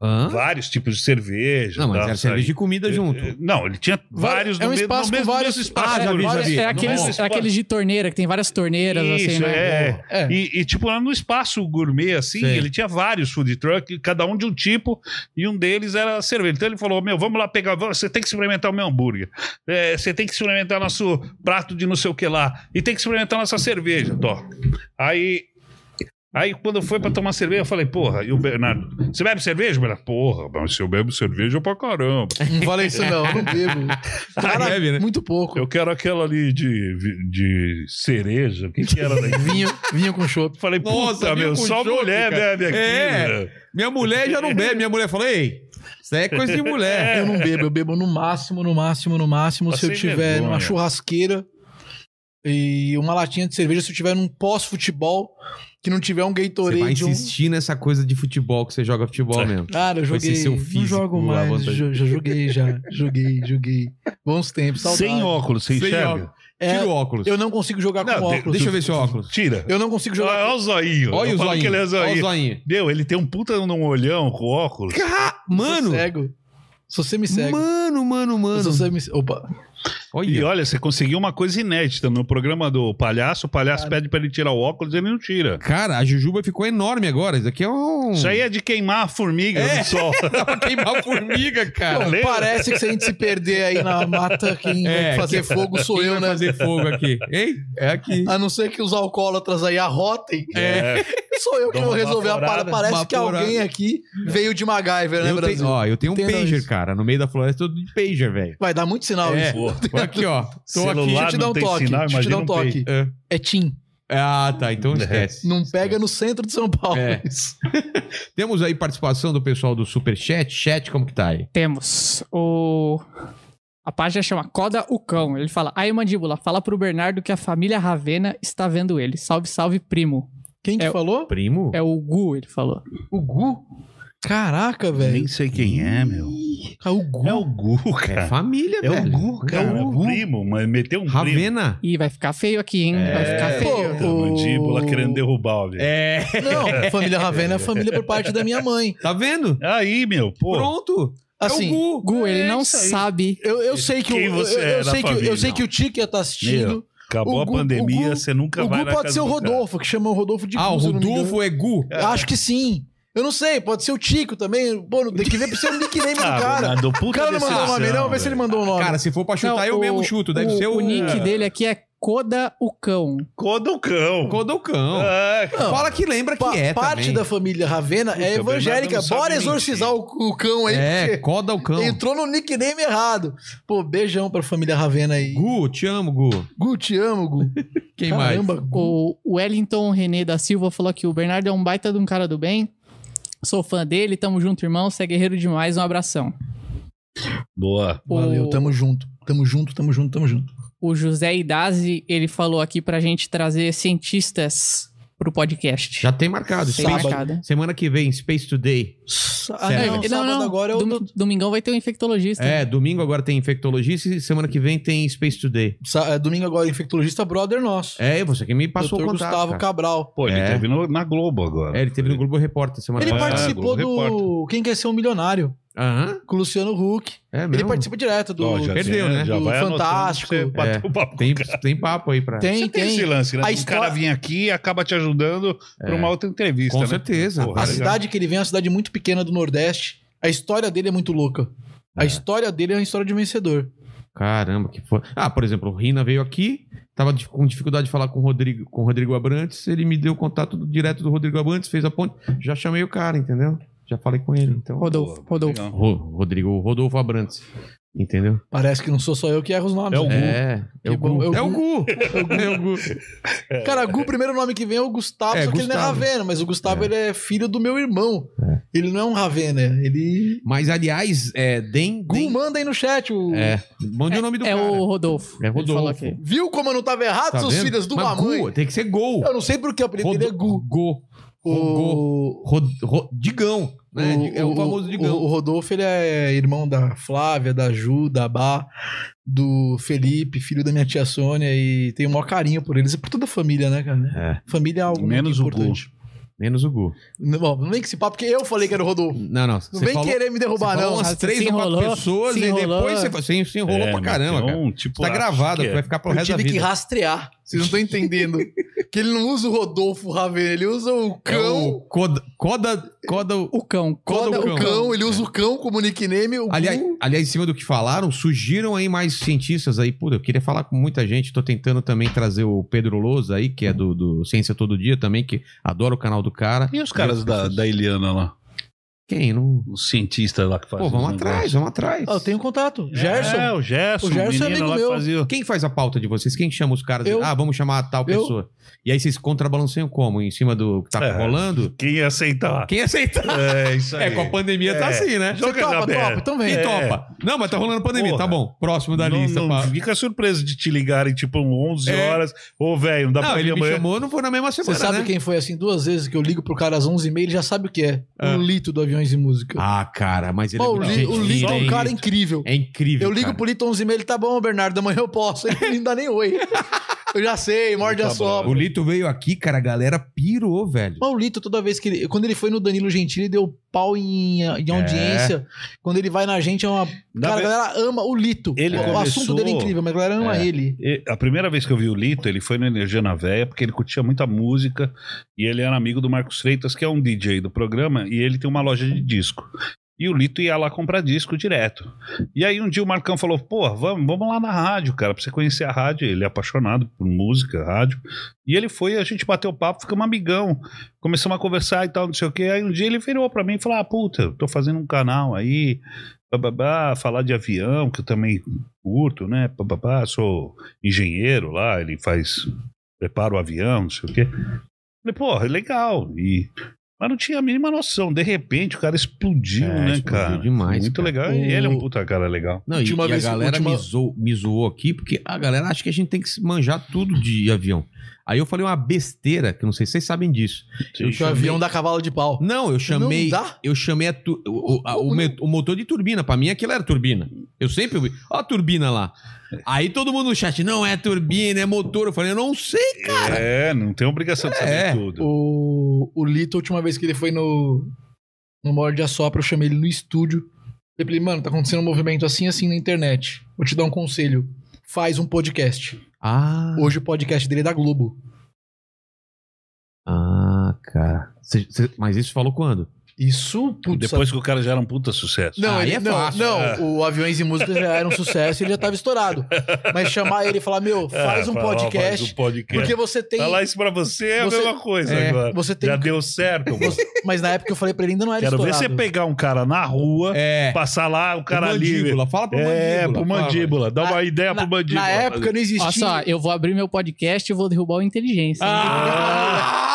Hã? Vários tipos de cerveja. Não, mas tal, era isso aí. cerveja e comida (laughs) junto. Não, ele tinha vários é um no mesmo, espaço no com mesmo, vários- mesmo espaço. Ah, já vi, já vi. É Não é aqueles, esporte. aqueles de torneira, que tem várias torneiras, assim, Isso, né? é. É. E, e, tipo, lá no espaço gourmet, assim, Sim. ele tinha vários food truck, cada um de um tipo, e um deles era cerveja. Então ele falou: Meu, vamos lá pegar, vamos- você tem que experimentar o meu hambúrguer. É, você tem que experimentar nosso prato de não sei o que lá. E tem que experimentar nossa cerveja, Tó. Aí. Aí, quando foi pra tomar cerveja, eu falei, porra, e o Bernardo, você bebe cerveja, Bernardo? Porra, mas se eu bebo cerveja, eu pra caramba. (laughs) Não falei isso, não. eu Não bebo. (laughs) Cara, bebe, né? muito pouco. Eu quero aquela ali de, de cereja, o que que era? Né? Vinho, vinho com chopp. Falei, Nossa, puta, vinho meu, com só chope, mulher cara. bebe aqui, É. meu. Minha mulher já não bebe. Minha mulher falou: ei, isso aí é coisa de mulher. Eu não bebo, eu bebo no máximo, no máximo, no máximo. Tá se eu sem tiver vergonha. numa churrasqueira e uma latinha de cerveja, se eu tiver num pós-futebol, que não tiver um Você vai Gatorade. Um... insistir nessa coisa de futebol que você joga futebol mesmo. Cara, eu Vai ser joguei. seu não físico, jogo a mais. vontade. jo- Já joguei, já. Joguei, joguei. Bons tempos, saudade. Sem óculos, sem Sem enxerga? óculos. É, Tira o óculos. eu não consigo jogar Não, com de- Ah, óculos. Deixa eu ver seu óculos. Tira. Eu não consigo jogar Olha, olha o zoinho. Olha eu o falo que zoinho. ele é Olha o zoinho. zoinho. Meu, ele tem um puta num olhão com óculos. Ca- com Mano, Sou cego. Sou semi-cego. mano, mano, Eu Sou mano. semi Opa. E Olha. olha, você conseguiu uma coisa inédita no programa do palhaço. O palhaço pede pra ele tirar o óculos, ele não tira. Cara, a jujuba ficou enorme agora. Isso aqui é um. Isso aí é de queimar a formiga É. (laughs) no sol. Dá pra queimar formiga, cara. Pô, lembra? parece que se a gente se perder aí na mata, quem É, vai fazer fogo sou Quem eu, vai né? fazer fogo aqui. Ei, é aqui. É. A não ser que os alcoólatras aí arrotem, né, É. sou eu que Dá vou uma resolver a vaporada. parada. Parece que Vaporada. alguém aqui veio de MacGyver, né, Eu Brasil? tenho, ó, eu tenho um Entenda pager, isso. cara. No meio da floresta, eu tô de pager, velho. Vai dar muito sinal É. isso. Pô, Tô Aqui, ó. Tô aqui. celular Deixa eu te dar não um tem toque, sinal, deixa eu te dar imagina um um peixe. toque. É. É Tim. Ah, tá. Então esquece. Não pega no centro de São Paulo. É. Isso. Temos aí participação do pessoal do Superchat. Chat, como que tá aí? Temos o. A página chama Coda o Cão. Ele fala: Aí, mandíbula, fala pro Bernardo que a família Ravena está vendo ele. Salve, salve, primo. Quem que É. falou? Primo? É o Gu, ele falou. O Gu? Caraca, velho. Nem sei quem é, meu. Ah, O Gu. É o Gu, É cara. família, É, o velho. Gu, cara. É o Gu. primo, mas meteu um primo. Ravena. Ih, vai ficar feio aqui, hein? Vai ficar É. feio. Puta, mandíbula querendo derrubar, velho. É. Não, família Ravena é família por parte da minha mãe. Tá vendo? Aí, meu, pô. Pronto. Assim, é o Gu. Gu, ele É não isso aí. sabe. eu, eu sei que o, Quem eu, você eu é na sei que, eu família? sei que o Tique ia estar assistindo. Acabou O a Gu- pandemia, o Gu- você nunca o vai Gu na pode casa ser o do cara. Rodolfo, que chama o Rodolfo de Ah, o Gu, se eu não me engano. Rodolfo é Gu. Eu Acho que sim. Eu não sei, pode ser o Tico também. Pô, tem que ver pra ser é o nickname do Ah, cara. Bernardo, O puta cara não mandou o decepção, nome, não. Vê se ele velho. mandou o nome. Cara, se for pra chutar, Não, eu o- mesmo chuto. Deve ser o, O nick dele aqui é Coda o Cão. Codocão. Codocão. Ah, É. Não. Fala que lembra Pa- que é parte também. da família Ravena Puta, é o Bernardo evangélica. não sabe Bora mentir. exorcizar o, o cão aí. É, porque Codocão. Entrou no nickname errado. Pô, beijão pra família Ravena aí. Gu, Gu, te amo, Gu. te amo, Gu. Quem mais? Caramba, Gu. O Wellington René da Silva falou aqui: o Bernardo é um baita de um cara do bem. Sou fã dele, tamo junto, irmão. Você é guerreiro demais, um abração. Boa. O- Valeu, tamo junto. Tamo junto, tamo junto, tamo junto. O José Idazi, ele falou aqui pra gente trazer cientistas pro podcast. Já tem marcado. Tem Space- marcado. Semana que vem, Space Today. Ah, Sério. não, Não, sábado não, agora é o dom- do- Domingão vai ter um infectologista. É, domingo agora tem infectologista e semana que vem tem Space Today. sa- é, domingo agora, infectologista brother nosso. É, você que me passou Dr. o contato. Gustavo cara. Cabral. Pô, ele É. teve no- na Globo agora. É, ele teve no Globo Repórter semana Ele é, passada. participou do Globo Quem Quer Ser um Milionário, Aham, com o Luciano Huck. é mesmo. Ele participa direto do... Ó, perdeu, né? Do anotando Fantástico. que você bateu É. o papo. Tem, Você tem papo aí pra... Tem, tem tem. esse lance, né? A Um história- cara vem aqui e acaba te ajudando pra uma outra entrevista, Com né? certeza. Assim, Porra, A Cara, legal. cidade que ele vem é uma cidade muito pequena do Nordeste. A história dele é muito louca. A É. história dele é uma história de vencedor. Caramba, que foi. Ah, por exemplo, o Rina veio aqui, tava dif- com dificuldade de falar com o Rodrigo, com o Rodrigo Abrantes, ele me deu o contato do- direto do Rodrigo Abrantes, fez a ponte, já chamei o cara, entendeu? Já falei com ele, então. Rodolfo, Boa, Rodolfo. legal. Ro- Rodrigo Rodolfo Abrantes, entendeu? Parece que não sou só eu que erro os nomes. É o né? É, é Que o bom, Gu. é o É o Gu. (laughs) É o Gu. Cara, Gu, o primeiro nome que vem é o Gustavo, É, só que ele não é Gustavo. Ravena, mas o Gustavo ele é filho do meu irmão. Ele não é um Ravena, ele. Mas, aliás, é, Den. Gu, Den manda aí no chat. O... é, mande o nome do É cara. o Rodolfo. É Ele Rodolfo. falou aqui. Viu como eu não tava errado, Tá seus vendo? filhos do Mas mamãe? Gu, tem que ser Gol. Eu não sei porque o apelido dele é Rodo- Gu. Go. Go. O... Rod, Rod- Digão, né? é o famoso Digão. o Rodolfo, ele é irmão da Flávia, da Ju, da Bá, do Felipe, filho da minha tia Sônia, e tenho o maior carinho por eles e por toda a família, né, cara? Família é algo Menos o muito Gu. importante. Menos o Gu. Não, bom, não vem que se pá, porque eu falei que era o Rodolfo. Não, não. Não você vem falou- querer me Você derrubar, falou não. umas Ah, três se ou quatro enrolou, pessoas se e depois enrolou. você, você se enrolou É, pra mas caramba, tem cara. um, tipo, tá acho gravado, que é. vai ficar pro Eu resto da tive que vida. rastrear. Vocês não estão entendendo. que ele não usa o Rodolfo Ravena, ele usa o É o cão. Coda, Coda, Coda, O cão. Coda coda o o cão, ele usa o cão como nickname. O Aliás, Gu- aliás, em cima do que falaram, surgiram aí mais cientistas aí. Puta, eu queria falar com muita gente. Tô tentando também trazer o Pedro Lousa aí, que é do, do Ciência Todo Dia também, que adora o canal do cara. E os caras da, da Eliana lá? Quem? Não... Os cientistas lá que fazem. Pô, vamos os atrás, vamos atrás. Ah, eu tenho contato. negócios. Gerson. É, o Gerson. O Gerson é menino amigo lá que meu. Fazia... Quem faz a pauta de vocês? Quem chama os caras? Eu. Ah, vamos chamar a tal Eu. pessoa. E aí vocês contrabalanceiam como? Em cima do que tá É. rolando? Quem ia aceitar? Quem aceita? É, isso aí. É, com a pandemia tá É. assim, né? Você joga na topa, perna. topa, então Quem vem. É. topa? Não, mas tá rolando pandemia, Porra. tá bom. Próximo da não, lista. não pá. fica surpreso de te ligarem, tipo, 11 É. horas. Ô, velho, não dá Não, pra vir ele me amanhã. chamou, não foi na mesma Você semana, sabe né? quem foi assim duas vezes que eu ligo pro cara às 11h30, ele já sabe o que é. Ah. O Lito do Aviões e Música. Ah, cara, mas ele Pô, é o, muito Li- gente o Lito fina, é um hein? cara incrível. É incrível, Eu ligo cara. pro Lito 11h30, ele tá bom, Bernardo, amanhã eu posso. Ele não dá nem oi. Eu já sei, morde Tá a sopa. bravo. O Lito veio aqui, cara, a galera pirou, velho. Mas o Lito, toda vez que ele. Quando ele foi no Danilo Gentili, deu pau em, em É. audiência. Quando ele vai na gente, é uma. Na Cara, a ve- galera ama o Lito. Ele o assunto começou- dele é incrível, mas a galera ama É. ele. E A primeira vez que eu vi o Lito, ele foi no Energia na Véia, porque ele curtia muita música e ele era amigo do Marcos Freitas, que é um DJ do programa, e ele tem uma loja de disco. E o Lito ia lá comprar disco direto. E aí um dia o Marcão falou: pô, vamos, vamos lá na rádio, cara, pra você conhecer a rádio. Ele é apaixonado por música, rádio. E ele foi, a gente bateu papo, ficamos amigão. Começamos a conversar e tal, não sei o quê. Aí um dia ele virou pra mim e falou: ah, puta, eu tô fazendo um canal aí, bababá, falar de avião, que eu também curto, né? Bababá, sou engenheiro lá, ele faz. prepara o avião, não sei o quê. Falei, porra, é legal. E, mas não tinha a mínima noção. De repente o cara explodiu, É, né, explodiu cara? demais, Muito cara. legal. E O- ele é um puta cara legal. Não, e, Última e vez- a galera última- me, zoou, me zoou aqui, porque a galera acha que a gente tem que se manjar tudo de avião. Aí eu falei uma besteira, que eu não sei se vocês sabem disso. Eu O chamei- avião dá cavalo de pau. Não, eu chamei. Não dá? Eu chamei a tu- o, o- a- o me- o motor de turbina. Pra mim, aquilo era turbina. Eu sempre ouvi. Ó a turbina lá. Aí todo mundo no chat, não é turbina, é motor. Eu falei, eu não sei. É, não tem obrigação de saber É. tudo. O, o Lito, a última vez que ele foi no, no Morde a Sopra, eu chamei ele no estúdio. Eu falei, mano, tá acontecendo um movimento assim, assim na internet. Vou te dar um conselho. Faz um podcast. Ah, Hoje o podcast dele é da Globo. ah cara. Cê- cê- mas isso falou quando? Isso, putz, Depois que o cara já era um puta sucesso. Não, Aí ele, é não, fácil. não, É. o Aviões e Música já era um sucesso, ele já tava estourado. Mas chamar ele e falar, meu, faz É, um fala, ó, podcast, Faz um podcast. porque você tem... Falar isso pra você é Você- a mesma coisa É, agora. você tem- Já deu certo. mano. Mas na época eu falei pra ele, ainda não era Quero ver estourado. você pegar um cara na rua, É. passar lá, o cara ali. mandíbula. Fala pro É, mandíbula. pro fala. mandíbula. Dá uma ideia Ah, na, pro mandíbula. na época não existia... Olha só, eu vou abrir meu podcast e vou derrubar o Inteligência. Ah!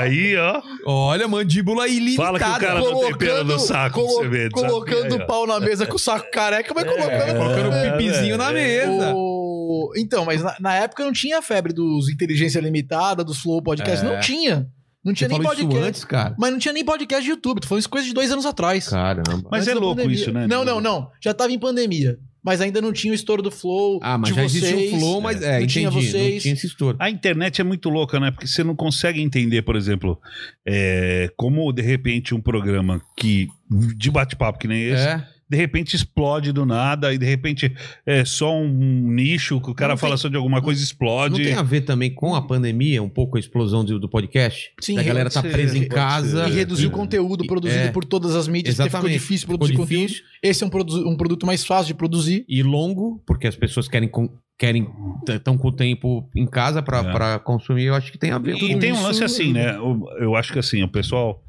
Aí, ó. Olha, mandíbula ilimitada. Fala que o cara não tem pelo no saco. pra você ver, desafio colocando aí, ó. o pau na mesa com o saco careca, mas colocando Tá É. Colocando o É, pipizinho na é. mesa. O... O... Então, mas na, na época não tinha a febre dos Inteligência Limitada, dos Flow Podcast. É. Não tinha. Não Você tinha nem falou isso podcast. antes, cara? Mas não tinha nem podcast de YouTube. Tu falou isso coisa de dois anos atrás. Caramba. Mas Antes é da louco pandemia. isso, né? Não, não, não. Já tava em pandemia. Mas ainda não tinha o estouro do Flow. Ah, mas de já vocês. existia o Flow, mas... É, Não entendi. tinha Não vocês. tinha esse estouro. A internet é muito louca, né? Porque você não consegue entender, por exemplo, é, como de repente um programa que de bate-papo que nem esse, É. de repente explode do nada e de repente é só um nicho que o cara Não fala tem- só de alguma coisa e Não explode. tem a ver também com a pandemia, um pouco a explosão do, do podcast? Sim, a galera tá pode presa ser, em pode casa. ser. E reduzir o É. conteúdo produzido É. por todas as mídias, porque ficou Exatamente. difícil Ficou produzir conteúdo. difícil Esse é um, produ- um produto mais fácil de produzir. e longo, porque as pessoas querem com- querem estão com o tempo em casa pra É. pra consumir. Eu acho que tem a ver. E com tem um isso. lance assim, né? Eu, eu acho que assim, o pessoal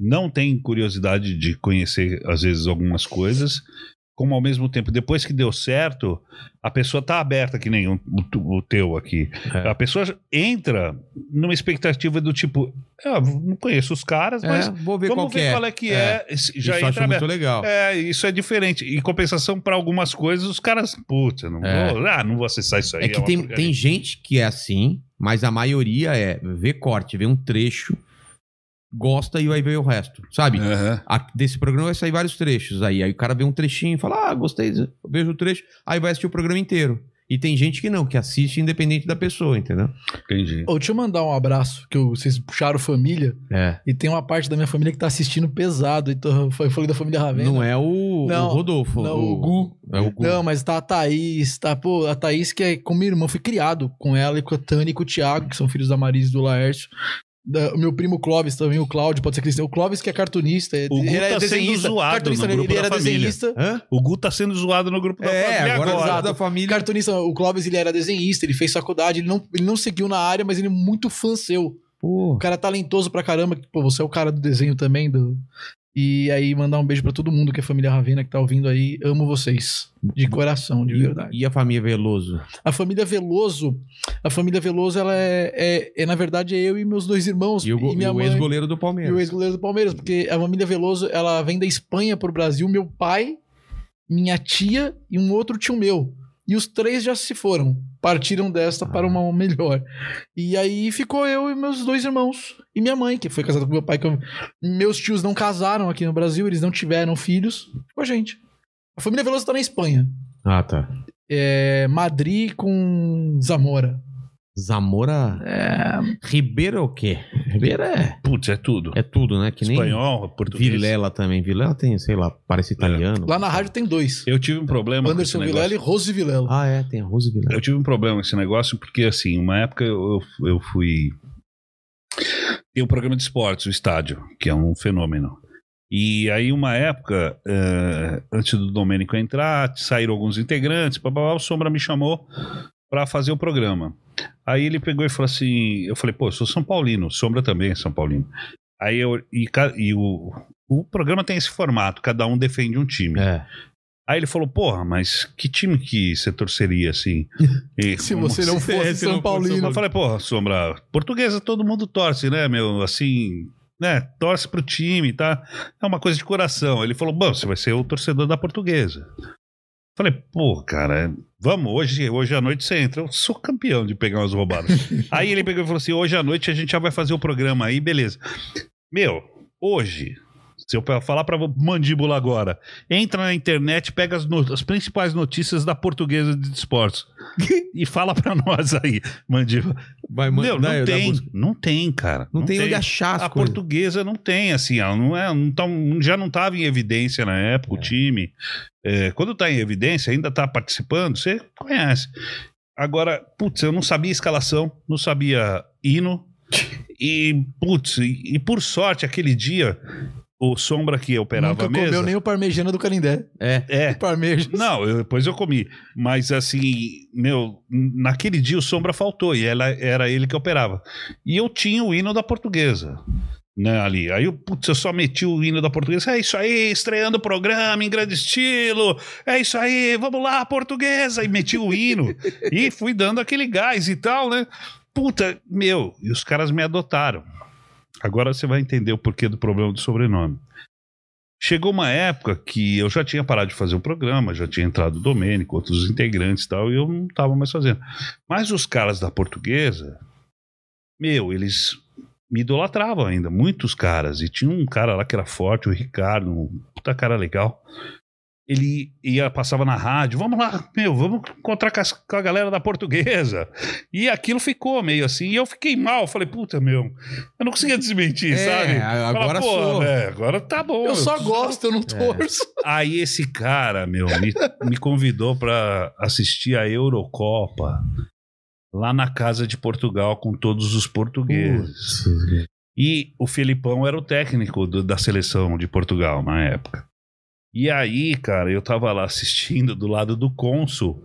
não tem curiosidade de conhecer, às vezes, algumas coisas. Como ao mesmo tempo, depois que deu certo, a pessoa tá aberta, que nem o, o- o teu aqui. É. A pessoa entra numa expectativa do tipo, "Ah, não conheço os caras, É, mas vou ver qual vamos que ver é. qual é que é. Esse- Já isso eu acho entra aberto. muito legal. É, isso é diferente. Em compensação, para algumas coisas, os caras, putz, eu não É. vou. Ah, não vou acessar isso aí. É que uma tem, porcaria." tem gente que é assim, mas a maioria é vê corte, vê um trecho, gosta e vai ver o resto, sabe? Aham. A- desse programa vai sair vários trechos aí. Aí o cara vê um trechinho e fala, ah, gostei, eu vejo o trecho, aí vai assistir o programa inteiro. E tem gente que não, que assiste independente da pessoa, entendeu? Entendi. Ô, deixa eu mandar um abraço, que eu- vocês puxaram família. É. E tem uma parte da minha família que tá assistindo pesado. Então, eu falei da família Ravena. Não é o, Não, o Rodolfo. não, o Gu. É o Gu. Não, mas tá a Thaís, tá, pô, a Thaís que é com minha irmã, eu fui criado com ela e com a Tânia e com o Thiago, que são filhos da Marise e do Laércio. Da- o meu primo Clóvis também, o Cláudio, pode ser que ele O Clóvis que é cartunista, é- O Gu ele tá sendo é desenhista, zoado cartunista, no ele, grupo ele da era família. desenhista. Hã? O Gu tá sendo zoado no grupo da É, família agora, agora. tá- da família. é Cartunista, o Clóvis ele era desenhista, ele fez faculdade, ele não, ele não seguiu na área, mas ele é muito fã seu. O Pô, cara é talentoso pra caramba, que, pô, você é o cara do desenho também, do... E aí, mandar um beijo pra todo mundo que é família Ravena que tá ouvindo aí. Amo vocês. De coração, de e- verdade. E a família Veloso? A família Veloso, a família Veloso, ela é, é, é, na verdade, é eu e meus dois irmãos E o, go- e minha e o mãe ex-goleiro do e o Palmeiras. ex-goleiro do Palmeiras, porque a família Veloso, ela vem da Espanha pro Brasil, meu pai, minha tia e um outro tio meu. E os três já se foram, partiram desta para Ah. uma melhor. E aí ficou eu e meus dois irmãos e minha mãe, que foi casada com meu pai. que eu- Meus tios não casaram aqui no Brasil, eles não tiveram filhos. Ficou a gente. A família Veloso tá na Espanha. Ah, tá. É, Madrid com Zamora. Zamora. Ribeiro é o quê? Ribeiro é, Putz, é tudo. é tudo, né? Que nem Espanhol, português. Vilela também. Vilela tem, sei lá, parece italiano. É. Lá na rádio tem dois. Eu tive um problema Anderson com esse negócio. Vilela e Rose Vilela. Ah, é, tem arroz e Vilela. Eu tive um problema com esse negócio porque, assim, uma época eu, eu- eu fui... Tem um programa de esportes, o estádio, que é um fenômeno. E aí, uma época, eh, antes do Domênico entrar, saíram alguns integrantes, blá, blá, blá, o Sombra me chamou para fazer o programa. Aí ele pegou e falou assim, eu falei, pô, eu sou São Paulino, o Sombra também é São Paulino. Aí eu, e, ca- e o, o programa tem esse formato, cada um defende um time. É. Aí ele falou, porra, mas que time que você torceria (laughs) assim? E Se como assim? É, você não se- (laughs) fosse se não fosse São Paulino. eu falei, porra, Sombra, portuguesa todo mundo torce, né, meu? Assim, né? Torce pro time, tá? É uma coisa de coração. Ele falou, bom, você vai ser o torcedor da portuguesa. Falei, pô, cara, vamos, hoje, hoje à noite você entra. Eu sou campeão de pegar umas (laughs) roubadas. aí ele pegou e falou assim: hoje à noite a gente já vai fazer o programa aí, beleza. Meu, hoje, se eu falar pra mandíbula agora, entra na internet, pega as, no- as principais notícias da portuguesa de esportes (laughs) e fala pra nós aí, mandíbula. Vai, mano, Meu, dá- não dá tem, busca. não tem, cara. Não, tem, onde achar as A coisas. portuguesa não tem, assim, ela não é, não tá, já não estava em evidência na época, o time. É, quando tá em evidência, ainda tá participando, você conhece. Agora, putz, eu não sabia escalação, não sabia hino. E, putz, e, e por sorte, aquele dia, o Sombra que operava Nunca a mesa... comeu nem o parmejana do Canindé. É. É, Parmejo. não, eu- depois eu comi. Mas assim, meu, naquele dia o Sombra faltou e ela, era ele que operava. E eu tinha o hino da portuguesa. Né, ali. Aí eu, putz, eu só meti o hino da portuguesa. É isso aí, estreando o programa em grande estilo. É isso aí, vamos lá, portuguesa. E meti o hino. e fui dando aquele gás e tal, né? Puta, meu, e os caras me adotaram. Agora você vai entender o porquê do problema do sobrenome. Chegou uma época que eu já tinha parado de fazer o programa, já tinha entrado o Domênico, outros integrantes e tal, e eu não estava mais fazendo. Mas os caras da portuguesa, meu, eles me idolatravam ainda, muitos caras. E tinha um cara lá que era forte, o Ricardo, um puta cara legal. Ele ia, passava na rádio, vamos lá, meu, vamos encontrar com, as- com a galera da portuguesa. E aquilo ficou meio assim. E eu fiquei mal, falei, puta, meu, eu não conseguia desmentir, É, sabe? a- Fala, agora "Pô, sou." velho, agora tá bom. Eu só gosto, É. eu não torço. Aí esse cara, meu, me, me convidou pra assistir a Eurocopa lá na casa de Portugal com todos os portugueses. E o Felipão era o técnico do- da seleção de Portugal na época. E aí, cara, eu tava lá assistindo do lado do cônsul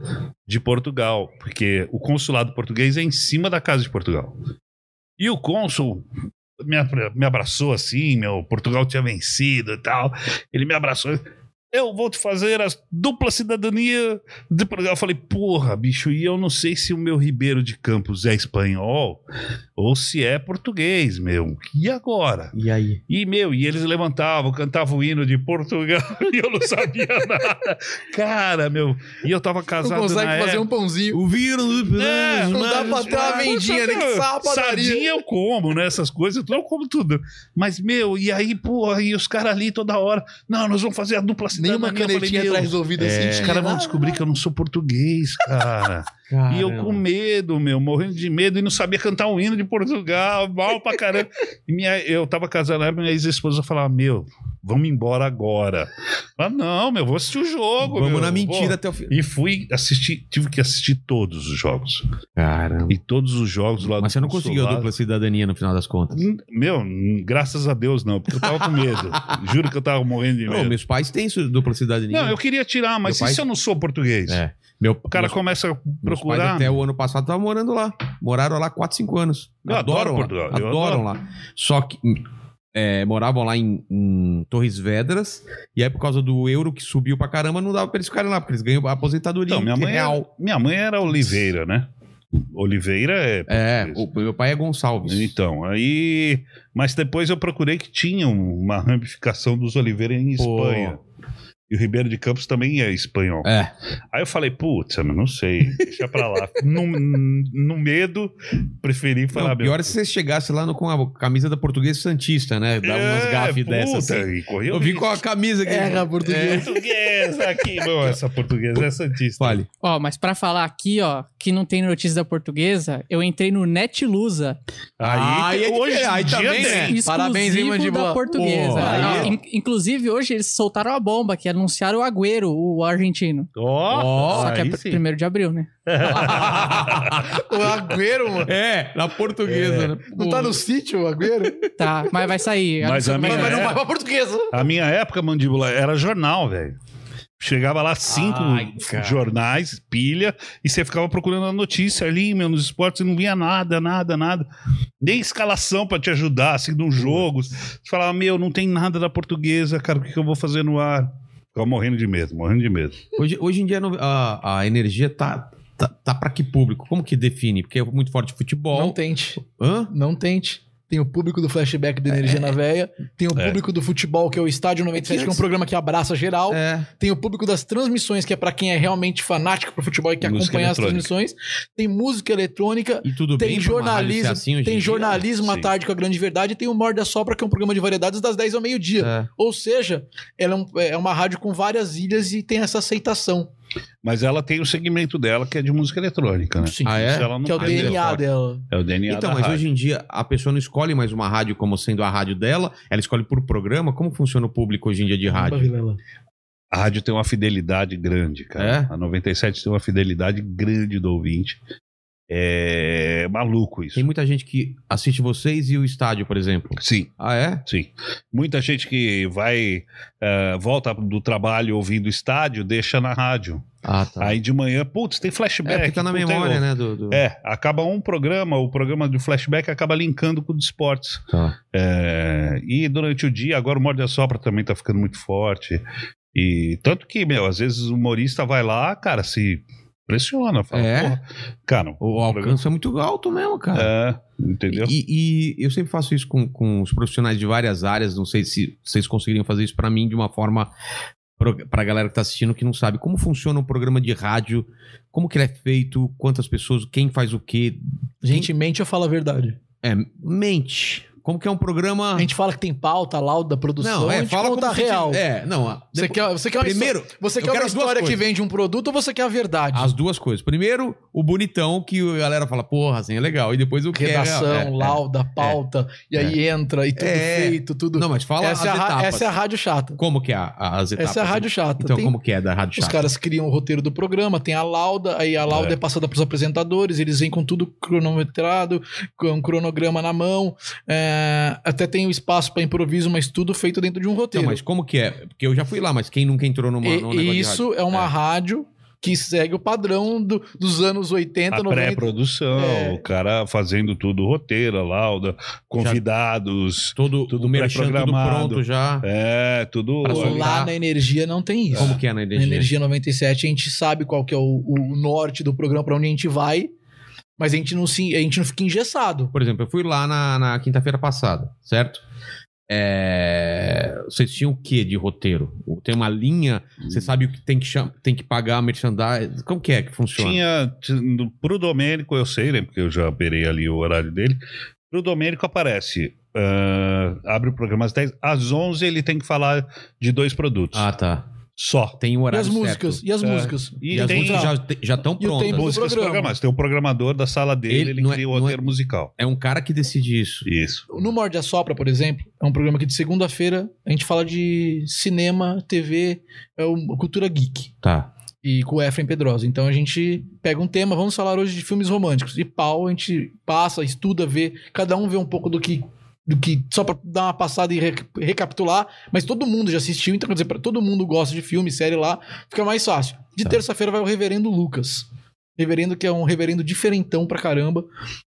de Portugal, porque o consulado português é em cima da casa de Portugal. E o cônsul me, abra- me abraçou assim, meu, Portugal tinha vencido e tal. Ele me abraçou. Eu vou te fazer a dupla cidadania de Portugal. Eu falei, porra, bicho, e eu não sei se o meu Ribeiro de Campos é espanhol ou se é português, meu. E agora? E aí? E, meu, e eles levantavam, cantavam o hino de Portugal (laughs) e eu não sabia (laughs) nada. Cara, meu, e eu tava Não casado na consegue fazer época. um pãozinho. O vírus. É, Não dá pra ter uma Ah, vendinha, sabe, nem que saia a padaria. Sardinha eu como, né? Essas coisas, eu como tudo. Mas, meu, e aí, porra, e os caras ali toda hora. Não, nós vamos fazer a dupla cidadania. Nenhuma Eu falei, canetinha meu, tá É. resolvida assim. Os tinha caras vão lá. descobrir que eu não sou português, cara. e eu com medo, meu, morrendo de medo e não sabia cantar um hino de Portugal, mal pra caramba. E minha, eu tava casado na época, minha ex-esposa falava: Meu, vamos embora agora. Ah, não, meu, vou assistir o jogo. Vamos meu, na mentira vou. até o fim. E fui assistir, tive que assistir todos os jogos. Caramba. E todos os jogos lá do Mas você não conseguiu a consulado- dupla cidadania no final das contas. Hum, Meu, hum, graças a Deus não, porque eu tava (laughs) com medo. Juro que eu tava morrendo de Não, medo. meus pais têm su- dupla cidadania. Não, eu queria tirar, mas Meu e se pai- eu não sou português? É. Meu, O cara meus, começa a meus pais procurar. até o ano passado estavam morando lá. Moraram lá 4, 5 anos. Eu adoro adoram Portugal, Lá, eu adoram lá. Só que hum, é, moravam lá em, em Torres Vedras. E aí, por causa do euro que subiu pra caramba, não dava pra eles ficarem lá, porque eles ganham a aposentadoria Então, minha mãe, era, real. minha mãe era Oliveira, né? Oliveira é. É, o, meu pai é Gonçalves. Então, aí. Mas depois eu procurei que tinha uma ramificação dos Oliveira em Pô. Espanha. E o Ribeiro de Campos também é espanhol. É. Aí eu falei, putz, mas não sei, deixa pra (laughs) lá. no, no medo, preferi Não, falar o pior é se você chegasse lá no- com a camisa da portuguesa Santista, né? Dava É, umas gafes dessas. assim. E correu Eu vi risco. com a camisa que. Erra, português. Portuguesa aqui, meu, essa portuguesa é santista. Fale. Ó, mas pra falar aqui, ó, que não tem notícia da portuguesa, eu entrei no Netlusa. Aí é hoje diferente, aí em dia também, tem. né? exclusivo Parabéns, hein, Mandíbula? da portuguesa. Pô, aí- Não, in- inclusive, hoje eles soltaram a bomba que anunciaram o Agüero, o argentino. Ó, Só que é aí pr- (laughs) sim. primeiro de abril, né? (laughs) O Agüero, mano. É, na portuguesa, É. né? Não tá no sítio o Agüero? Tá, mas vai (laughs) sair. (laughs) Mas a Anunciou- minha Mas não é. vai pra portuguesa. A minha época, mandíbula, era jornal, velho. Chegava lá cinco Ai, cara. jornais, pilha, e você ficava procurando a notícia ali, meu, nos esportes, e não via nada, nada, nada. Nem escalação pra te ajudar, assim, de um jogo. Você falava, meu, não tem nada da portuguesa, cara, o que, que eu vou fazer no ar? Ficava morrendo de medo, morrendo de medo. Hoje, hoje em dia não- a, a energia tá, tá, tá para que público? Como que define? Porque é muito forte futebol. Não tente. Hã? Não tente. Tem o público do flashback da Energia na Veia. Tem o É. público do futebol, que é o Estádio 97, que é um programa que abraça geral. É. Tem o público das transmissões, que é pra quem é realmente fanático pro futebol e quer Música acompanhar as eletrônica. transmissões. Tem música eletrônica. E tudo Tem bem. pra uma rádio ser jornalismo, assim hoje em Tem dia? jornalismo à Sim. tarde com a grande verdade. E tem o Morda Sopra, que é um programa de variedades das 10 ao meio-dia. É. Ou seja, ela é, um- é uma rádio com várias ilhas e tem essa aceitação. Mas ela tem o segmento dela, que é de música eletrônica, né? Sim. Ah, é? Isso ela não Que é o perde DNA foco. dela. É o DNA Então, da mas rádio. hoje em dia a pessoa não escolhe mais uma rádio como sendo a rádio dela, ela escolhe por programa. Como funciona o público hoje em dia de rádio? A rádio tem uma fidelidade grande, É? cara. A 97 tem uma fidelidade grande do ouvinte. É maluco isso. Tem muita gente que assiste vocês e o estádio, por exemplo. Sim, Ah, é? sim. Muita gente que vai, eh, volta do trabalho ouvindo estádio, deixa na rádio. Ah, tá. Aí de manhã, putz, tem é, flashback. porque tá na puta, memória, eu- né? Do, do- É, acaba um programa, o programa do flashback acaba linkando com o de esportes. Tá. É, e durante o dia, agora o Morde a Sopra também tá ficando muito forte. E tanto que, meu, às vezes o humorista vai lá, cara, se Pressiona, fala, É. porra. Cara, O alcance é muito alto mesmo, cara. Tá é, entendeu? Ah. E, e eu sempre faço isso com, com os profissionais de várias áreas. Não sei se vocês conseguiriam fazer isso pra mim de uma forma pro- pra galera que tá assistindo que não sabe como funciona um programa de rádio, como que ele é feito, quantas pessoas, quem faz o quê. Gente, mente ou fala a verdade? É, mente. Como que é um programa? A gente fala que tem pauta, lauda, produção, não, a é, gente fala conta como a se tivesse- real. É, não. a- Você depois- quer, você quer uma histó- Primeiro, você eu quer quero uma as duas história que coisas. vende um produto ou você quer a verdade? as duas coisas. Primeiro, o bonitão que a galera fala, porra, assim é legal. E depois o que é real. Redação, É, é. lauda, pauta, e aí entra, e tudo É. feito, tudo. Não, mas fala essa, é as a, ra- etapas. essa é a rádio chata. Como que é a- a- as etapas? Essa é a rádio chata. Então, Tem- como que é da rádio Os chata? caras criam o roteiro do programa, tem a lauda, aí a lauda É. é, passada para os apresentadores, eles vêm com tudo cronometrado, com um cronograma na mão, é, até tem o espaço para improviso, mas tudo feito dentro de um Não, roteiro. mas como que é? Porque eu já fui lá, mas quem nunca entrou numa, E- num e, negócio de rádio? isso é uma É. rádio que segue o padrão do- dos anos 80, A 90. pré-produção, É. o cara fazendo tudo, roteiro, a lauda, convidados, Todo, Tudo o merchan, tudo pré-programado. pronto já. é, tudo. Pra olha, soltar. Lá na energia não tem isso. Ah. Como que é na Na energia? Energia 97, a gente sabe qual que é o, o norte do programa, para onde a gente vai, mas a gente não, se, a gente não fica engessado. Por exemplo, eu fui lá na, na quinta-feira passada, certo? É, Vocês tinham o que de roteiro? Tem uma linha? Você sabe o que tem que, cham- tem que pagar a merchandise? Como que é que funciona? Tinha, t- no- pro Domênico, eu sei, né? Porque eu já operei ali o horário dele. Pro Domênico aparece, ah, abre o programa às 10, às 11 ele tem que falar de dois produtos, Ah, tá. só. Tem um E horário as músicas? certo. E as É. músicas? E E, as tem- músicas já te- já estão E o prontas. tempo- Músicas programa. programadas, tem o programador da sala dele, Ele ele, não é- cria o não é- roteiro musical. É um cara que decide isso. Isso. No Morde a Sopra, por exemplo, é um programa que de segunda-feira a gente fala de cinema, TV, é o cultura geek. Tá. E com o Efraim Pedrosa. Então a gente pega um tema, vamos falar hoje de filmes românticos. E pau, a gente passa, estuda, vê. Cada um vê um pouco do que. Do que só pra dar uma passada e re- recapitular, mas todo mundo já assistiu, então quer dizer, pra todo mundo gosta de filme, série lá, fica mais fácil. De Tá. terça-feira vai o Reverendo Lucas. Reverendo que é um reverendo diferentão pra caramba.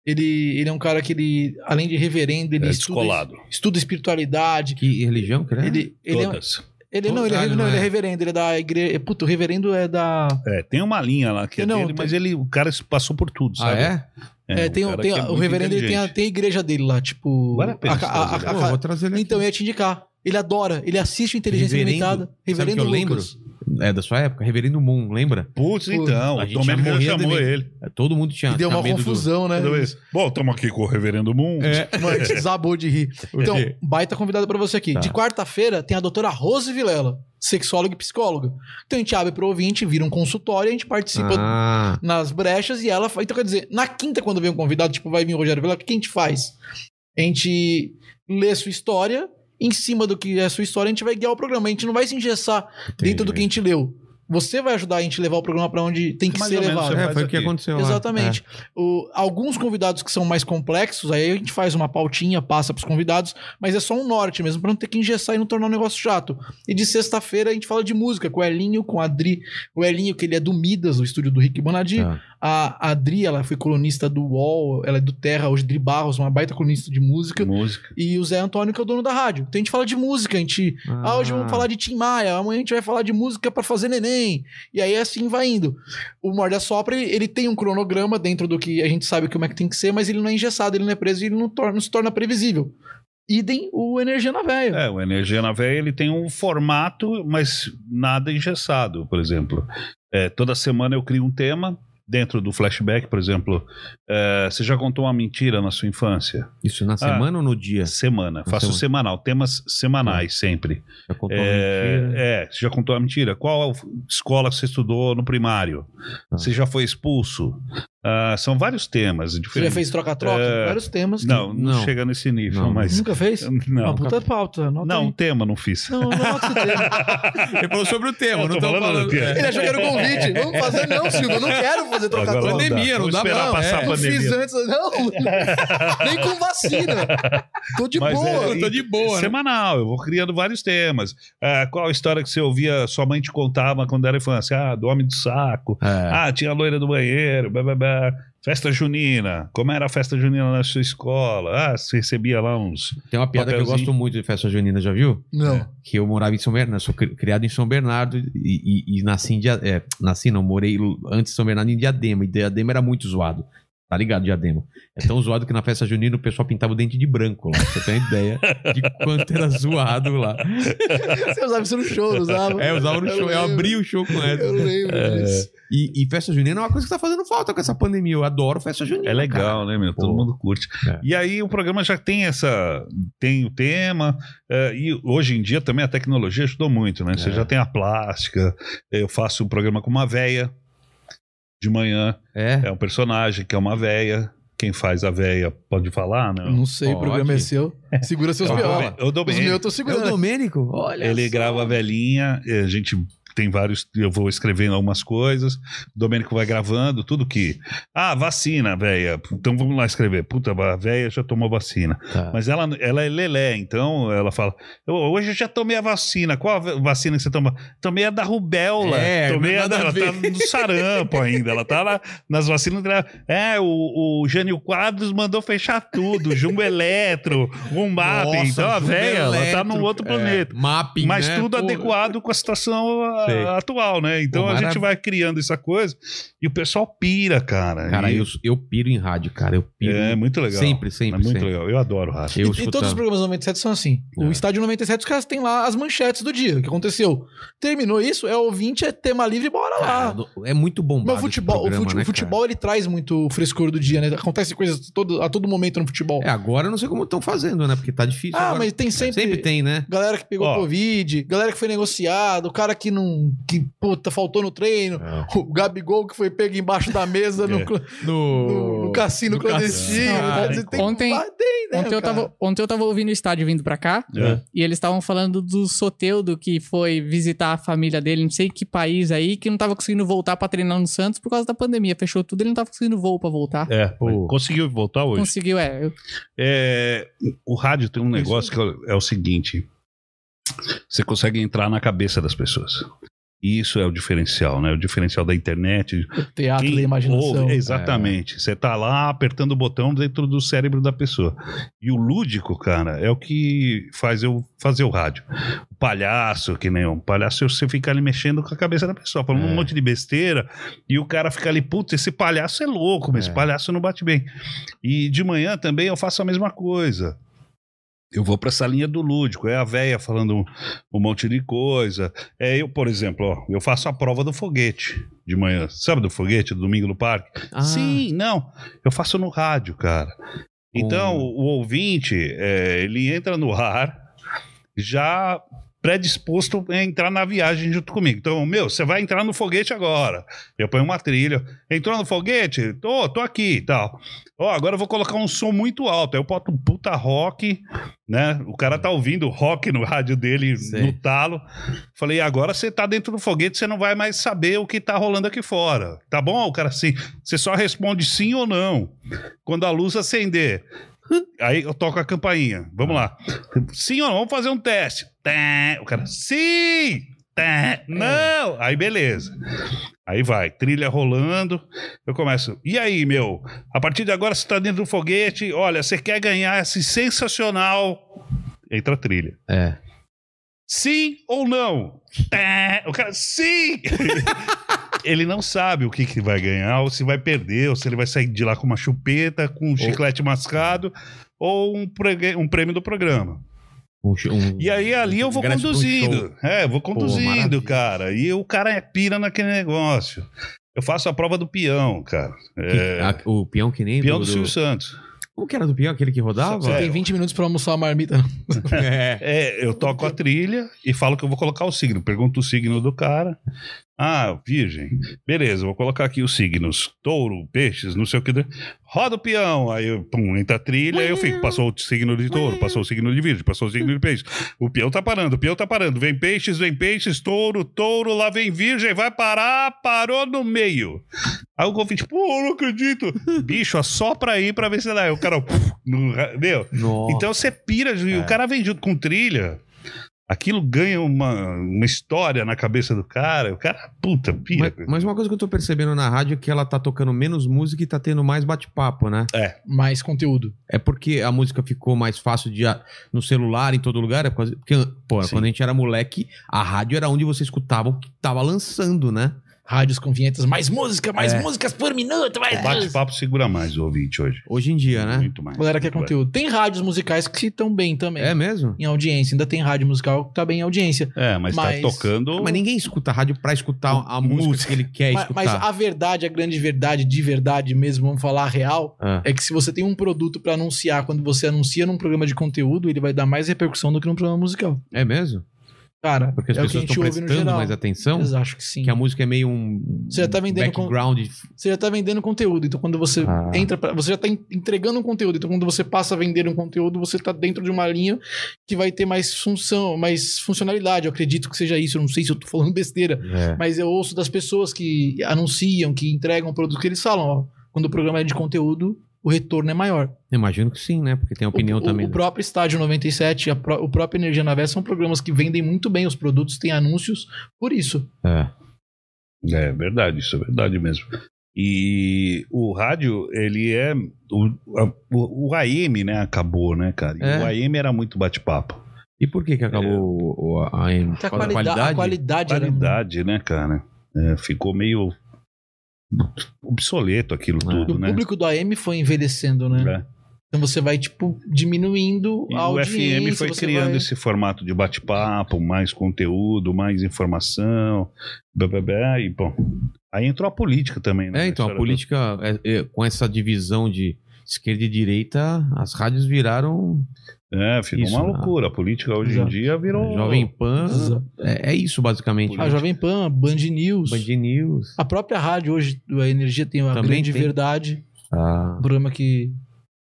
Ele, ele é um cara que ele, além de reverendo, ele É estuda descolado. estuda espiritualidade. Que religião, credo? Ele, ele, é, Todas. ele, não, ele, é, Ah, reverendo, não não, ele é é. reverendo, ele é da igreja. Puta, o reverendo é da. É, tem uma linha lá que é Não, dele, tem- mas ele, o cara passou por tudo, Ah, sabe? é? É, tem, o- cara tem que é a- o muito reverendo ele tem, a, inteligente. tem a igreja dele lá, tipo. Vale a pena a- a- a- estudar, a- Pô, vou trazer ele então, eu aqui. ia te indicar. Ele adora, ele assiste o Inteligência Reverendo- Limitada. Reverendo que eu Lucas. É da sua época? Reverendo Moon, lembra? Putz, então, a o gente já Domênico morria já chamou também. ele. É, Todo mundo tinha. E deu tinha uma medo do- (laughs) confusão, né? Toda vez. Bom, estamos aqui com o Reverendo Moon. É. Mano, a gente desabou de rir. (laughs) Então, quê? baita convidado pra você aqui. Tá. De quarta-feira tem a doutora Rose Vilela, sexóloga e psicóloga. Então a gente abre pro ouvinte, vira um consultório e a gente participa Ah, nas brechas e ela. fa- Então, quer dizer, na quinta, quando vem um convidado, tipo, vai vir o Rogério Vilela, o que a gente faz? A gente lê sua história, em cima do que é a sua história, a gente vai guiar o programa. A gente não vai se engessar dentro do que a gente leu. Você vai ajudar a gente a levar o programa pra onde tem que Mais ser ou menos, é. levado. você É, faz foi o que aqui. aconteceu lá. Exatamente. O- alguns convidados que são mais complexos, aí a gente faz uma pautinha, passa pros convidados, mas é só um norte mesmo, pra não ter que engessar e não tornar um negócio chato. E de sexta-feira a gente fala de música com o Elinho, com a Adri. O Elinho, que ele é do Midas, o estúdio do Rick Bonadinho. É, tá. A Adri, ela foi colunista do UOL, ela é do Terra, hoje Dri Barros, uma baita colunista de música. Música. E o Zé Antônio, que é o dono da rádio. Então a gente fala de música, a gente. Ah, hoje vamos falar de Tim Maia, amanhã a gente vai falar de música pra fazer neném. E aí assim vai indo. O Morde a Sopra, ele, ele tem um cronograma dentro do que a gente sabe como é que tem que ser, mas ele não é engessado, ele não é preso e ele não, torna- não se torna previsível. Idem o Energia na Véia. É, o Energia na Véia, ele tem um formato, mas nada engessado, por exemplo. É, toda semana eu crio um tema dentro do flashback, por exemplo. É, você já contou uma mentira na sua infância? Isso na semana ou no dia? Semana. Faço semana. semanal, temas semanais sempre. Já contou É. uma mentira? É, é, você já contou a mentira? Qual escola você estudou no primário? Ah. Você já foi expulso? Ah, são vários temas Você já diferentes. fez troca-troca? É. Vários temas. que- Não, não, Não. chega nesse nível, Não. mas. Nunca fez? Uma Não, puta pauta. anota não, um aí. tema não fiz. (laughs) Não, não, anota esse tema. Ele falou sobre o tema, Eu não tô tô falando falando. do tema. É. Ele achou que era um convite. Vamos fazer, não, Silvio. Eu não quero fazer Agora troca-troca. Pandemia, não Vamos dá esperar pra- passar a é, Eu fiz pandemia. antes. Não, nem com vacina. Tô de Mas boa. é- Eu tô de boa, né? Semanal, eu vou criando vários temas. Ah, qual a história que você ouvia sua mãe te contava quando era infância? Ah, do homem do saco. É. Ah, tinha a loira do banheiro. Blá, blá, blá. Festa junina. Como era a festa junina na sua escola? Ah, você recebia lá uns. Tem uma piada que eu Papelzinho. gosto muito de festa junina, já viu? Não. que eu morava em São Bernardo, sou cri- criado em São Bernardo e, e- e nasci em Dia- é, nasci não, morei l- antes de São Bernardo em Diadema, e Diadema era muito zoado. Tá ligado, Diadema? É tão zoado que na festa junina o pessoal pintava o dente de branco lá. pra Você tem uma ideia de quanto era zoado lá. Você usava isso no show, usava. É, eu usava no show, eu lembro. abri o show com essa. Eu lembro disso. E, e festa junina é uma coisa que tá fazendo falta com essa pandemia. Eu adoro festa junina. É legal, né, meu? Todo Pô. mundo curte. É. E aí o programa já tem essa. Tem o tema. eh, e hoje em dia também a tecnologia ajudou muito, né? Você É. já tem a plástica. Eu faço um programa com uma véia de manhã. Cara. É. É um personagem que é uma véia. Quem faz a véia pode falar, né? Hum, Não sei, o Pode. programa é seu. Segura seus Eu Eu dou fala. bem- biola. Eu dou Os bem. meus eu tô É o segurando. (laughs) Domênico? Olha Ele só. grava a velhinha, eh, a gente tem vários, eu vou escrevendo algumas coisas, o Domênico vai gravando, tudo que. Ah, vacina, véia. Então vamos lá escrever. Puta, a véia já tomou vacina. Tá. Mas ela, ela é lelé, então ela fala: "Eu- Hoje eu já tomei a vacina. Qual a va- vacina que você toma? Tomei a da rubéola. É, tomei a nada da, a ela ver. tá no sarampo ainda. Ela tá lá nas vacinas. dela. É, o, o Jânio Quadros mandou fechar tudo. Jumbo Eletro, um Nossa, Então a Jumbo véia, ela tá Eletro, num outro é, planeta. mapping, Mas né? tudo Pô, adequado com a situação a- Sei. atual, né? Então Pô, a gente maravilha. vai criando essa coisa e o pessoal pira, cara. Cara, E- eu, eu piro em rádio, cara. Eu piro. É muito legal. Sempre, É sempre, muito sempre. legal. Eu adoro rádio. Eu e, e todos os escutava. programas 97 são assim. É. O Estádio 97, os caras têm lá as manchetes do dia. O que aconteceu? Terminou isso, é ouvinte, é tema livre, bora lá. Cara, é muito bombado. Mas o esse futebol, o programa, fute- né, o futebol ele traz muito o frescor do dia, né? Acontece coisas todo, a todo momento no futebol. cara? É, agora eu não sei como estão fazendo, né? Porque tá difícil. ah, agora. mas tem sempre, sempre tem, né? galera que pegou Ó. Covid, galera que foi negociado, o cara que não. que puta, faltou no treino, o Gabigol que foi pego embaixo da mesa no, (laughs) É. cla- no, no cassino no clandestino. cassino. Quer dizer, Ah, tem- ontem- ah, tem, né, Ontem eu, cara? tava, ontem eu tava ouvindo o estádio vindo pra cá É. e eles estavam falando do Soteudo que foi visitar a família dele, não sei que país aí, que não tava conseguindo voltar pra treinar no Santos por causa da pandemia. Fechou tudo, ele não tava conseguindo voo pra voltar. É, Pô. conseguiu voltar hoje. Conseguiu, é. eu- É, o rádio tem um negócio que é o- é o seguinte: você consegue entrar na cabeça das pessoas. E isso é o diferencial, né? O diferencial da internet, Teatro Quem da imaginação. ouve- é exatamente. Você tá lá apertando o botão dentro do cérebro da pessoa. E o lúdico, cara, é o que faz eu fazer o rádio. O palhaço, que nem um palhaço, você fica ali mexendo com a cabeça da pessoa, falando É. um monte de besteira, e o cara fica ali, puta, esse palhaço é louco, mas É. esse palhaço não bate bem. E de manhã também eu faço a mesma coisa. Eu vou pra essa linha do lúdico, é a véia falando um, um monte de coisa. É eu, por exemplo, ó, eu faço a prova do foguete de manhã. Sabe do foguete, do domingo no parque? Ah, Sim, não. Eu faço no rádio, cara. Então, Hum. o ouvinte, é, ele entra no ar já predisposto a entrar na viagem junto comigo. Então, meu, você vai entrar no foguete agora. Eu ponho uma trilha. Entrou no foguete? Tô, tô aqui e tal. Ó, agora eu vou colocar um som muito alto. Aí eu boto um puta rock, né? O cara tá ouvindo rock no rádio dele, Sei. no talo. Falei, agora você tá dentro do foguete, você não vai mais saber o que tá rolando aqui fora. Tá bom? O cara assim, você só responde sim ou não. Quando a luz acender. Aí eu toco a campainha. Vamos lá. Sim ou não? Vamos fazer um teste. Tá. O cara, sim! Tá. Não! Aí beleza. Aí vai, trilha rolando. Eu começo. E aí, meu? A partir de agora você tá dentro do foguete. Olha, você quer ganhar esse sensacional. Entra a trilha. É. Sim ou não? Tá. O cara, sim! ele não sabe o que, que vai ganhar, ou se vai perder, ou se ele vai sair de lá com uma chupeta, com um chiclete mascado, ou um, preg- um prêmio do programa. Um sh- um- E aí ali eu vou ingresso pra um show. conduzindo. É, eu vou conduzindo, maravilha. cara. E o cara é pira naquele negócio. Eu faço a prova do peão, cara. Que- É, a- o peão que nem. peão do Silvio Santos. Como que era do peão? Aquele que rodava? Você tem 20 minutos pra almoçar a marmita. né? (laughs) É. É, eu toco a trilha e falo que eu vou colocar o signo. Pergunto o signo do cara. Ah, virgem. Beleza, vou colocar aqui os signos. Touro, peixes, não sei o que. Roda o peão. Aí, eu, pum, entra a trilha e eu fico. Passou o signo de touro, passou o signo de virgem, passou o signo de peixe. O peão tá parando, o peão tá parando. Vem peixes, vem peixes, touro, touro, lá vem virgem, vai parar, parou no meio. Aí o convite, pô, não acredito. Bicho, assopra aí pra ver se dá. Aí O cara, puf, no ra- meu... Nossa. Então você pira, Ju, e É. o cara vem junto com trilha. Aquilo ganha uma, uma história na cabeça do cara. O cara, puta, pira. Mas, mas uma coisa que eu tô percebendo na rádio é que ela tá tocando menos música e tá tendo mais bate-papo, né? Mais conteúdo. É porque a música ficou mais fácil de a- no celular, em todo lugar. É por causa- porque, pô, Sim. quando a gente era moleque, a rádio era onde você escutava o que tava lançando, né? Rádios com vinhetas, mais música, mais É. músicas por minuto, mais O música. bate-papo segura mais o ouvinte hoje. Hoje em dia, né? Muito mais. Galera, quer Muito mais. conteúdo. Tem rádios musicais que estão bem também. É mesmo? Em audiência. Ainda tem rádio musical que tá bem em audiência. É, mas, Mas- tá tocando. Mas ninguém escuta rádio pra escutar a música, Música. que ele quer Ma- escutar. Então mas, tá. a verdade, a grande verdade, de verdade mesmo, vamos falar a real, Ah. é que se você tem um produto pra anunciar, quando você anuncia num programa de conteúdo, ele vai dar mais repercussão do que num programa musical. É mesmo? Cara, Porque as é o que a pessoas gente estão ouve no prestando geral. mais atenção? Eles acham que sim. Que a música é meio um Você já tá vendendo com- background. Você já tá vendendo conteúdo, então quando você Ah. entra, pra, você já tá en- entregando um conteúdo, então quando você passa a vender um conteúdo, você tá dentro de uma linha que vai ter mais função, mais funcionalidade. Eu acredito que seja isso, eu não sei se eu tô falando (laughs) besteira, É. mas eu ouço das pessoas que anunciam, que entregam o produto que eles falam, ó, quando o programa é de conteúdo, o retorno é maior. Imagino que sim, né? Porque tem a opinião o, o- também. O né? próprio Estádio 97, a pró- o próprio Energia na Veia são programas que vendem muito bem os produtos, têm anúncios, por isso. É. É verdade, isso é verdade mesmo. E o rádio, ele é. O, a- o, o AM, né? Acabou, né, cara? E É. O AM era muito bate-papo. E por que que acabou É. o- o- a, a, por A causa da qualidade, a qualidade, era- Qualidade, né, cara? É, ficou meio obsoleto aquilo É. E tudo, o né? público do AM foi envelhecendo, né? É. Então você vai, tipo, diminuindo E a o Tipo, audiência. FM foi você criando vai- esse formato de bate-papo, mais conteúdo, mais informação, blá, blá, blá, e bom. Aí entrou a política também, né? É, então, a história política, é- é, com essa divisão de esquerda e direita, as rádios viraram do- É, ficou Isso, uma né? loucura. A política hoje Exato. em dia virou. Jovem Pan. Exato. É, é isso, basicamente. Ah, A Jovem Pan, Band News. Band News. A própria rádio hoje, a Energia tem uma Também grande tem. verdade. Ah, Um programa que,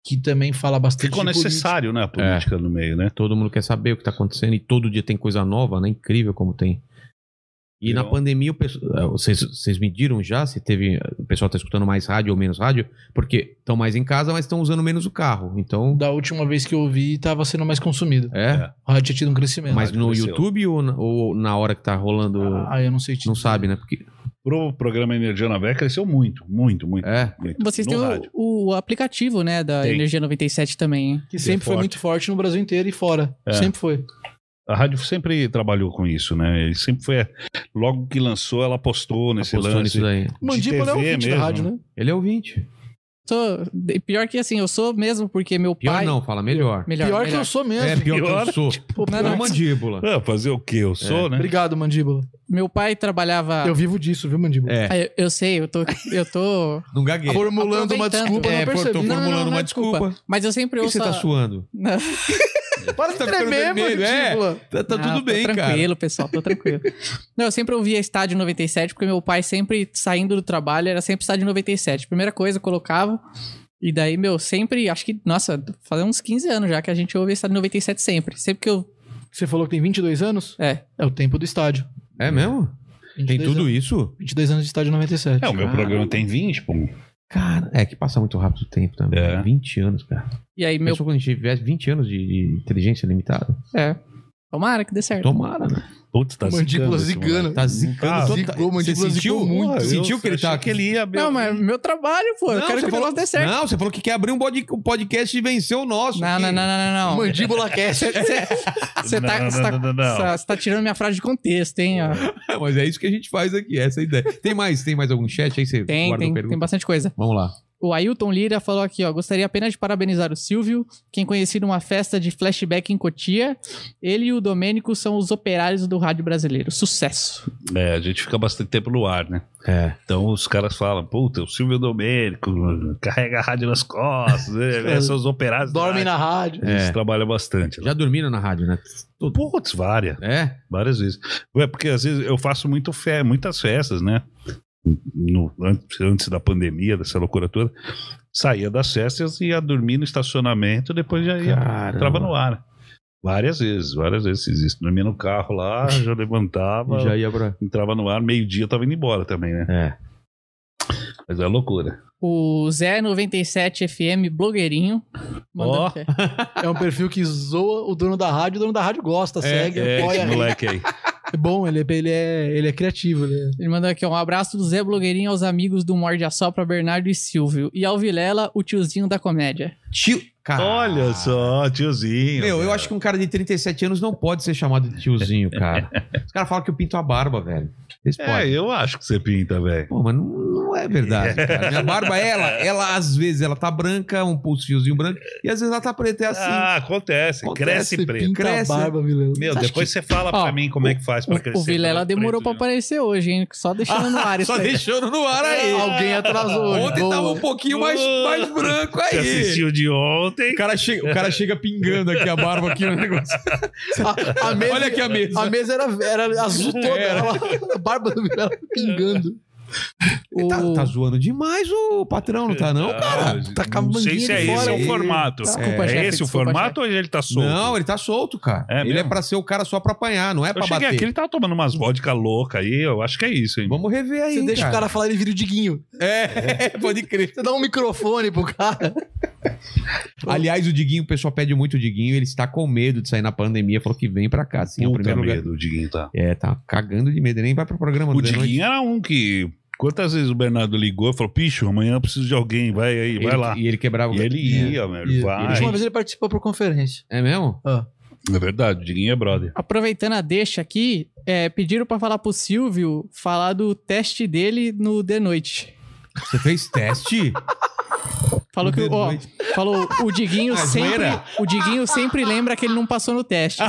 que também fala bastante Ficou de política. necessário, É. né? A política no meio, né? Todo mundo quer saber o que tá acontecendo e todo dia tem coisa nova, né? Incrível como tem. E na Virou. pandemia, o pesso- ah, vocês, vocês mediram já se teve. O pessoal tá escutando mais rádio ou menos rádio? Porque estão mais em casa, mas estão usando menos o carro. Então. Da última vez que eu ouvi, estava sendo mais consumido. É. O rádio tinha tido um crescimento. Mas rádio no cresceu. YouTube ou na, ou na hora que tá rolando. Ah, eu não sei. te não dizer. sabe, né? Porque. Pro programa Energia na Vé cresceu muito, muito, muito. É. muito. Vocês No têm rádio. o, o aplicativo, né, da Tem. Energia 97 também. hein? Que sempre foi forte. muito forte no Brasil inteiro e fora. É. Sempre foi. A rádio sempre trabalhou com isso, né? Ele sempre foi. Logo que lançou, ela postou nesse apostou lance. nisso daí. Mandíbula é o TV ouvinte da mesmo, rádio, né? Ele é ouvinte. Sou, de- pior que assim, eu sou mesmo porque meu Pior pai... não, fala melhor. Melhor, Pior, melhor. que eu sou mesmo. É, pior, Pior? que eu sou. Pô, Não, É não. uma mandíbula. né? Ah, fazer o quê? Eu É, sou, né? Obrigado, Mandíbula. Meu pai Tá. trabalhava... Eu vivo disso, viu, Mandíbula? É, Ah, eu, eu sei, eu tô... Eu tô... não gagueja. Formulando uma Aproveitando. desculpa, É, não for- percebi. tô Não, formulando não, não uma é desculpa. desculpa. Mas eu sempre Por que ouço... você tá a- (laughs) suando? Não. tipo- Para de Tá ficando tremer, vermelho, é. mandíbula. Tá, tá Não, tudo tô bem, tranquilo, cara. pessoal, tô tranquilo. Não, eu sempre ouvia Estádio 97, porque meu pai sempre, saindo do trabalho, era sempre Estádio 97. Primeira coisa, eu colocava. E daí, meu, sempre, acho que, nossa, faz uns 15 anos já que a gente ouve Estádio 97 sempre. Sempre que eu... Você falou que tem 22 anos? É. É o tempo do estádio. É mesmo? Tem 22 tudo anos. isso? 22 anos de estádio 97. É, o meu Ah. programa tem 20, pô. Cara, é que passa muito rápido o tempo também. É. 20 anos, cara. E aí, meu... Pensou quando a gente tivesse 20 anos de, de inteligência limitada? É. Tomara que dê certo. Tomara, né? Putz, tá Mandíbula zicando esse zigana. Tá Ah, zicando total. zicou, Você mandíbula sentiu? zicou muito. Porra, sentiu eu Ah, que ele tá achei tava... que ele ia... Não, mas meu trabalho, pô. eu quero você que o falou- negócio dê certo. Não, você falou que quer abrir um bod- um podcast e vencer o nosso. Não, aqui. não, não, não, não. não. Mandíbula cast. Você tá, Não, você tá, não, não, não. você- você tá tirando minha frase de contexto, hein? ó. Mas é isso que a gente faz aqui, essa é a ideia. Tem mais, tem mais algum chat aí? Você Tem, guarda tem, a tem pergunta? bastante coisa. Vamos lá. O Ailton Lira falou aqui, ó. Gostaria apenas de parabenizar o Silvio, quem conheci numa festa de flashback em Cotia. Ele e o Domênico são os operários do rádio brasileiro. Sucesso. É, a gente fica bastante tempo no ar, né? É. Então os caras falam, puta, é o Silvio Domênico carrega a rádio nas costas, é, seus operários... Dormem na rádio. rádio. Eles É. trabalham bastante. lá. Já dormiram na rádio, né? Putz, várias, É? várias vezes. Ué, porque às vezes eu faço muito fe muitas festas, né? No- antes, antes da pandemia, dessa loucura toda. Saía das festas e ia dormir no estacionamento, depois já ia Caramba. entrava no ar. Várias vezes, várias vezes fiz isso. Dormia no carro lá, já (laughs) levantava, Já ia pra... entrava no ar, meio-dia eu tava indo embora também, né? É. Mas é loucura. O Zé 97 FM blogueirinho. mandando Ó. fé. É um perfil que zoa o dono da rádio, o dono da rádio gosta, segue, É, apoia. esse (laughs) moleque aí. É bom, ele, ele, é, ele é criativo. Ele é- Ele mandou aqui ó, um abraço do Zé Blogueirinho aos amigos do Morde a Sopra, Bernardo e Silvio. E ao Vilela, o tiozinho da comédia. Tio. Cara. Olha só, tiozinho. Meu, eu cara. acho que um cara de 37 anos não pode ser chamado de tiozinho, cara. Os caras falam que eu pinto a barba, velho. Eles É, podem. eu acho que você pinta, velho. Pô, mas não, não é verdade, cara. Minha barba, ela, ela, às vezes, ela tá branca, um pulsiozinho branco, e às vezes ela tá preta, é assim. ah, acontece, Acontece, Cresce preto. Pinta Cresce. a barba, Vilela. Meu, Acho depois você fala Ó, pra mim como é que faz pra O, crescer. o Vilela branco, demorou pra preto, né? aparecer hoje, hein? Só deixando no (laughs) ar isso Só aí. deixando no ar É, aí. Alguém atrasou. Ontem boa. tava um pouquinho mais, mais branco viu? Você aí. assistiu de O ontem. cara, chega, o cara chega pingando aqui a barba aqui no negócio. (laughs) A, a mesa, (laughs) Olha aqui a mesa. a mesa era, era azul toda, É. Era. ela- a (laughs) barba do Vilela pingando. Ele Tá, O- tá zoando demais o patrão, não tá não, cara? Tá com a Ah, Não sei manguinha se é de esse fora é o aí. formato. Desculpa, é chefe, esse o desculpa, formato ou ele tá solto? Não, ele tá solto, cara. É ele mesmo? é pra ser o cara só pra apanhar, não é eu pra cheguei bater. aqui, ele tava tomando umas vodka louca aí, eu acho que é isso, hein? Vamos rever aí, Você deixa cara. o cara falar, ele vira o Diguinho. É, pode crer. Você dá um microfone pro cara. (laughs) Aliás, o Diguinho, o pessoal pede muito o Diguinho, ele está com medo de sair na pandemia, falou que vem pra cá, assim, é o Puta primeiro lugar. um medo, o Diguinho tá. É, tá cagando de medo, ele nem vai pro programa né? O da noite. Diguinho era um que... Quantas vezes o Bernardo ligou e falou, picho, amanhã eu preciso de alguém, vai aí, vai Ele- lá. E ele quebrava E ele É. ia, meu, (laughs) ele A vai. última vez ele participou por conferência. É mesmo? É verdade, o Diguinho é brother. Aproveitando a deixa aqui, é, pediram pra falar pro Silvio falar do teste dele no The Noite. Você fez teste? Falou No que The o- ó, (laughs) Noite. falou o (laughs) Diguinho Ah, sempre, zoeira? o Diguinho sempre lembra que ele não passou no teste.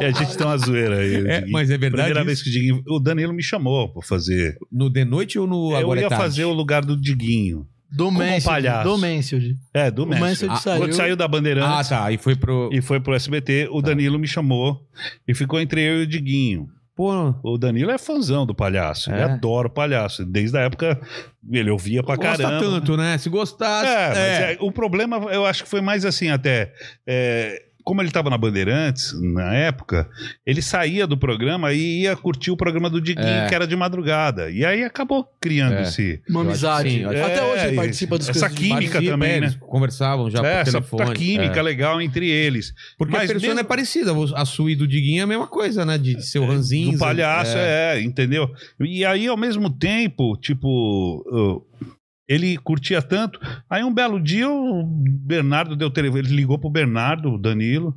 E a gente tem uma zoeira aí. o É, Diguinho. mas é verdade. Primeira isso? vez que o Diguinho... O Danilo me chamou pra fazer. No de noite ou no eu agora ia é tarde? fazer o lugar do Diguinho. Do Como um Mansfield. palhaço. Do Mansfield. É, do O Mestre. Mansfield Ah, saiu. Quando saiu da Ah, Bandeirantes tá. E foi pro. e foi pro SBT, o Danilo me chamou e ficou entre eu e o Diguinho. Pô, O Danilo é fãzão do palhaço. Ele É. adora o palhaço. Desde a época, ele ouvia pra gosta caramba. tanto, né? Se gostasse. É, mas é. é, o problema eu acho que foi mais assim até. é, como ele estava na Bandeirantes, na época, ele saía do programa e ia curtir o programa do Diguinho, É. que era de madrugada. E aí acabou criando É. esse. Uma Eu acho que amizade. sim, eu acho Até É, hoje ele e- participa dos Essa coisas de química Parecia, também, né? eles Conversavam já É, por essa telefone. puta química legal entre eles. Porque Mas a persona mesmo- É, é parecida. A sua e do Diguinho é a mesma coisa, né? De, de ser o ranzinho. Do palhaço, é. entendeu? E aí, ao mesmo tempo, tipo. eu- ele curtia tanto. Aí um belo dia o Bernardo deu telefone. Ele ligou pro Bernardo, o Danilo.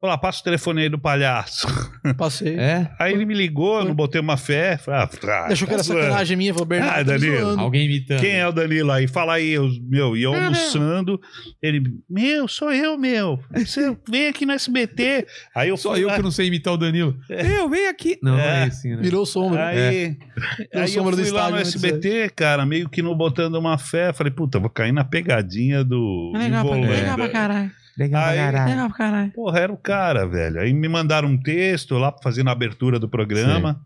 Falou: ah, passa o telefone aí do palhaço. (laughs) Passei. É. Aí ele me ligou, eu não botei uma fé. Falei, ah, Achou que era zoando. sacanagem minha, falou, Bernardo, Ah, tá me Danilo. zoando. Alguém imitando. Quem é o Danilo aí? Fala aí, eu, meu, É, e eu né? almoçando. Ele, meu, sou eu, meu. Você vem aqui no SBT. Aí eu Só fui eu lá, que não sei imitar o Danilo. Eu, vem aqui. Não, é, É. assim, né? Virou sombra. Aí, É. aí Eu eu sombra do fui lá estádio, no né, disso aí. SBT, cara, meio que não botando uma fé. Falei, puta, vou cair na pegadinha É do Ivolanda. legal caralho. Legal Aí- pra caralho. pra caralho. Porra, era o cara, velho. Aí me mandaram um texto lá pra fazer na abertura do programa.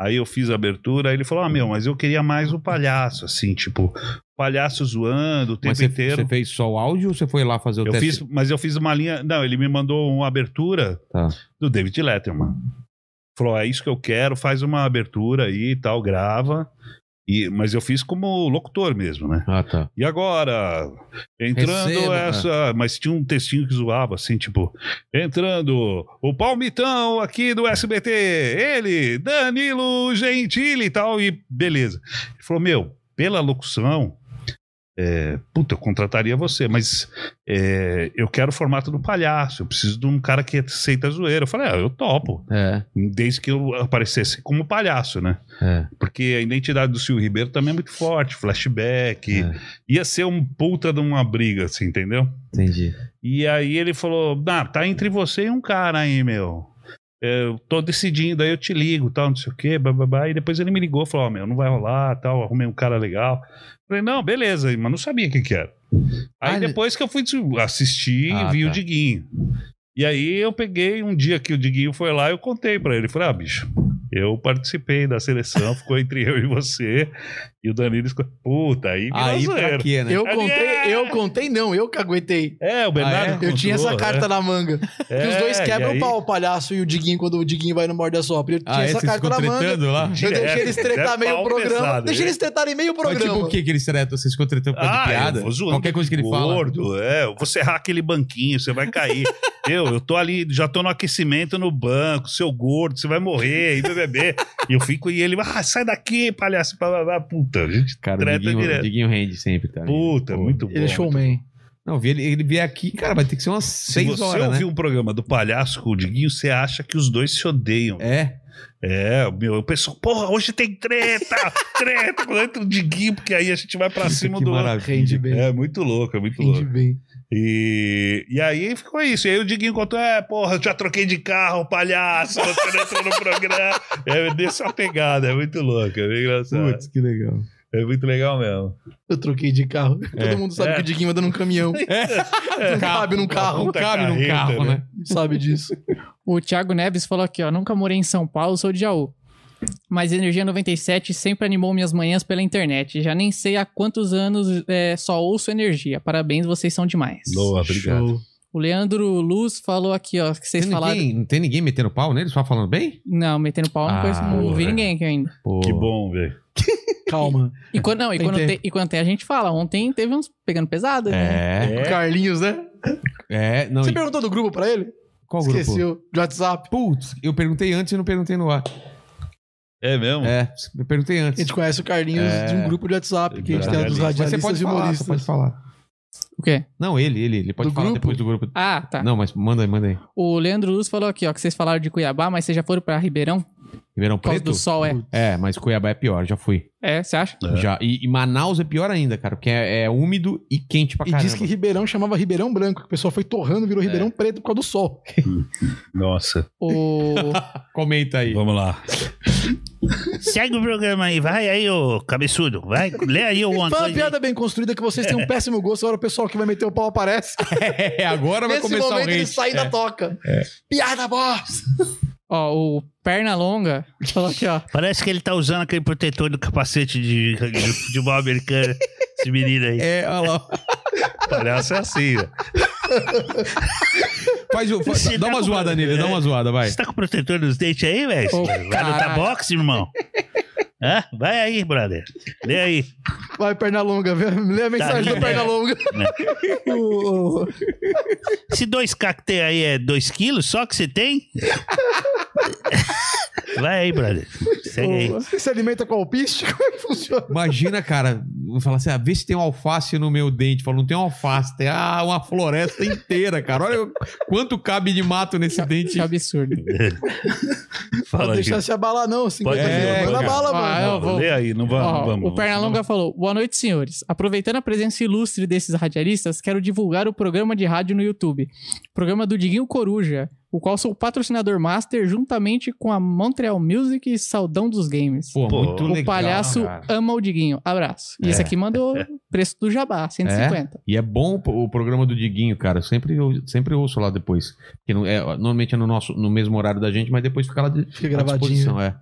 Aí eu fiz a abertura, aí ele falou: Ah, meu, mas eu queria mais o palhaço, assim, tipo, palhaço zoando o tempo Mas você, inteiro. você fez só o áudio ou você foi lá fazer o Eu teste? fiz, mas eu fiz uma linha. Não, ele me mandou uma abertura Tá. do David Letterman. Falou: é isso que eu quero, faz uma abertura aí e tal, grava. E, mas eu fiz como locutor mesmo, né? Ah, tá. E agora? Entrando Receba, essa. Mas tinha um textinho que zoava, assim, tipo. Entrando o palmitão aqui do SBT, ele, Danilo Gentili e tal, e beleza. Ele falou: Meu, pela locução. é, puta, eu contrataria você, mas é, eu quero o formato do palhaço. Eu preciso de um cara que aceita a zoeira. Eu falei: ah, eu topo, É, desde que eu aparecesse como palhaço, né? é. Porque a identidade do Silvio Ribeiro também é muito forte, flashback. É. Ia ser um puta de uma briga, assim, entendeu? Entendi. E aí ele falou: Ah, tá entre você e um cara aí, meu. Eu tô decidindo, aí eu te ligo, tal, não sei o quê, bababá. E depois ele me ligou e falou: Ó, meu, não vai rolar, tal, arrumei um cara legal. Falei, não, beleza, mas não sabia o que que era. Aí Ah, ele- depois que eu fui assistir Ah, e vi o tá. Diguinho. E aí eu peguei um dia que o Diguinho foi lá, eu contei pra ele. Falei, ah, bicho, eu participei da seleção, ficou entre eu e você. E o Danilo escolheu. Puta, aí vira Aí pra zoeira. quê, né? Eu É. contei, eu contei não, eu que aguentei. É, o Ah, Bernardo. Eu tinha contou, essa carta é. na manga. que os É, dois quebram e aí- o pau, o palhaço e o Diguinho, quando o Diguinho vai no Morde a Sopra. Eu tinha Ah, é? essa Vocês carta ficam na manga. tretando lá? Direto, Eu deixei eles é tretar meio pau o programa. pesado, Deixei né? eles tretarem meio o Mas tipo programa. o que que eles tretam? Vocês ficam tretando por causa de piada? Ah, eu vou zoando Qualquer coisa que ele fala. gordo, É, eu vou serrar aquele banquinho, você (laughs) vai cair. eu, eu tô ali, já tô no aquecimento no banco, seu gordo, você vai morrer, e BBB. e eu fico e ele, ah, sai daqui, palhaço, blá, blá, blá. puta, a gente Cara, o treta Diguinho, o direto. Diguinho rende sempre, tá? Puta, Pô. muito bom. Ele é showman. Não, vi ele, ele vier aqui, cara, vai ter que ser umas Se seis você horas, ouvir né? um programa do palhaço com o Diguinho, você acha que os dois se odeiam. É. É, meu, eu penso, porra, hoje tem treta, treta, quando entra o Diguinho, porque aí a gente vai pra cima que do outro. maravilha. Rende bem. É, muito louco, é muito Rende louco. bem. E, e aí ficou isso. E aí o Diguinho contou: é, porra, eu já troquei de carro, palhaço, você não entrou no programa. (laughs) É dessa pegada, é muito louco, é bem engraçado. Putz, que legal. É muito legal mesmo. Eu troquei de carro. Todo mundo sabe É. que o Diguinho anda (laughs) num caminhão. Não cabe num carro, Não Puta cabe num carreta, carro, né? né? sabe disso. O Thiago Neves falou aqui, ó. Nunca morei em São Paulo, sou de Jaú. Mas Energia 97 sempre animou minhas manhãs pela internet. Já nem sei há quantos anos é, só ouço Energia. Parabéns, vocês são demais. Boa, obrigado. Show. O Leandro Luz falou aqui, ó, que vocês Tem falaram... ninguém, não tem ninguém metendo pau nele, só falando bem? Não, metendo pau, não, Ah, conheço, não vi porra. ninguém aqui ainda. Pô. Que bom, velho. Calma. E quando, não, e, Tem quando tempo. tem, e quando tem, a gente fala. Ontem teve uns pegando pesado. né? É, O Carlinhos, né? é. Não, Você e- perguntou do grupo pra ele? qual grupo? Esqueceu. De WhatsApp. Putz, eu perguntei antes e não perguntei no ar. É mesmo? É, eu perguntei A antes. gente conhece o Carlinhos É. de um grupo de WhatsApp que a gente tem Verdade. dos Mas Mas você radialistas pode e falar, você humoristas. pode falar. O quê? Não, ele, ele, ele pode Do falar grupo? depois do grupo. Ah, tá. Não, mas manda aí, manda aí. O Leandro Luz falou aqui, ó, que vocês falaram de Cuiabá, mas vocês já foram pra Ribeirão? Ribeirão Por causa Preto? do sol, é. É, mas Cuiabá é pior, já fui. É, você acha? É. Já. E, e Manaus é pior ainda, cara, porque é, é úmido e quente pra E caramba. É. diz que Ribeirão chamava Ribeirão Branco, que o pessoal foi torrando, virou Ribeirão Preto por causa do sol. Nossa. (laughs) O... Comenta aí. Vamos lá. Segue o programa aí, vai aí, ô cabeçudo. Vai, lê aí o Fala uma piada bem construída que vocês têm um péssimo gosto, agora o pessoal que vai meter o pau aparece. (laughs) É, agora vai Nesse começar o momento rei. ele sai da toca. Piada bosta! Ó, o Pernalonga falou aqui, ó. Parece que ele tá usando aquele protetor do capacete de, de futebol americano. Esse menino aí. É, olha lá. Palhaço é assim, né? Faz, o- faz- Se dá dá uma com- zoada nele, dá uma zoada, vai. Você tá com protetor nos dentes aí, velho? Ô, Vai caralho. lutar boxe, irmão? Hã? Vai aí, brother. Lê aí. Vai, perna longa, vê- lê a mensagem do né? perna longa. (laughs) O- o- Se dois cacteiros aí é dois quilos só que você (laughs) tem? Vai aí, brother. Segue aí. (laughs) Você se alimenta com alpiste? (laughs) Como é que funciona? Imagina, cara, falar assim: ah, vê se tem um alface no meu dente. Fala, não tem um alface, tem ah, uma floresta inteira, cara. Olha o- quanto cabe de mato nesse dente. Que absurdo. Pra Fala aí. deixar se abalar, não. assim, 50 Pode ir, mil. Manda pode ir. bala, Ah, mano. eu vou. assim. Lê aí, não vamos. Ó, vamos. o Pernalonga falou: Boa noite, senhores. Aproveitando a presença ilustre desses radialistas, quero divulgar o programa de rádio no YouTube. Programa do Diguinho Coruja, o qual sou patrocinador master juntamente com a Montreal Music e Saudão dos Games. Pô, Pô, muito o o legal. palhaço cara. É. ama o Diguinho. Abraço. E esse (laughs) aqui mandou preço do jabá, 150. E é bom o o programa do Diguinho, cara. Eu sempre, eu sempre ouço lá depois. Porque não é, normalmente é no, nosso, no mesmo horário da gente, mas depois fica lá de, Fica à gravadinho. disposição. É.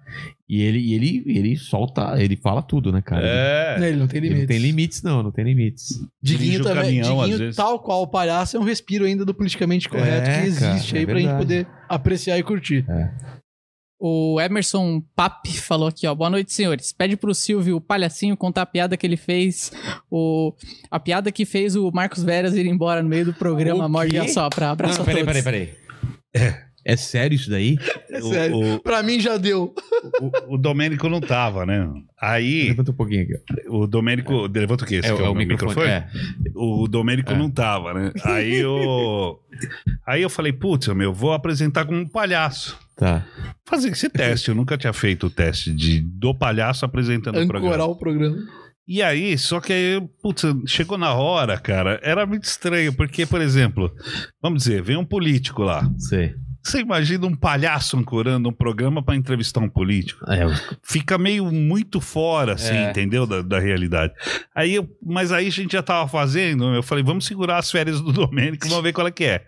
E ele, e ele, e ele solta, ele fala tudo, né, cara? É. Ele não tem Ele limite. não tem limites, não, não tem limites. Diguinho Dirige o também. caminhão, às Diguinho, vezes. tal qual o palhaço, é um respiro ainda do politicamente correto É, que existe cara, é aí pra gente verdade. poder apreciar e curtir. O Emerson Papp falou aqui, ó. Boa noite, senhores. Pede pro Silvio, o palhacinho, contar a piada que ele fez. O... A piada que fez o Marcos Veras ir embora no meio do O programa quê? Morde a Sopra. Abraço Não, a todos. peraí, peraí, peraí. É. é sério isso daí? O- Sério. o- Pra mim já deu. o, o Domênico não tava, né? Aí, Levanta um pouquinho aqui. ó. o Domênico. Levanta o quê? Esse que meu É. O Domênico É. não tava, né? Aí eu. Aí eu falei, putz, meu, vou apresentar como um palhaço. Tá. Fazer esse teste. Eu nunca tinha feito o teste de do palhaço apresentando o Tá programa. Ancorar o programa. E aí, só que aí, putz, chegou na hora, cara, era muito estranho, porque, por exemplo, vamos dizer, vem um político lá. Sei. Você imagina um palhaço ancorando um programa pra entrevistar um político? É, fica meio muito fora, assim, É. entendeu? Da, da realidade. Aí eu, (laughs) mas aí a gente já tava fazendo, eu falei, vamos segurar as férias do Domênico, vamos ver qual é que é.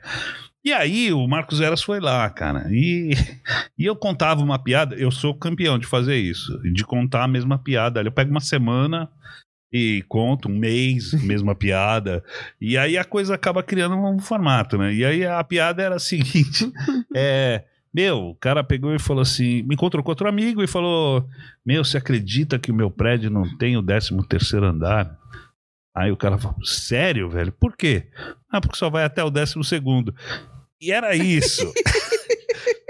E aí o Marcos Eras foi lá, cara. E, e eu contava uma piada. Eu sou campeão de fazer isso, de contar a mesma piada. Eu pego uma semana e conto um mês, mesma piada. E aí a coisa acaba criando um formato, né? E aí a piada era a seguinte: é. Meu, o cara pegou e falou assim: me encontrou com outro amigo e falou: Meu, você acredita que o meu prédio não tem o 13 terceiro andar? Aí o cara falou: Sério, velho? Por quê? Ah, porque só vai até o 12 segundo. E era isso.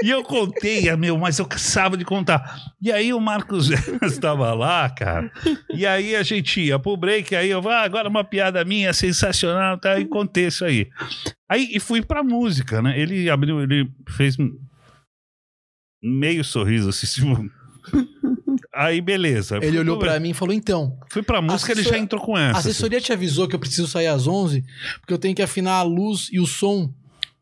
e eu contei, ah, meu, mas eu cansava de contar. E aí o Marcos (laughs) estava lá, cara. E aí a gente ia pro break, aí eu, ah, agora uma piada minha sensacional, tá? E contei isso aí. Aí e fui pra música, né? Ele abriu, ele fez um meio sorriso assim, (laughs) tipo... Aí beleza. Ele Fui olhou pro- pra mim e falou: então, Fui pra música, ele já Assessor- entrou com a essa. assim. assessoria te avisou que eu preciso sair às 11, porque eu tenho que afinar a luz e o som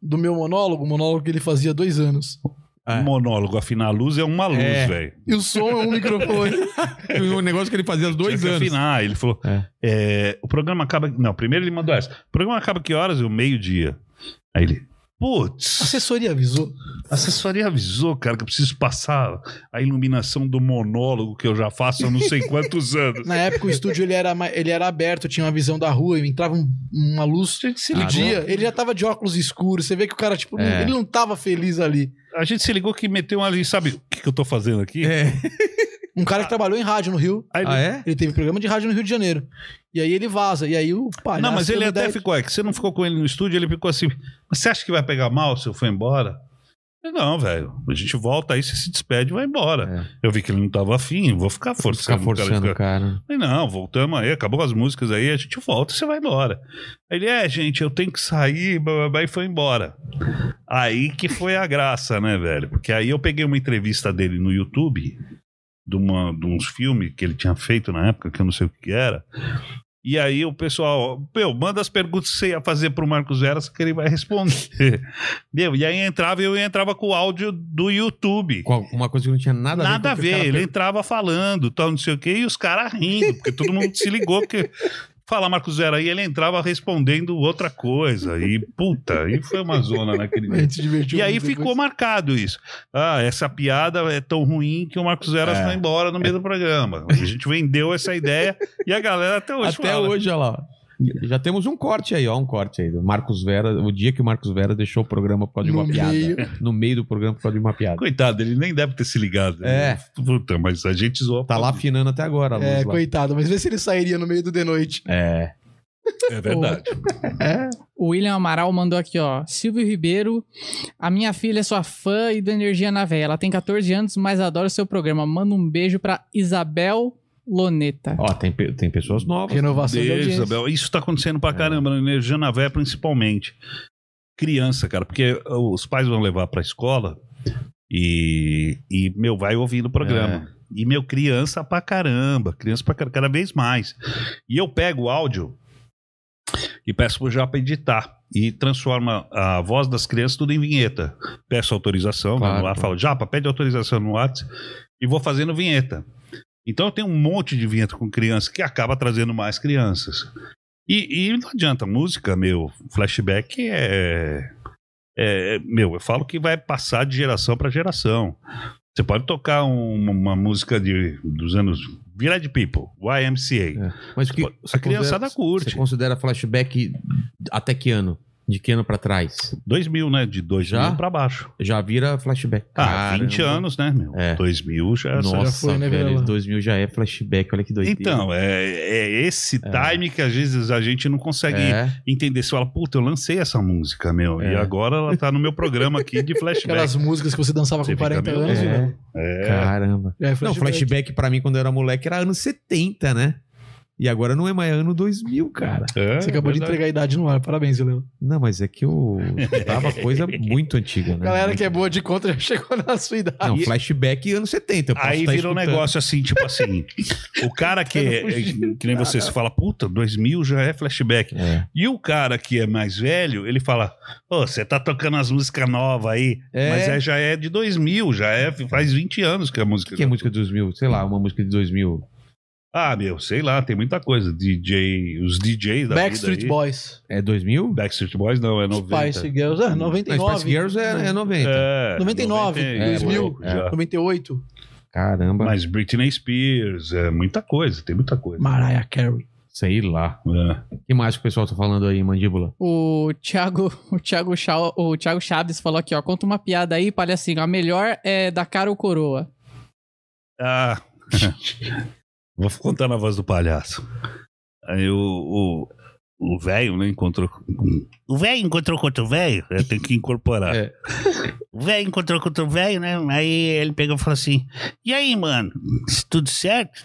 do meu monólogo, o monólogo que ele fazia há dois anos. É. Um monólogo, afinar a luz é uma luz, É. velho. E o som é um microfone. O negócio que ele fazia há dois Tinha que anos. afinar. Ele falou: É. é, o programa acaba. Não, primeiro ele mandou essa. O programa acaba que horas? Eu, meio-dia. Aí ele. (laughs) A Putz, assessoria avisou. a assessoria avisou, cara, que eu preciso passar a iluminação do monólogo que eu já faço há (laughs) não sei quantos anos. Na época o estúdio ele era, ma- ele era aberto, tinha uma visão da rua, e entrava um- uma luz. A gente, se Ah, O ligou, dia, ele já tava de óculos escuros, você vê que o cara, tipo, não- É. ele não tava feliz ali. a gente se ligou que meteu ali, sabe o que, que eu tô fazendo aqui? É. Um cara que trabalhou em rádio no Rio, Aí ele- Ah, é? ele teve programa de rádio no Rio de Janeiro. E aí ele vaza, e aí o palhaço... não, mas ele teve até (laughs) ideia- ficou, é que você não ficou com ele no estúdio, ele ficou assim, mas você acha que vai pegar mal se eu for embora? Eu, não, velho, a gente volta aí, você se despede e vai embora. Eu vi que ele não tava afim, vou ficar Ficar forçando. o cara, forçando, ficar- cara. Falei, não, voltamos aí, acabou as músicas aí, a gente volta e você vai embora. Ele, é, gente, eu tenho que sair, blá, blá, blá, e foi embora. Aí que foi a graça, né, velho? Porque aí eu peguei uma entrevista dele no YouTube, de, uma, de uns filmes que ele tinha feito na época, que eu não sei o que era. E aí o pessoal, meu, manda as perguntas que você ia fazer pro Marcos Veras que ele vai responder. (laughs) meu, e aí entrava e eu entrava com o áudio do YouTube. Com uma coisa que não tinha nada, Nada a com o que o ver, cara ele entrava falando, tal, não sei o quê, e os caras rindo, porque todo mundo se ligou, porque fala Marcos Zero aí, ele entrava respondendo outra coisa, e puta, aí foi uma zona naquele A dia. gente se divertiu E aí muito ficou depois. marcado isso. Ah, essa piada é tão ruim que o Marcos Zeras É. foi embora no meio do programa. A gente vendeu essa ideia e a galera até hoje Até fala. hoje, olha lá. Já temos um corte aí, ó, um corte aí do Marcos Vera, o dia que o Marcos Vera deixou o programa por causa de No uma piada. meio. No meio do programa por causa de uma piada. Coitado, ele nem deve ter se ligado. É. Puta, mas a gente zoou. Tá lá afinando até agora a luz É, lá. coitado, mas vê se ele sairia no meio do de noite. É. É verdade. O William Amaral mandou aqui, ó. Silvio Ribeiro, a minha filha é sua fã e do Energia na Veia. Ela tem 14 anos, mas adora o seu programa. Manda um beijo pra Isabel Loneta. Ó, tem, pe- tem pessoas novas. Renovação da Beijo, audiência. Isabel. Isso tá acontecendo pra caramba, né? Energia na véia, principalmente. Criança, cara, porque ah, os pais vão levar pra escola e, e meu, vai ouvindo o programa. E, meu, criança pra caramba, criança pra caramba, cada vez mais. E eu pego o áudio e peço pro Japa editar. E transforma a voz das crianças tudo em vinheta. Peço autorização, Claro. vai no ar, falo, Japa, pede autorização no WhatsApp e vou fazendo vinheta. Então eu tenho um monte de vinheta com criança que acaba trazendo mais crianças. E, e não adianta, música, meu, flashback é, é- Meu, eu falo que vai passar de geração para geração. Você pode tocar um- uma música de, dos anos. Village People, YMCA. Mas que, Pô, a criançada curte. Você considera flashback até que ano? De que ano pra trás? 2000, né? De 2000 Já? para baixo. Já vira flashback. Ah, Caramba. 20 anos, né, meu? É. 2000 já. Nossa, já foi, né, velho, Vilela? 2000 já é flashback, olha que doideira. Então, é, é esse time que às vezes a gente não consegue é. entender. Você fala, puta, eu lancei essa música, meu, É. e agora ela tá no meu programa aqui de flashback. Aquelas músicas que você dançava Você com fica 40 meio- anos. É. né? É. Caramba. Já é Não, flashback pra mim quando eu era moleque era anos 70, né? E agora não é mais ano 2000, cara. É, né? Você acabou de verdade. entregar a idade no ar. Parabéns, Vilela. Não, mas é que eu (laughs) tava coisa muito antiga, né? Galera que é boa de conta já (laughs) chegou na sua idade. Não, Aí- flashback anos 70. eu posso Aí tá vira um escutando. negócio assim, tipo assim, o cara que é, que nem você, você fala, puta, 2000 já é flashback. É. E o cara que é mais velho, ele fala, ô, você tá tocando as músicas novas aí, É. mas é, já é de 2000, já é, faz 20 anos que a música... O que é música de 2000? Sei lá, uma música de 2000. Ah, meu, sei lá, tem muita coisa. DJ, os DJs da Backstreet vida aí. Boys. É 2000? Backstreet Boys não, é 90. Spice Girls. É, Não, 99. Spice Girls é, é 90. É, 99, 90, 2000, é, já. 98. Caramba. Mas Britney Spears, é muita coisa, tem muita coisa. Mariah Carey. Sei lá. É. O que mais que o pessoal tá falando aí, mandíbula? O Thiago, o, Thiago Chau- o Thiago Chaves falou aqui, ó. Conta uma piada aí, palhacinho. A melhor é da cara ou coroa. Ah, vou contar na voz do palhaço. Aí o- o o velho, né, encontrou. O velho encontrou com outro velho, né, tem que incorporar. É. O velho encontrou com outro velho, né? Aí ele pegou e falou assim: E aí, mano, tudo certo?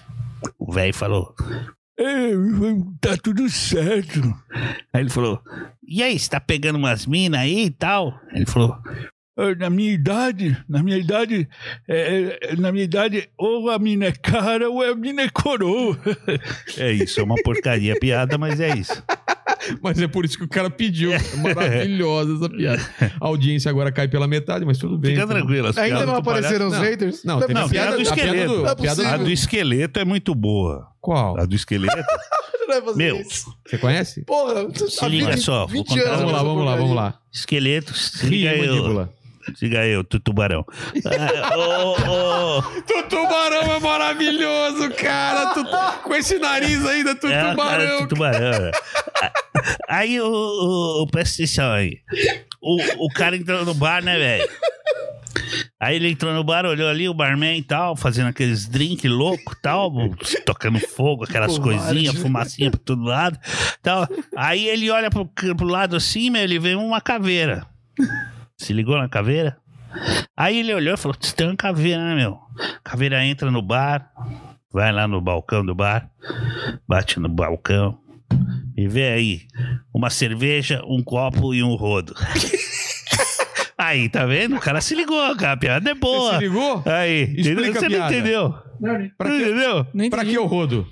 O velho falou: "É, Tá tudo certo. Aí ele falou: E aí, você tá pegando umas minas aí e tal? Ele falou: "Ah, Na minha idade, na minha idade, é, é, na minha idade, ou a mina é cara ou a mina é coroa. (laughs) É isso, é uma porcaria piada, mas é isso. Mas é por isso que o cara pediu. É Maravilhosa essa piada. A audiência agora cai pela metade, mas tudo bem. Fica tranquilo. as Ainda piadas não do palhaço- apareceram os Não. haters? é Não, teve Não, a a piada, do a piada esqueleto. do, a Não é piada A possível. do esqueleto é muito boa. Qual? A do esqueleto. Você não vai fazer Meu. isso. Você conhece? Porra, você Se liga só, vou contar uma- Vamos lá, vamos lá, vamos lá. Esqueleto, siga Ria, eu. mandíbula. Siga eu, tu tubarão. Ah, ô, ô, Tu tubarão é maravilhoso, cara. Tu- com esse nariz ainda, tu é a cara do tubarão. Ah, Aí o, o, o presta atenção aí. O, o cara entrou no bar, né, velho? Aí ele entrou no bar, olhou ali o barman e tal, fazendo aqueles drink louco e tal, tocando fogo, aquelas coisinhas, fumacinha pra todo lado. Tal. Aí ele olha pro, pro lado assim, meu, ele vê uma caveira. Se ligou na caveira? Aí ele olhou e falou: "Tch, tem uma caveira, né, meu? Caveira entra no bar, vai lá no balcão do bar, bate no balcão e vê aí uma cerveja, um copo e um (laughs) rodo. aí, tá vendo? O cara se ligou, cara. A piada é Você boa. se ligou? Aí, Explica entendeu? a você não piada. entendeu? Pra Não que, entendeu? Não pra entendi. que o rodo?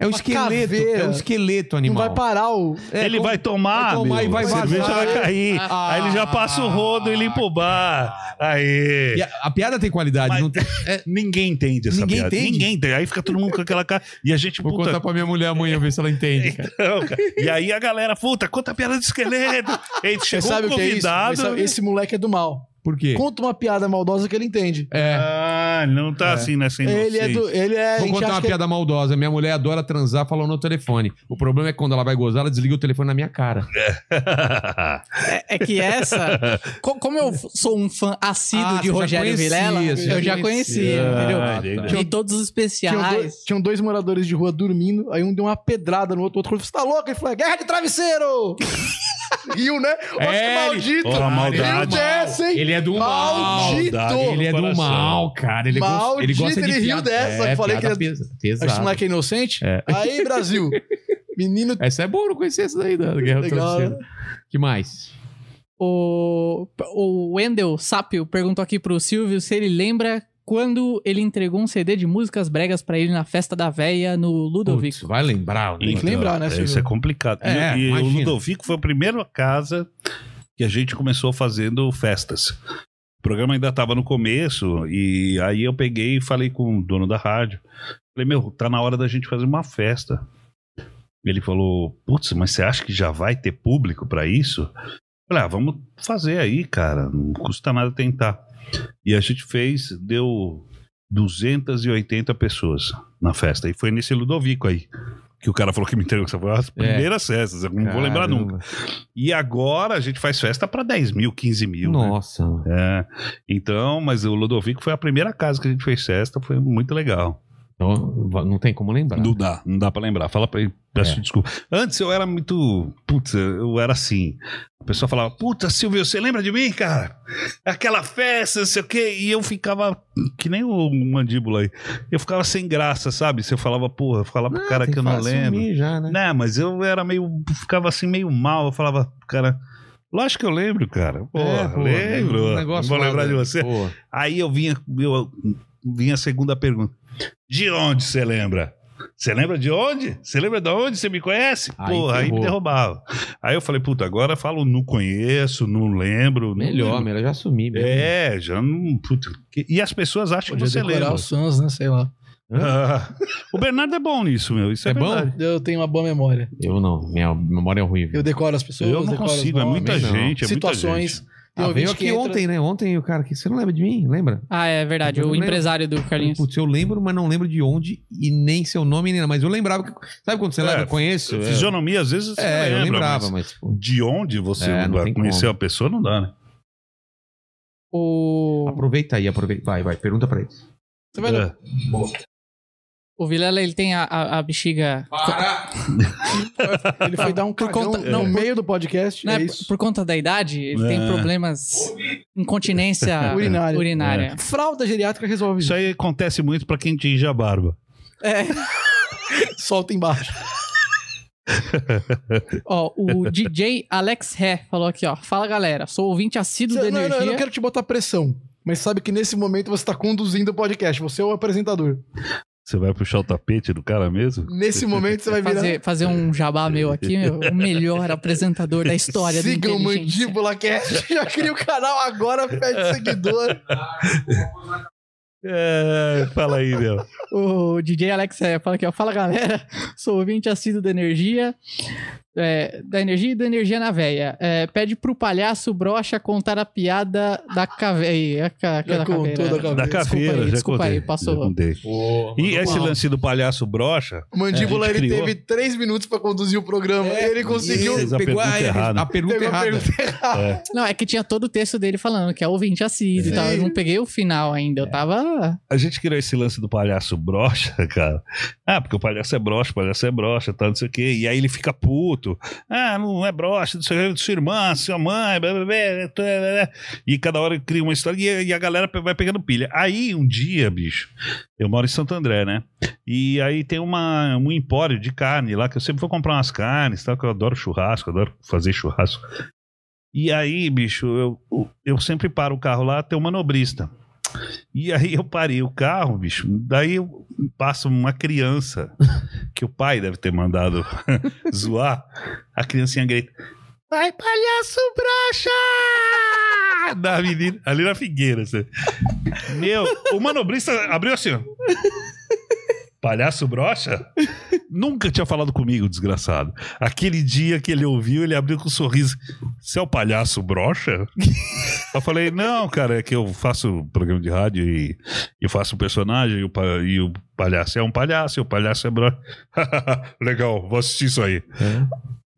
É um Uma esqueleto, caveira. é um esqueleto Não animal. vai parar o. É, ele como- vai tomar, vai tomar meu, e vai a cerveja vazar. vai cair. Ah, aí ele já passa o rodo e limpa o bar. Aí. E a, a piada tem qualidade, Mas- (laughs) não tem. Ninguém entende essa Ninguém piada. entende? Ninguém entende. Aí fica todo mundo com aquela cara. E a gente, Vou puta. contar pra minha mulher amanhã, ver se ela entende, cara. (laughs) não, cara. E aí a galera, puta, conta a piada do (laughs) esqueleto. Ele Você chegou sabe um o que é isso? convidado. Mas sabe- Esse moleque é do mal. Por quê? Conta uma piada maldosa que ele entende. É. Ah, não tá assim, né? Sem Ele é (laughs) do. Ele é. a Vou gente contar acha uma que é- piada maldosa. Minha mulher adora transar falando no telefone. O problema é que quando ela vai gozar, ela desliga o telefone na minha cara. É que essa. co- como eu sou um fã assíduo Ah, de você já Rogério conhecia, Vilela, você já eu já conhecia. conhecia, entendeu? Ah, entendi. Tinham todos os Tinham especiais. dois, tinham dois moradores de rua dormindo, aí um deu uma pedrada no outro, o outro falou: Você tá louco? Ele falou: "É Guerra de travesseiro! Rio, né? Olha É, que maldito. Porra, Rio maldade. dessa, hein? Ele é do Maldito. Ele é do Coração. mal, cara. Ele, gosta, ele Maldito, gosta de ele riu piada. dessa, É, que falei piada que pesa- Acho que o pesada. moleque é inocente? É. Aí, Brasil. Menino. Essa é boa, não conhecia essa daí da (laughs) Guerra do Legal, Travesseiro. que mais? O, o Wendel Sapio perguntou aqui pro Silvio se ele lembra quando ele entregou um CD de músicas bregas pra ele na festa da véia no Ludovic. Putz, vai lembrar. Então, Né? Tem que lembrar, né, Isso Silvio? é complicado. E- É, e o imagina. Ludovico foi a primeira casa que a gente começou fazendo festas. O programa ainda estava no começo, e aí eu peguei e falei com o dono da rádio. Falei, meu, tá na hora da gente fazer uma festa. Ele falou, putz, mas você acha que já vai ter público pra isso? Falei, ah, vamos fazer aí, cara. Não custa nada tentar. E a gente fez, deu 280 pessoas na festa. E foi nesse Ludovico aí. Que o cara falou que me entregou. Essa foi as primeiras festas. Eu não vou lembrar É. Caramba. nunca. E agora a gente faz festa pra 10 mil, 15 mil. né? Nossa. É. Então, mas o Ludovico foi a primeira casa que a gente fez festa, foi muito legal. Então, va- não tem como lembrar. Não dá, não dá pra lembrar. Fala pra ele, peço É. desculpa. Antes eu era muito. Putz, eu era assim. A pessoa falava, puta, Silvio, você lembra de mim, cara? Aquela festa, não sei o quê. E eu ficava, que nem o mandíbula aí. Eu ficava sem graça, sabe? Você falava, porra, falar Ah, pro cara que eu não lembro. Já, né? Né, mas eu era meio. ficava assim meio mal. Eu falava, cara. Lógico que eu lembro, cara. Porra, É, pô, lembro. um não negócio vou lá, lembrar de né? você. Pô. Aí eu vinha, eu vinha a segunda pergunta. De onde você lembra? Você lembra de onde? Você lembra de onde? Você me conhece? Aí Porra, aí me ferrou. derrubava. Aí eu falei, puta, agora eu falo não conheço, não lembro. não Melhor, né? lembro. melhor já assumi. mesmo. É, já não. Puta, que- e as pessoas acham que Podia você (laughs) decorar lembra. o Sans, né? Sei lá. Ah, o Bernardo é bom nisso, meu. Isso é, É bom? verdade. Eu tenho uma boa memória. Eu não, minha memória é horrível. Eu decoro as pessoas. Eu não decoro os consigo, é nomes, muita não. gente. É situações. Tem Ah, ouvinte veio aqui que entra- ontem, né? Ontem o cara que você não lembra de mim, lembra? Ah, é verdade. Eu O lembro. empresário do Carlinhos. Putz, eu lembro, mas não lembro de onde e nem seu nome, nem nada. Mas eu lembrava. que- Sabe quando você É, lembra? Eu conheço. Muita gente. é. Fisionomia, às vezes, você É, eu lembra, lembrava, mas mas. tipo, pô, De onde você É, não vai tem conhecer como. a pessoa, não dá, né? O, aproveita aí, aproveita. Vai, vai, pergunta pra ele. Você vai lá. É. o Vilela, ele tem a, a, a bexiga. Ah, Ele foi dar (laughs) um Por cagão conta- no não, por- meio do podcast. né, é por- isso. Por conta da idade, ele tem É. problemas. (laughs) Incontinência Urinária. urinária. Fralda geriátrica resolve Isso isso. aí acontece muito pra quem tinge a barba. Solta embaixo. Ó, o DJ Alex Ré falou aqui, ó. Fala galera, sou ouvinte assíduo da Cê- não, não, energia. eu não quero te botar pressão. Mas sabe que nesse momento você tá conduzindo o podcast. Você é o apresentador. Você vai puxar o tapete do cara mesmo? Nesse momento você (laughs) vai virar. fazer, fazer um jabá meu aqui, meu, o melhor apresentador da história Sigam do o Mandíbula Cast. (laughs) Já cria o canal agora, pede seguidor. É, fala aí, meu. O DJ Alex Ré fala aqui, ó. Fala galera, (laughs) sou ouvinte assíduo da energia. é, da energia e da energia na veia. É, pede pro palhaço brocha contar a piada da caveira. né? Já contou da Da cabeça. caveira, aí, já desculpa contei. aí, passou. já contei. E esse mal. lance do palhaço brocha, O Mandíbula, É, a gente ele criou. teve três minutos pra conduzir o programa. ele conseguiu. Fez a pergunta errada. A pergunta Pegou a errada. pergunta errada. Não, é que tinha todo o texto dele falando que é ouvinte assíduo e tal. Eu não peguei o final ainda. É. Eu tava. a gente criou esse lance do palhaço brocha, (laughs) cara. Ah, porque o palhaço é brocha, o palhaço é brocha, tá, não sei o quê. E aí ele fica puto. Ah, não é brocha, não sei o quê, sua irmã, sua mãe, blá, blá, blá, blá, blá, blá. E cada hora cria uma história e a- e a galera pe- vai pegando pilha. Aí um dia, bicho, eu moro em Santo André, né? E aí tem uma, um empório de carne lá, que eu sempre vou comprar umas carnes, tá? Que eu adoro churrasco, adoro fazer churrasco. E aí, bicho, eu, eu sempre paro o carro lá, tem um manobrista. E aí eu parei o carro, bicho. Daí eu passo uma criança que o pai deve ter mandado (laughs) zoar. A criancinha grita: Vai, palhaço broxa! Da menina, ali na Figueira. assim. Meu, o manobrista abriu assim: ó. Palhaço broxa? Nunca tinha falado comigo, desgraçado. Aquele dia que ele ouviu, ele abriu com um sorriso. Você é o palhaço broxa? Eu falei, não, cara, é que eu faço programa de rádio e eu faço um personagem e o, pa- e o palhaço é um palhaço, e o palhaço é broxa. (laughs) Legal, vou assistir isso aí. É.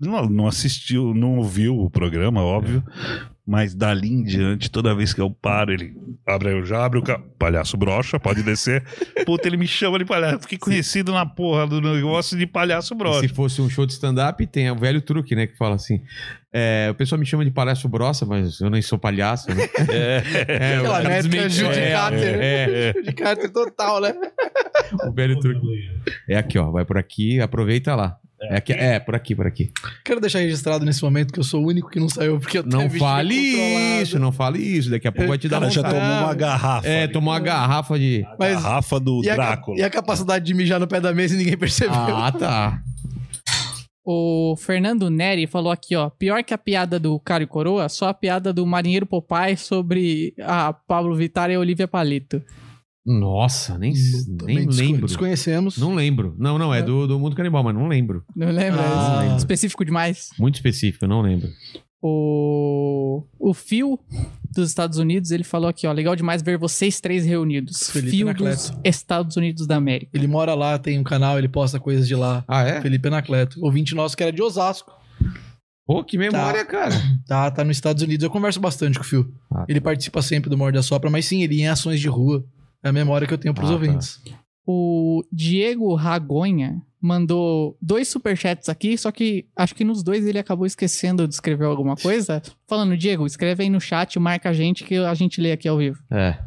Não, não assistiu, não ouviu o programa, óbvio. É. Mas dali em diante, toda vez que eu paro, ele abre, eu já abro o carro. Palhaço brocha, (laughs) pode descer. Puta, ele me chama de palhaço. Fiquei conhecido na porra do negócio de palhaço E brocha. Se fosse um show de stand-up, tem o velho truque, né? Que fala assim: é, o pessoal me chama de palhaço brossa, mas eu nem sou palhaço, né? É, (laughs) Aquela o cara métrica desmentiu. de né? É, Carter. é, De caráter total, né? (laughs) o velho truque. É aqui, ó. Vai por aqui, aproveita lá. É, aqui, é por aqui, por aqui. Quero deixar registrado nesse momento que eu sou o único que não saiu, porque eu tenho a Não bexiga fale controlada. isso, não fale isso. Daqui a pouco vai te dar Cara, já vontade. tomou Tá uma garrafa. É, ali. tomou uma garrafa de. Mas- Garrafa do E a, ca- Drácula. e a capacidade de mijar no pé da mesa e ninguém (laughs) percebeu. Ah, tá. O Fernando Neri falou aqui, ó. Pior que a piada do Cário Coroa, só a piada do marinheiro Popeye sobre a Pablo Vittar e a Olivia Palito. Nossa, nem, nem Também desco- lembro. Desconhecemos. Não lembro. Não, não, é do, do Mundo Canibal, mas não lembro. Não lembra? Ah. Isso é Específico demais. Muito específico, não lembro. O, o Phil dos Estados Unidos, ele falou aqui, ó. Legal demais ver vocês três reunidos. Felipe Phil Anacleto. dos Estados Unidos da América. Ele mora lá, tem um canal, ele posta coisas de lá. Ah, é? Felipe Anacleto. Ouvinte nosso que era de Osasco. Pô, que memória, cara. Tá, tá nos Estados Unidos. Eu converso bastante com o Phil. Ah, Ele participa sempre do Morde a Sopra, mas sim, ele ia em ações de rua. É a memória que eu tenho pros Ah, tá. ouvintes. O Diego Ragonha mandou dois superchats aqui, só que acho que nos dois ele acabou esquecendo de escrever alguma coisa. Falando, Diego, escreve aí no chat, marca a gente que a gente lê aqui ao vivo. É.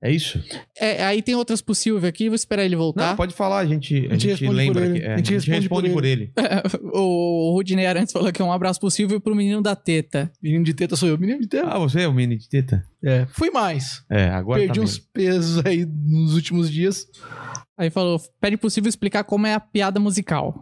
É isso? É, aí tem outras possíveis aqui, vou esperar ele Não, voltar. pode falar, a gente, a gente gente, responde lembra. por ele. que- é, a gente responde, por ele. (laughs) O Rudinei Arantes falou que é um abraço possível pro menino da teta. Menino de teta sou eu. Menino de teta? Ah, você é o mini de teta? É. Fui mais. É, agora Perdi tá uns uns... pesos aí nos últimos dias. Aí falou, pede possível explicar como é a piada musical.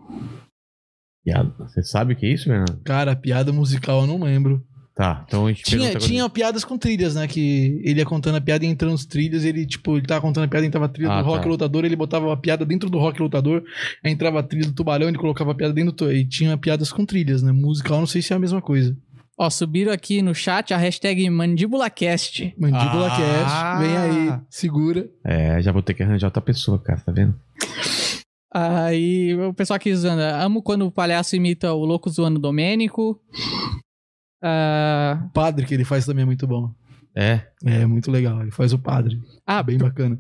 Você sabe o que é isso, Fernando? Cara, piada musical eu não lembro. Tá, então a gente Tinha, pergunta agora. tinha piadas com trilhas, né? Que ele ia contando a piada e entrando os trilhas, ele, tipo, ele tava contando a piada e entrava a trilha Ah, do rock tá. lutador, ele botava a piada dentro do rock lutador, aí entrava a trilha do tubarão, ele colocava a piada dentro do. tu- E tinha piadas com trilhas, né? Musical, não sei se é a mesma coisa. Ó, subiram aqui no chat a hashtag MandíbulaCast. Mandíbula Ah! Cast, vem aí, segura. É, já vou ter que arranjar outra pessoa, cara, tá vendo? Aí o pessoal aqui zoando. Amo quando o palhaço imita o louco zoando o Domênico. Ah, O padre que ele faz também é muito bom. É. É, muito legal. Ele faz o padre. ah, Bem bacana.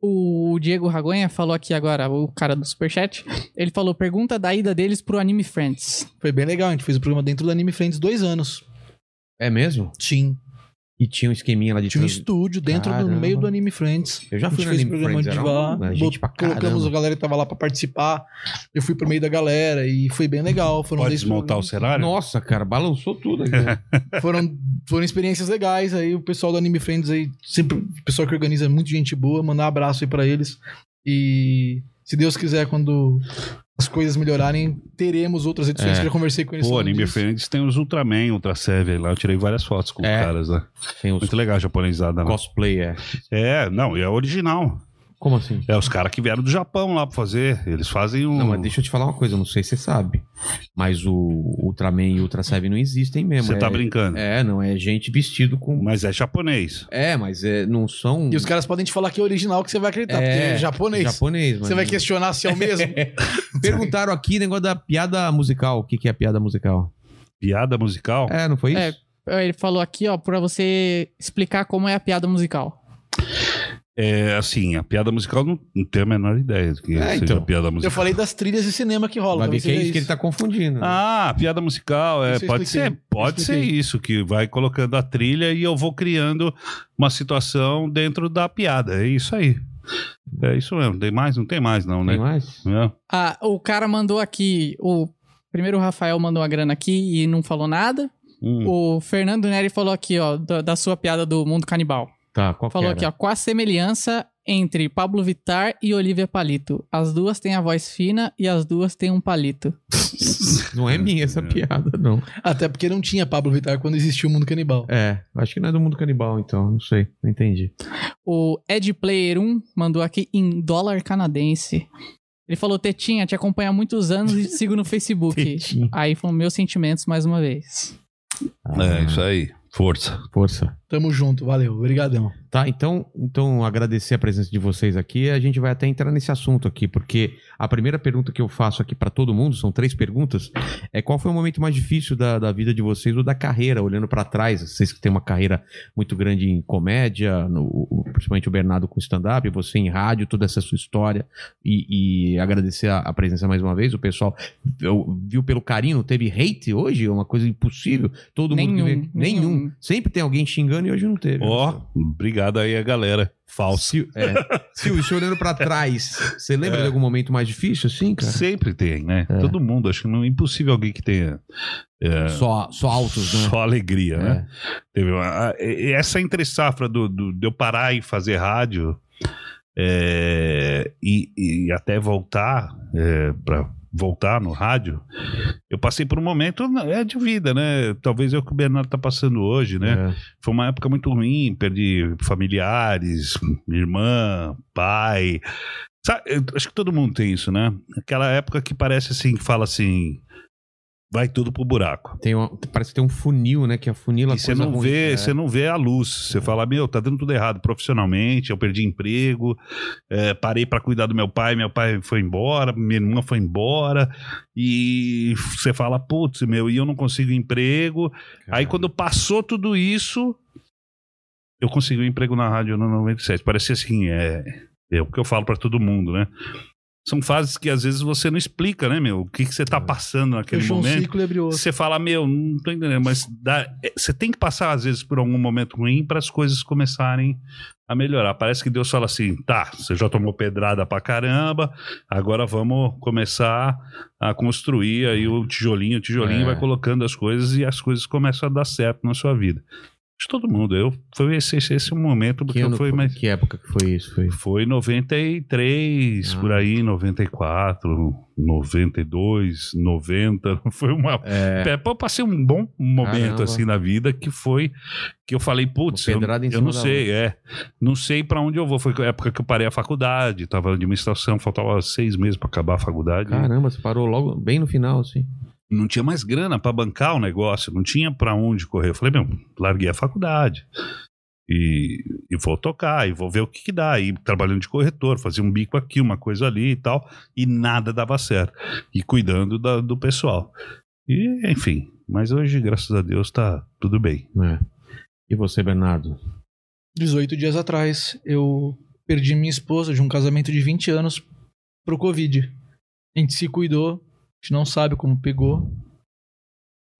o Diego Ragonha falou aqui agora, o cara do Superchat. Ele falou: pergunta da ida deles pro Anime Friends. Foi bem legal. A gente fez o programa dentro do Anime Friends dois anos. É mesmo? Sim. E tinha um esqueminha lá de Tinha um trans- estúdio dentro do Caramba. no meio do Anime Friends. Eu já A gente fui no fez Anime o programa Friends, de era lá, uma gente pra caramba. colocamos a galera que tava lá pra participar. Eu fui pro meio da galera e foi bem legal. Foram Pode dez desmontar o programas. cenário? Nossa, cara, balançou tudo aqui. (laughs) Foram, foram experiências legais. Aí o pessoal do Anime Friends aí, sempre o pessoal que organiza é muito gente boa, mandar um abraço aí pra eles. E se Deus quiser, quando as coisas melhorarem, teremos outras edições É. que eu já conversei com eles. Pô, falando Anime disso. Friends tem os Ultraman, Ultra Seven lá. Eu tirei várias fotos com É. os caras lá. Tem os Muito legal a japonesada lá. cosplayer. É, não, e é original. Como assim? É os caras que vieram do Japão lá pra fazer. Eles fazem um. Não, mas deixa eu te falar uma coisa, eu não sei se você sabe. Mas o Ultraman e o Ultra Seven não existem mesmo. Você é, tá brincando. É, não, é gente vestido com. Mas é japonês. É, mas é, não são. Hum. E os caras podem te falar que é original que você vai acreditar, porque é japonês. Japonês, mas. Você vai questionar se é o mesmo? Perguntaram aqui o negócio da piada musical. O que, que é piada musical? Piada musical? É, não foi isso? É. Ele falou aqui, ó, pra você explicar como é a piada musical. É assim, a piada musical não, não tenho a menor ideia do que É, seja então. a piada Eu musical. falei das trilhas de cinema que rola. Vai ver talvez que é seja isso que ele tá confundindo. né? Ah, piada musical, é, Isso eu pode expliquei, ser, pode eu ser expliquei. isso, que vai colocando a trilha e eu vou criando uma situação dentro da piada. É isso aí. É isso mesmo. Tem mais? Não tem mais, não, Tem né? mais? É. Ah, o cara mandou aqui. O primeiro o Rafael mandou uma grana aqui e não falou nada. Hum. O Fernando Neri falou aqui, ó, da, da sua piada do mundo canibal. Tá, qual Falou que aqui, era? ó, qual a semelhança entre Pablo Vittar e Olivia Palito? As duas têm a voz fina e as duas têm um palito. Não é minha essa piada, não. Até porque não tinha Pablo Vittar quando existia o mundo canibal. É, acho que não é do mundo canibal, então. Não sei, não entendi. O Ed Player 1 mandou aqui em dólar canadense. Ele falou, Tetinha, te acompanho há muitos anos e te sigo no Facebook. Tetinha. Aí foram meus sentimentos mais uma vez. É, isso aí. Força. Força. Tamo junto, valeu, obrigadão. Tá, então, então agradecer a presença de vocês aqui. A gente vai até entrar nesse assunto aqui, porque a primeira pergunta que eu faço aqui pra todo mundo, são três perguntas, é qual foi o momento mais difícil da, da vida de vocês ou da carreira, olhando pra trás? Vocês que têm uma carreira muito grande em comédia, no- principalmente o Bernardo com stand-up, você em rádio, toda essa sua história. E, e agradecer a, a presença mais uma vez. O pessoal eu- viu pelo carinho, não teve hate hoje, é uma coisa impossível. Todo mundo. que Nenhum, veio- nenhum. nenhum. Sempre tem alguém xingando e hoje não teve. né, Ó, obrigado aí a galera. Falso. Sil, é. Sil, e se olhando pra trás, você É. lembra de algum momento mais difícil assim, cara? Sempre tem, né? Todo mundo. Acho que não é impossível alguém que tenha É. Só, só altos, né? só alegria, né? É. Teve uma- a- e- essa entre safra do, do- de eu parar e fazer rádio é, e, e até voltar para voltar no rádio, eu passei por um momento é de vida, né? Talvez é o que o Bernardo tá passando hoje, é. né? Foi uma época muito ruim, perdi familiares, minha irmã, pai. Sabe, eu acho que todo mundo tem isso, né? Aquela época que parece assim, que fala assim, vai tudo pro buraco. Tem uma- parece que tem um funil, né? Que afunila E você coisa não ruim. vê, É. você não vê a luz. Você fala, meu, tá dando tudo errado profissionalmente, eu perdi emprego, eh, parei pra cuidar do meu pai, meu pai foi embora, minha irmã foi embora, e você fala, putz, meu, e eu não consigo emprego. Aí quando passou tudo isso, eu consegui um emprego na rádio no 97. Parecia assim, é, é o que eu falo pra todo mundo, né? São fases que às vezes você não explica, né, meu? O que, que você tá passando naquele Fechou um momento. ciclo e abriu outro. Você fala, meu, não tô entendendo, mas dá- é, você tem que passar, às vezes, por algum momento ruim para as coisas começarem a melhorar. Parece que Deus fala assim: tá, você já tomou pedrada pra caramba, agora vamos começar a construir aí o tijolinho, o tijolinho É. vai colocando as coisas e as coisas começam a dar certo na sua vida. de todo mundo. Eu foi esse, esse, esse é o momento do que, eu fui mais. que época que foi isso? Foi... Foi 93, Ah. por aí, 94, 92, 90. (laughs) Foi uma. É, É, Eu passei um bom momento Caramba. assim na vida que foi que eu falei, putz, Uma eu, pedrada em eu cima não da sei, é. Não sei pra onde eu vou. Foi a época que eu parei a faculdade, tava na administração, faltava seis meses pra acabar a faculdade. caramba, você parou logo bem no final, assim. Não tinha mais grana pra bancar o negócio, não tinha pra onde correr. Eu falei, meu, larguei a faculdade. E, e vou tocar, e vou ver o que, que dá. E trabalhando de corretor, fazia um bico aqui, uma coisa ali e tal, e nada dava certo. E cuidando da- do pessoal. E, enfim, mas hoje, graças a Deus, tá tudo bem. É. E você, Bernardo? 18 dias atrás, eu perdi minha esposa de um casamento de 20 anos pro Covid. A gente se cuidou, a gente não sabe como pegou.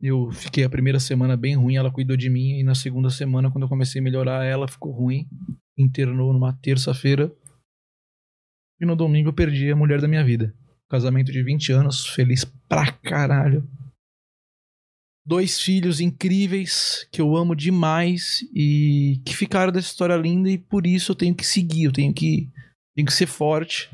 Eu fiquei a primeira semana bem ruim, ela cuidou de mim, e na segunda semana, quando eu comecei a melhorar, ela ficou ruim. Internou numa terça-feira. E no domingo eu perdi a mulher da minha vida. Casamento de 20 anos, feliz pra caralho dois filhos incríveis que eu amo demais e que ficaram dessa história linda e por isso eu tenho que seguir, eu tenho que, tenho que ser forte.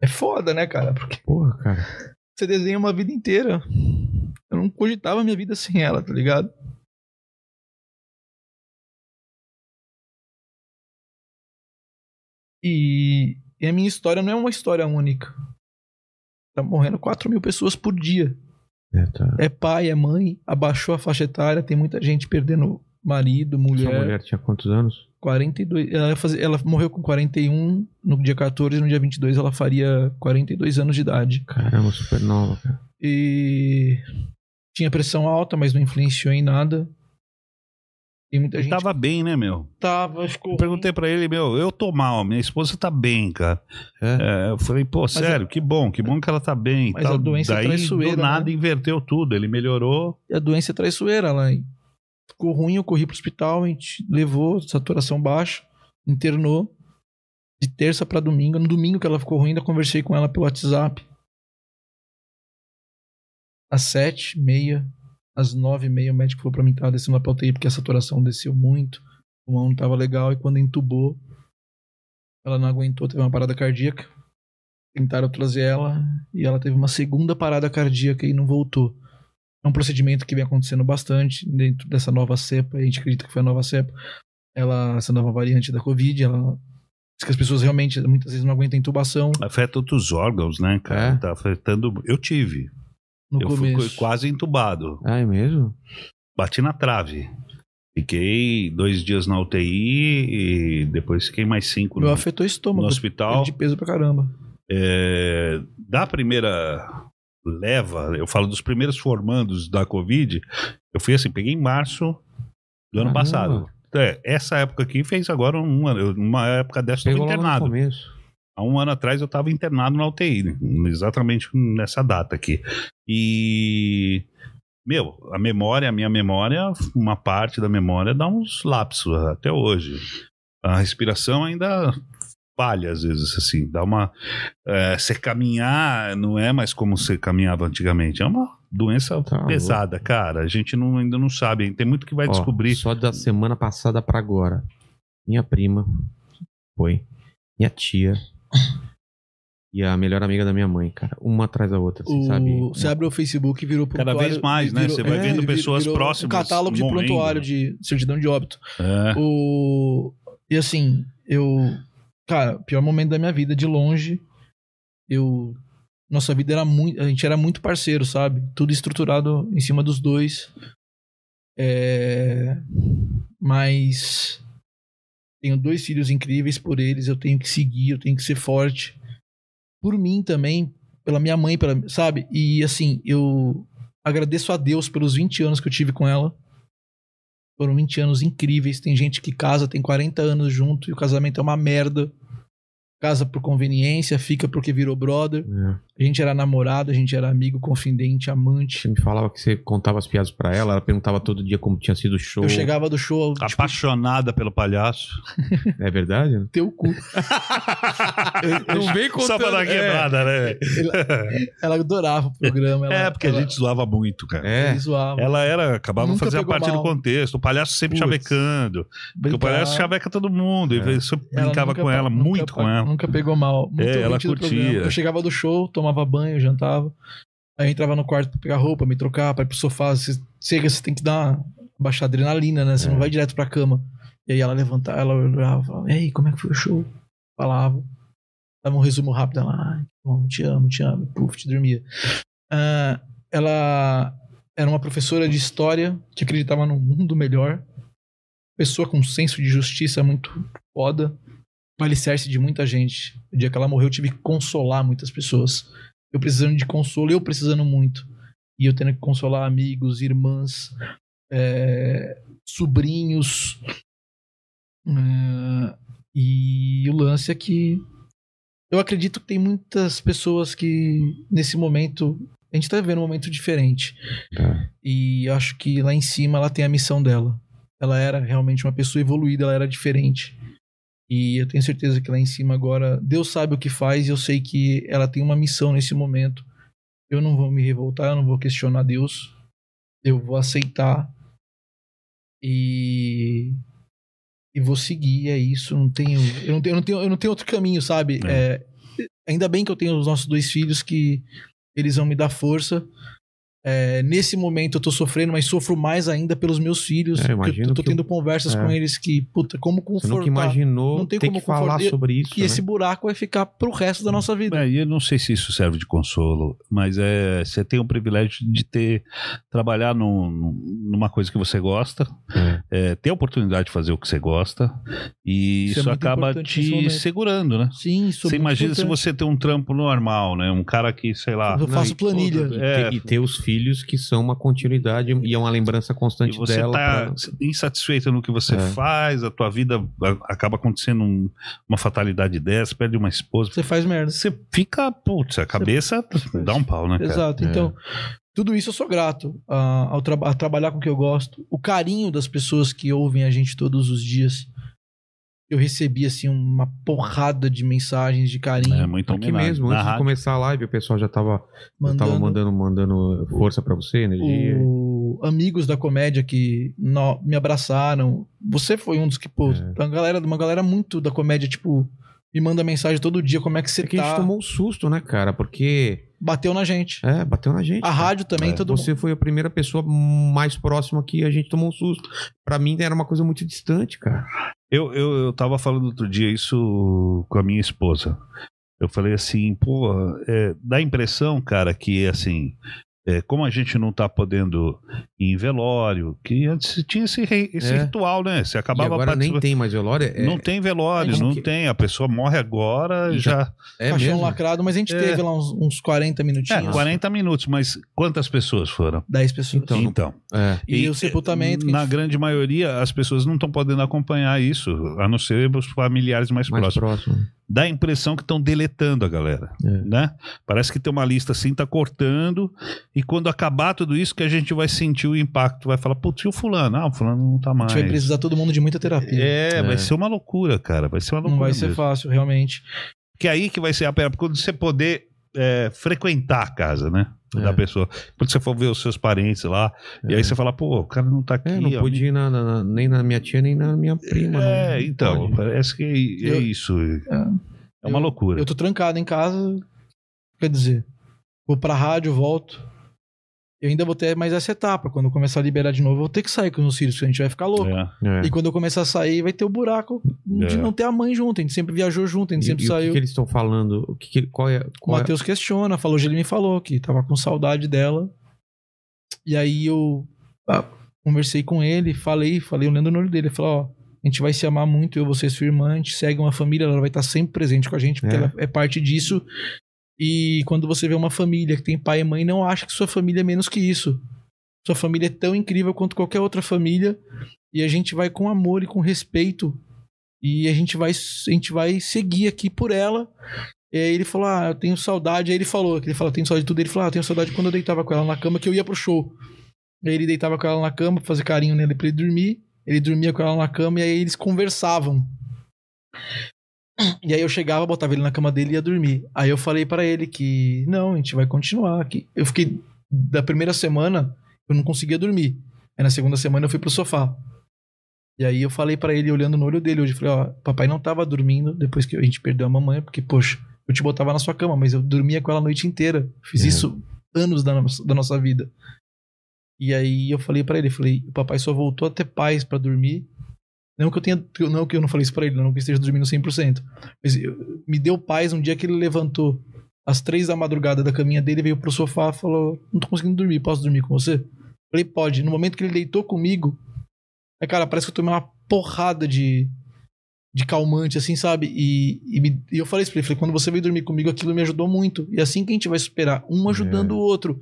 É foda, né, cara? Porque Porra, cara. você desenha uma vida inteira. Eu não cogitava minha vida sem ela, tá ligado? E, e a minha história não é uma história única. Tá morrendo 4 mil pessoas por dia. É, tá. É pai, é mãe, abaixou a faixa etária, tem muita gente perdendo marido, Sua mulher. mulher tinha quantos anos? 42. Ela, ia fazer- ela morreu com 41 no dia 14, no dia 22 ela faria 42 anos de idade. Caramba, super nova, cara. e tinha pressão alta, mas não influenciou em nada. E muita Ele gente tava bem, né, meu? tava, ficou. Eu perguntei pra ele, meu, eu tô mal, minha esposa tá bem, cara. É. É, eu falei, pô, sério, que bom, que bom que ela tá bem. e Mas a tal. doença é Daí, traiçoeira, do nada, né? inverteu tudo. Ele melhorou. E a doença é traiçoeira lá. E Ficou ruim, eu corri pro hospital, a gente levou, saturação baixa, internou. De terça pra domingo. No domingo que ela ficou ruim, ainda conversei com ela pelo WhatsApp. Às sete, meia, às nove e meia, o médico falou pra mim que tava descendo lá pra UTI porque a saturação desceu muito, o pulmão não tava legal, e quando entubou, ela não aguentou, teve uma parada cardíaca. Tentaram trazer ela e ela teve uma segunda parada cardíaca e não voltou. É um procedimento que vem acontecendo bastante dentro dessa nova cepa, a gente acredita que foi a nova cepa. Ela, essa nova variante da Covid, ela diz que as pessoas realmente muitas vezes não aguentam intubação Afeta outros órgãos, né, cara? É. Tá afetando. Eu tive. no eu fui co- começo. quase entubado. Ah, é mesmo? Bati na trave. Fiquei dois dias na UTI e depois fiquei mais cinco Meu no, afetou no o estômago, hospital. perdi peso pra caramba. É, da primeira leva, eu falo dos primeiros formandos da Covid, eu fui assim, peguei em março do Caramba. ano passado. É, essa época aqui fez agora um ano. Eu, Uma época dessa eu Pegou estava logo no internado. começo. Há um ano atrás eu estava internado na UTI, né? exatamente nessa data aqui. E. Meu, a memória, a minha memória, uma parte da memória dá uns lapsos até hoje. A respiração ainda falha às vezes, assim, dá uma. É, você caminhar não é mais como você caminhava antigamente, é uma doença Tá louco. pesada, cara. A gente não, ainda não sabe, tem muito que vai Ó, descobrir. Só da semana passada pra agora. Minha prima foi. Minha tia. E a melhor amiga da minha mãe, cara. Uma atrás da outra, assim, O- sabe? um Você abre o Facebook e virou é, Cada vez mais, né? Você vai vendo pessoas próximas Um catálogo de morrendo. né? prontuário de certidão de óbito. É. O... E assim, eu. Cara, pior momento da minha vida, de longe. Eu. Nossa vida era muito. A gente era muito parceiro, sabe? Tudo estruturado em cima dos dois. É. Mas. Tenho dois filhos incríveis por eles, eu tenho que seguir, eu tenho que ser forte. Por mim também, pela minha mãe, pela, sabe? E assim, eu agradeço a Deus pelos 20 anos que eu tive com ela. Foram 20 anos incríveis. Tem gente que casa, tem 40 anos junto e o casamento é uma merda. Casa por conveniência, fica porque virou brother. É. A gente era namorado, a gente era amigo, confidente, amante. Você me falava que você contava as piadas pra ela, ela perguntava todo dia como tinha sido o show. Eu chegava do show, Ah. tipo, Apaixonada pelo palhaço. É verdade? né? teu cu. (laughs) Não vem contando. Só pra dar quebrada, né? Ela adorava o programa. Ela, É, porque a ela- gente zoava muito, cara. É. me zoava. Ela era, acabava de Nunca fazer a pegou parte do mal. contexto. O palhaço sempre Putz. chavecando. Porque o é Brincava. palhaço chaveca todo mundo. É. E eu sempre Ela brincava nunca com pe- ela, nunca muito pe- com ela. Nunca pegou mal. Muito É, ela ouvinte do curtia. programa. Eu chegava do show, tomava banho, jantava. Aí eu entrava no quarto pra pegar roupa, me trocar, pra ir pro sofá. Você, chega, você tem que dar uma baixar a adrenalina, né? É. Você não vai direto pra cama. E aí ela levantava, ela olhava, falava, ei, como é que foi o show? Falava. Dava um resumo rápido, ela, ai, que bom, te amo, te amo, puf, te dormia. Ah, ela era uma professora de história que acreditava num mundo melhor. Pessoa com um senso de justiça muito foda um alicerce de muita gente. O dia que ela morreu, eu tive que consolar muitas pessoas. Eu precisando de consolo, eu precisando muito. E eu tendo que consolar amigos, irmãs, é, sobrinhos. É, e o lance é que eu acredito que tem muitas pessoas que, nesse momento, a gente tá vivendo um momento diferente. Tá. E eu acho que lá em cima ela tem a missão dela. Ela era realmente uma pessoa evoluída, ela era diferente. E eu tenho certeza que lá em cima agora Deus sabe o que faz e eu sei que ela tem uma missão nesse momento. Eu não vou me revoltar, eu não vou questionar Deus. Eu vou aceitar e e vou seguir, é isso, não tenho, eu não tenho, eu não tenho, eu não tenho outro caminho, sabe? É, ainda bem que eu tenho os nossos dois filhos que eles vão me dar força. É, nesse momento eu tô sofrendo, mas sofro mais ainda pelos meus filhos. É, porque imagino eu tô que o- tendo conversas é. com eles que, puta, como Você nunca confortar imaginou Não tem ter como que falar confortar- sobre isso. né? que esse buraco vai ficar pro resto da nossa vida. É, e eu não sei se isso serve de consolo, mas é você tem o privilégio de ter trabalhar num- num- numa coisa que você gosta, né? é, ter a oportunidade de fazer o que você gosta, e Isso é isso, muito acaba importante nesse te momento. segurando, né? Sim, isso é Você muito imagina se importante. você tem um trampo normal, né? Um cara que, sei lá, (laughs) Eu faço É. e- planilha. E, É. ter, e ter os filhos que são uma continuidade e é uma lembrança e constante você dela. tá pra- insatisfeito no que você É. faz, a tua vida a- acaba acontecendo um- uma fatalidade dessa, perde uma esposa, Você faz merda. você fica, putz, a cabeça dá um pau, né, cara? Exato. É. Então, tudo isso eu sou grato a, ao traba- a trabalhar com o que eu gosto. O carinho das pessoas que ouvem a gente todos os dias. Eu recebi, assim, uma porrada de mensagens de carinho. É muito Aqui homenagem. mesmo, Na antes de rádio. começar a live, o pessoal já tava mandando, tava mandando, mandando força pra você, energia. o amigos da comédia que no- me abraçaram. Você foi um dos que, pô, É. uma galera, uma galera muito da comédia, tipo, me manda mensagem todo dia, como é que você É que a tá? gente tomou um susto, né, cara? Porque Bateu na gente. é, bateu na gente. A cara. rádio também, É. todo mundo. Você foi a primeira pessoa mais próxima que a gente tomou um susto. Pra mim era uma coisa muito distante, cara. Eu, eu, eu tava falando outro dia isso com a minha esposa. Eu falei assim, pô, é, dá a impressão, cara, que assim, é, como a gente não tá podendo ir em velório, que antes tinha esse, re- esse É. ritual, né? E Você acabava agora nem participando- tem mais velório. É, Não tem velório, É, não que- tem. A pessoa morre agora E já. é caixão mesmo? tá lacrado, mas a gente É. teve lá uns, uns 40 É, minutinhos. 40 minutos, mas quantas pessoas foram? 10 pessoas. Então, não- então. É. e, o sepultamento. que a Na gente- grande maioria, as pessoas não estão podendo acompanhar isso, a não ser os familiares mais, Mais próximos. próximo. Dá a impressão que estão deletando a galera, É. né? Parece que tem uma lista assim, tá cortando, e quando acabar tudo isso que a gente vai sentir o impacto, vai falar, putz, e o fulano? Ah, o fulano não tá a mais. gente vai precisar todo mundo de muita terapia. É, É. vai ser uma loucura, cara, vai ser uma não loucura vai ser mesmo. fácil, realmente. Porque é aí que vai ser a pena, quando você poder é, frequentar a casa, né? É. Da pessoa. Quando você for ver os seus parentes lá, e aí você fala, pô, o cara não tá aqui. É, não ó, pude ir na- na- na- nem na minha tia, nem na minha prima. É, não- então, Olha. parece que é, é Eu- isso. É uma loucura. Eu tô trancado em casa. Quer dizer, vou pra rádio, volto. Eu ainda vou ter mais essa etapa. Quando eu começar a liberar de novo, eu vou ter que sair com os meus filhos, porque a gente vai ficar louco. É. É. E quando eu começar a sair, vai ter o buraco de É. não ter a mãe junto. A gente sempre viajou junto, a gente E- sempre e O que saiu. que, eles estão falando? O que, que- qual é, O qual é- Matheus questiona, falou, hoje ele me falou que tava com saudade dela. E aí eu ah, conversei com ele, falei, falei olhando no olho dele, falou, ó, a gente vai se amar muito, eu, você, sua irmã, a gente segue uma família, ela vai estar sempre presente com a gente, porque É. ela é parte disso. E quando você vê uma família que tem pai e mãe, não acha que sua família é menos que isso. Sua família é tão incrível quanto qualquer outra família, e a gente vai com amor e com respeito, e a gente vai, a gente vai seguir aqui por ela, E aí ele falou, ah, eu tenho saudade. Aí ele falou, que ele falou, tenho saudade de tudo. Ele falou, ah, eu tenho saudade quando eu deitava com ela na cama, que eu ia pro show. Aí ele deitava com ela na cama, pra fazer carinho nele pra ele dormir. Ele dormia com ela na cama e aí eles conversavam. E aí eu chegava, botava ele na cama dele e ia dormir. Aí eu falei pra ele que, não, a gente vai continuar aqui. Eu fiquei, da primeira semana, eu não conseguia dormir. Aí na segunda semana eu fui pro sofá. E aí eu falei pra ele, olhando no olho dele hoje, eu falei, ó, papai não tava dormindo depois que a gente perdeu a mamãe, porque, poxa, eu te botava na sua cama, mas eu dormia com ela a noite inteira. Fiz É. isso anos da, nossa- da nossa vida. E aí eu falei pra ele, falei, o papai só voltou a ter paz pra dormir. Não que eu tenha, que eu- não que eu não falei isso pra ele, não que eu esteja dormindo 100%. Mas eu- me deu paz um dia que ele levantou às três da madrugada da caminha dele, veio pro sofá e falou: Não tô conseguindo dormir, posso dormir com você? Falei, pode. No momento que ele deitou comigo, aí, cara, parece que eu tomei uma porrada de, de calmante, assim, sabe? E, e, me- e eu falei isso pra ele, falei, quando você veio dormir comigo, aquilo me ajudou muito. E é assim que a gente vai superar, um ajudando o outro.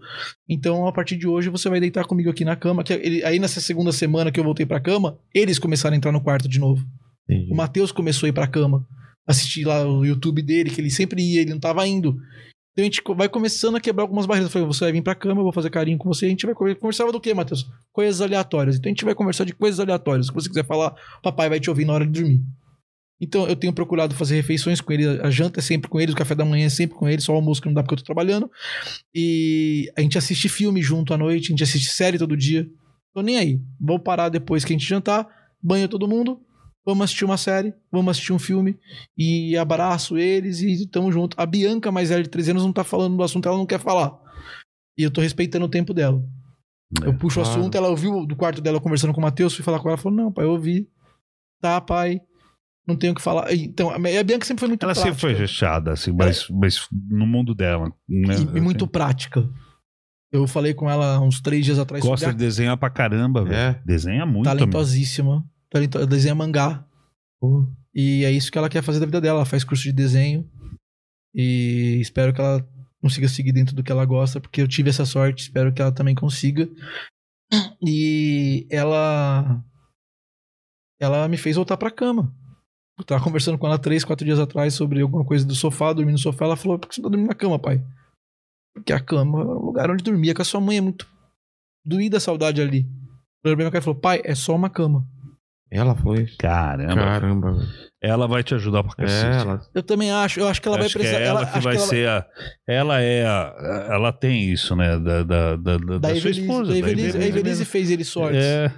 Então, a partir de hoje, você vai deitar comigo aqui na cama. Que ele- aí, nessa segunda semana que eu voltei pra cama, eles começaram a entrar no quarto de novo. Entendi. O Matheus começou a ir pra cama, assistir lá o YouTube dele, que ele sempre ia, ele não tava indo. Então a gente co- vai começando a quebrar algumas barreiras. Eu falei, você vai vir pra cama, eu vou fazer carinho com você, a gente vai conver- conversava do quê, Matheus? Coisas aleatórias. Então a gente vai conversar de coisas aleatórias. Se você quiser falar, papai vai te ouvir na hora de dormir. Então eu tenho procurado fazer refeições com ele, a janta é sempre com ele, o café da manhã é sempre com ele, só o almoço que não dá porque eu tô trabalhando. E a gente assiste filme junto à noite, a gente assiste série todo dia. Tô nem aí. Vou parar depois que a gente jantar, banho todo mundo, vamos assistir uma série, vamos assistir um filme e abraço eles e tamo junto. A Bianca, mais velha de 3 anos, não tá falando do assunto, ela não quer falar. E eu tô respeitando o tempo dela. É, eu puxo claro. o assunto, ela ouviu do quarto dela conversando com o Matheus, fui falar com ela, falou: Não, pai, eu ouvi. Tá, pai, não tenho o que falar. Então, a a Bianca sempre foi muito Ela sempre foi fechada, assim, mas, mas no mundo dela. Né? e, e muito prática. Eu falei com ela uns três dias atrás. Gosta de sobre desenhar pra caramba, velho. É. Desenha a- muito. amigo. talentosíssima. Talento, ela desenha mangá. E é isso que ela quer fazer da vida dela. Ela faz curso de desenho. E espero que ela consiga seguir dentro do que ela gosta, porque eu tive essa sorte. Espero que ela também consiga. E ela. Ela me fez voltar pra cama. Eu tava conversando com ela três, quatro dias atrás sobre alguma coisa do sofá, dormir no sofá. Ela falou: por que você não tá dormindo na cama, pai? Porque a cama era o lugar onde dormia, que a sua mãe é muito doída a saudade ali. O problema é que ela falou: pai, é só uma cama. Ela foi. Caramba. Caramba. velho. Ela vai te ajudar pra cacete. É, ela. Eu também acho, eu acho que ela vai acho que precisar. é ela que acho vai que ela- ser a. Ela é a. Ela tem isso, né? Da, da, da, da, Da da sua Evelise, esposa. da Evelise, a Evelise. Evelise fez ele sorte. É,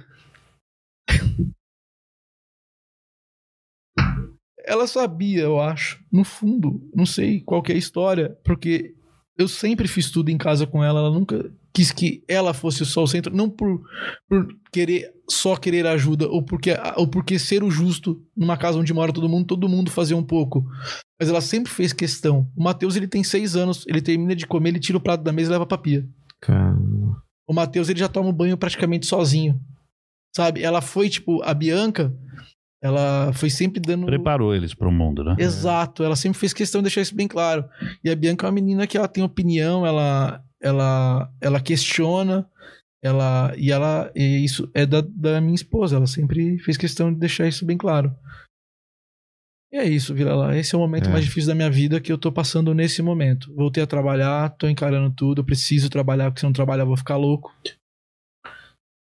Ela sabia, eu acho, no fundo, não sei qual que é a história, porque eu sempre fiz tudo em casa com ela, ela nunca quis que ela fosse só o centro, não por, por querer só querer ajuda ou porque ou porque ser o justo numa casa onde mora todo mundo, todo mundo fazer um pouco. Mas ela sempre fez questão. O Matheus, ele tem seis anos, ele termina de comer, ele tira o prato da mesa e leva pra pia. Caramba. O Matheus ele já toma um banho praticamente sozinho. Sabe? Ela foi, tipo, a Bianca, ela foi sempre dando. preparou eles pro mundo, né? Exato, ela sempre fez questão de deixar isso bem claro. E a Bianca é uma menina que ela tem opinião, ela ela ela questiona, ela e ela e isso é da, da minha esposa, ela sempre fez questão de deixar isso bem claro. E é isso, Vila lá. Esse é o momento É. mais difícil da minha vida que eu tô passando nesse momento. Voltei a trabalhar, tô encarando tudo, eu preciso trabalhar, porque se eu não trabalhar eu vou ficar louco.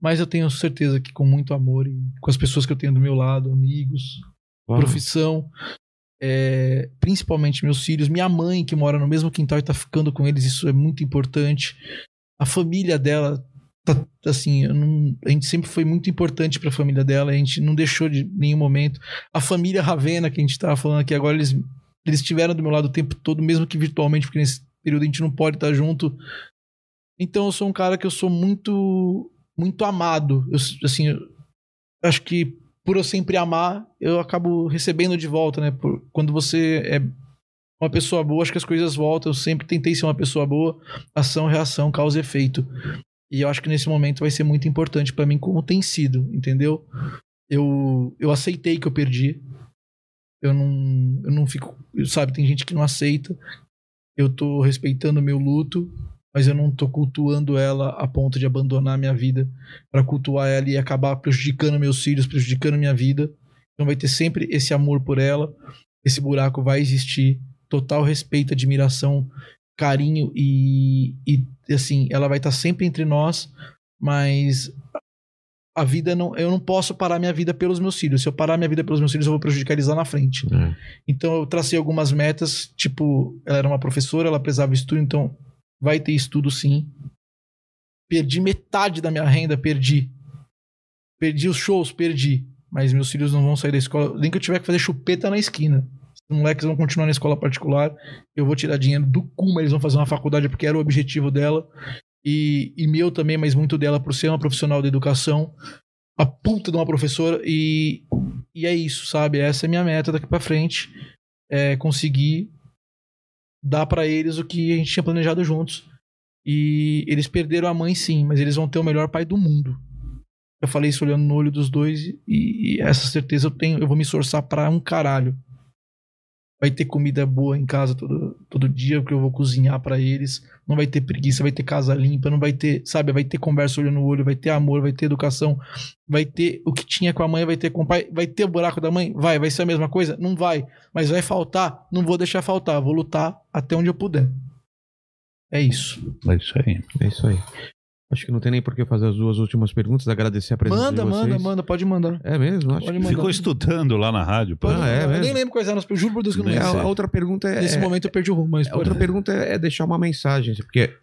Mas eu tenho certeza que com muito amor e com as pessoas que eu tenho do meu lado, amigos, profissão, é, principalmente meus filhos, minha mãe que mora no mesmo quintal e tá ficando com eles, isso é muito importante. A família dela tá assim, eu não- a gente sempre foi muito importante pra família dela, a gente não deixou de nenhum momento. A família Ravena que a gente tava falando aqui agora, eles eles estiveram do meu lado o tempo todo, mesmo que virtualmente, porque nesse período a gente não pode estar junto. Então eu sou um cara que eu sou muito muito amado. Eu, assim, eu acho que por eu sempre amar, eu acabo recebendo de volta, né? Por- quando você é uma pessoa boa, acho que as coisas voltam. Eu sempre tentei ser uma pessoa boa, ação, reação, causa e efeito. E eu acho que nesse momento vai ser muito importante pra mim, como tem sido, entendeu? Eu, eu aceitei que eu perdi. Eu não, eu não fico. Sabe, tem gente que não aceita. Eu tô respeitando o meu luto, mas eu não tô cultuando ela a ponto de abandonar a minha vida para cultuar ela e acabar prejudicando meus filhos, prejudicando minha vida. Então vai ter sempre esse amor por ela, esse buraco vai existir. total respeito, admiração, carinho e, e, assim, ela vai estar sempre entre nós, mas a vida não. Eu não posso parar minha vida pelos meus filhos. Se eu parar minha vida pelos meus filhos, eu vou prejudicar eles lá na frente. É. Então eu tracei algumas metas, tipo, ela era uma professora, ela precisava estudo, então vai ter estudo sim. Perdi metade da minha renda, perdi. Perdi os shows, perdi. Mas meus filhos não vão sair da escola, nem que eu tiver que fazer chupeta na esquina. Os moleques vão continuar na escola particular, eu vou tirar dinheiro do cu, mas eles vão fazer uma faculdade porque era o objetivo dela. E, e meu também, mas muito dela, por ser uma profissional da educação, a puta de uma professora. E, e é isso, sabe? Essa é a minha meta daqui pra frente. É conseguir dar pra eles o que a gente tinha planejado juntos. E eles perderam a mãe, sim, mas eles vão ter o melhor pai do mundo. Eu falei isso olhando no olho dos dois e, e essa certeza eu tenho, eu vou me esforçar pra um caralho. Vai ter comida boa em casa todo, todo dia, porque eu vou cozinhar pra eles. Não vai ter preguiça, vai ter casa limpa, não vai ter, sabe, vai ter conversa olho no olho, vai ter amor, vai ter educação, vai ter o que tinha com a mãe, vai ter com o pai, vai ter o buraco da mãe, vai, vai ser a mesma coisa? Não vai, mas vai faltar, não vou deixar faltar, vou lutar até onde eu puder. É isso. É isso aí. É isso aí. Acho que não tem nem por que fazer as duas últimas perguntas, agradecer a presença Manda, de vocês. manda, manda, pode mandar. É mesmo? Acho Pode que... mandar. Ficou estudando lá na rádio. pô. Ah, é eu nem mesmo? lembro quais eram as juro por Deus que eu não Nem lembro. É, sei. a outra pergunta é... Nesse momento né? eu perdi o rumo, mas A outra pode- pergunta é é deixar uma mensagem, porque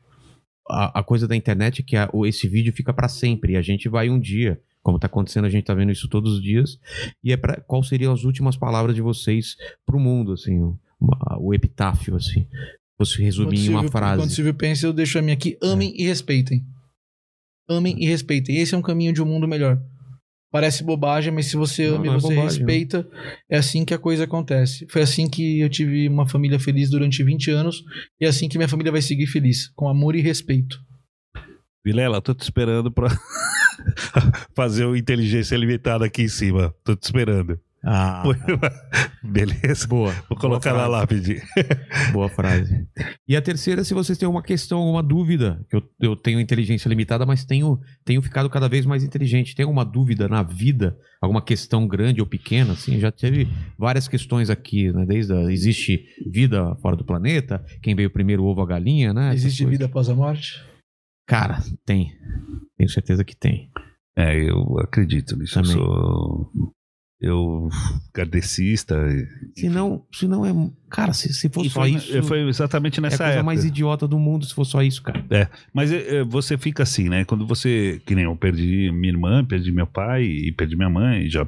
a, a coisa da internet é que a- o- esse vídeo fica pra sempre e a gente vai um dia, como tá acontecendo, a gente tá vendo isso todos os dias, e é para qual seriam as últimas palavras de vocês pro mundo, assim, o- uma- o epitáfio, assim, você Enquanto resumir em uma Silvio- Enquanto frase. É. Silvio pensa, eu deixo a minha aqui. Amem e respeitem. Amem e respeitem. Esse é um caminho de um mundo melhor. Parece bobagem, mas se você Não, ama não é e você bobagem, respeita, é assim que a coisa acontece. Foi assim que eu tive uma família feliz durante 20 anos e é assim que minha família vai seguir feliz, com amor e respeito. Vilela, tô te esperando pra (laughs) fazer o Inteligência Limitada aqui em cima. Tô te esperando. Ah, (laughs) Beleza. boa. Vou colocar na Boa lápide. Boa frase. E a terceira, se vocês têm uma questão, alguma dúvida, que eu, eu tenho inteligência limitada, mas tenho, tenho ficado cada vez mais inteligente. Tem alguma dúvida na vida, alguma questão grande ou pequena, assim? Já teve várias questões aqui, né? Desde a, existe vida fora do planeta, quem veio primeiro, o ovo, a galinha, né? Essas Existe coisas. vida após a morte? Cara, tem. Tenho certeza que tem. É, eu acredito nisso. Também. Eu sou. Eu. Kardecista. Se não, se não é. Cara, se, se for E só foi, isso. foi é exatamente a nessa coisa época. mais idiota do mundo se for só isso, cara. Mas eh, eh, você fica assim, né? Quando você. Que nem eu perdi minha irmã, perdi meu pai e perdi minha mãe, já.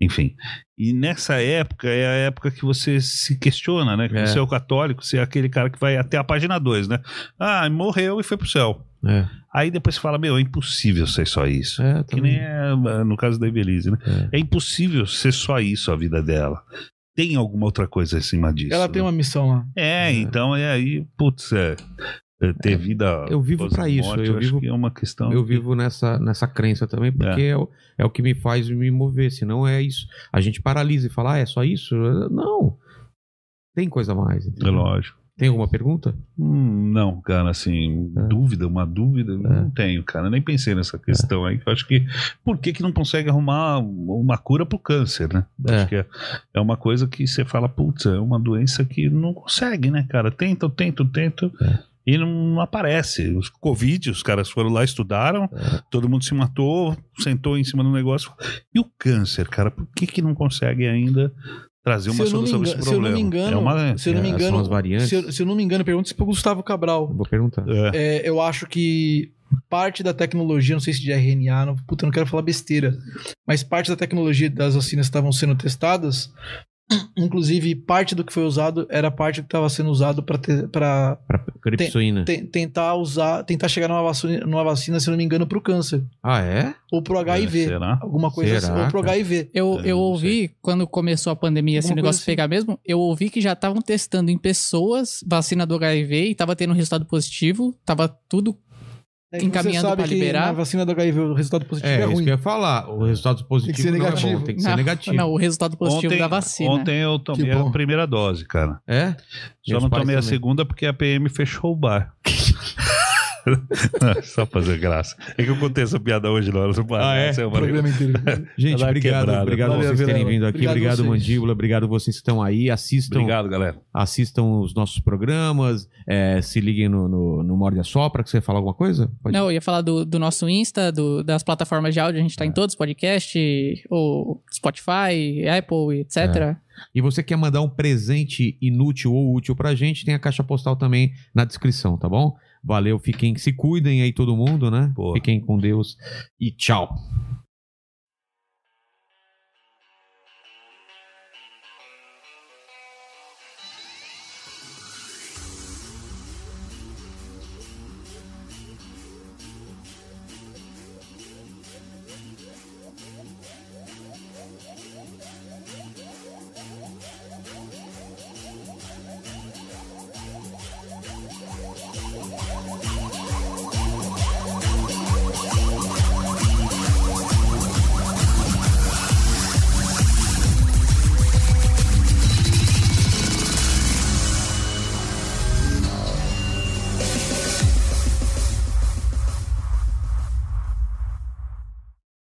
Enfim. E nessa época é a época que você se questiona, né? É. Você é o católico, você é aquele cara que vai até a página 2, né? Ah, morreu e foi pro céu. É. Aí depois você fala, meu, é impossível ser só isso. É, Que nem é, no caso da Evelise, né? É. impossível ser só isso a vida dela. Tem alguma outra coisa acima disso. Ela tem né? uma missão lá. É, É. então é aí, putz, é, é ter vida. eu vivo após a pra isso, morte, eu acho vivo- que é uma questão. Eu vivo nessa, nessa crença também, porque é. o, é o que me faz me mover. Senão é isso. A gente paralisa e fala, ah, é só isso? Não. Tem coisa a mais. É entendeu? lógico. Tem alguma pergunta? Hum, não, cara, assim, É. dúvida, uma dúvida, É. eu não tenho, cara. Nem pensei nessa questão aí. Eu acho que. Por que, que não consegue arrumar uma cura pro câncer, né? Acho que é, é uma coisa que você fala, putz, é uma doença que não consegue, né, cara? Tenta, tenta, tenta. É. E não aparece. Os Covid, os caras foram lá, estudaram, É. todo mundo se matou, sentou em cima do negócio. E o câncer, cara, por que, que não consegue ainda trazer uma Se eu não me solução para engano- esse se eu não problema? me engano, é uma. se eu não me É, São as engano, variantes. se eu, se eu não me engano, pergunta isso pro Gustavo Cabral. Vou perguntar. É, É, eu acho que parte da tecnologia, não sei se de RNA, não, puta, eu não quero falar besteira, mas parte da tecnologia das vacinas que estavam sendo testadas, inclusive parte do que foi usado era a parte que estava sendo usado para Pra criptoína. tentar usar, tentar chegar numa vacina, numa vacina, se eu não me engano, para o câncer Ah, é? ou para o HIV, Será? alguma coisa Será, assim, ou para o cara? HIV. É, Eu, não eu ouvi, quando começou a pandemia, esse Alguma negócio coisa assim. pegar mesmo, eu ouvi que já estavam testando em pessoas vacina do HIV e tava tendo um resultado positivo, tava tudo. É que Encaminhando você sabe pra que liberar. na vacina do HIV o resultado positivo é, É, isso ruim. que eu ia falar. O resultado positivo ser não é bom, negativo. tem que ser Não, negativo. Não, o resultado positivo ontem, da vacina. ontem eu tomei Que a bom. primeira dose, cara. É? Só Meus não pais tomei a também. segunda porque a PM fechou o bar. Só fazer graça. É que eu contei essa piada hoje na hora do né? Ah, é? Seu O programa inteiro. (laughs) Gente, Ela é obrigado. quebrada. Obrigado a Valeu, vocês terem Vilela. vindo aqui. Obrigado Obrigado, vocês. Mandíbula. Obrigado vocês que estão aí. Assistam, Obrigado, galera. assistam os nossos programas. é, se liguem no, no, no Morde a Sopra, que você fala alguma coisa? Pode- Não, eu ia falar do, do nosso Insta, do- das plataformas de áudio, a gente tá em todos, podcast, ou Spotify, Apple, etc. E você quer mandar um presente inútil ou útil pra gente, tem a caixa postal também na descrição, tá bom? Valeu, fiquem, se cuidem aí todo mundo, né? Boa. Fiquem com Deus e tchau.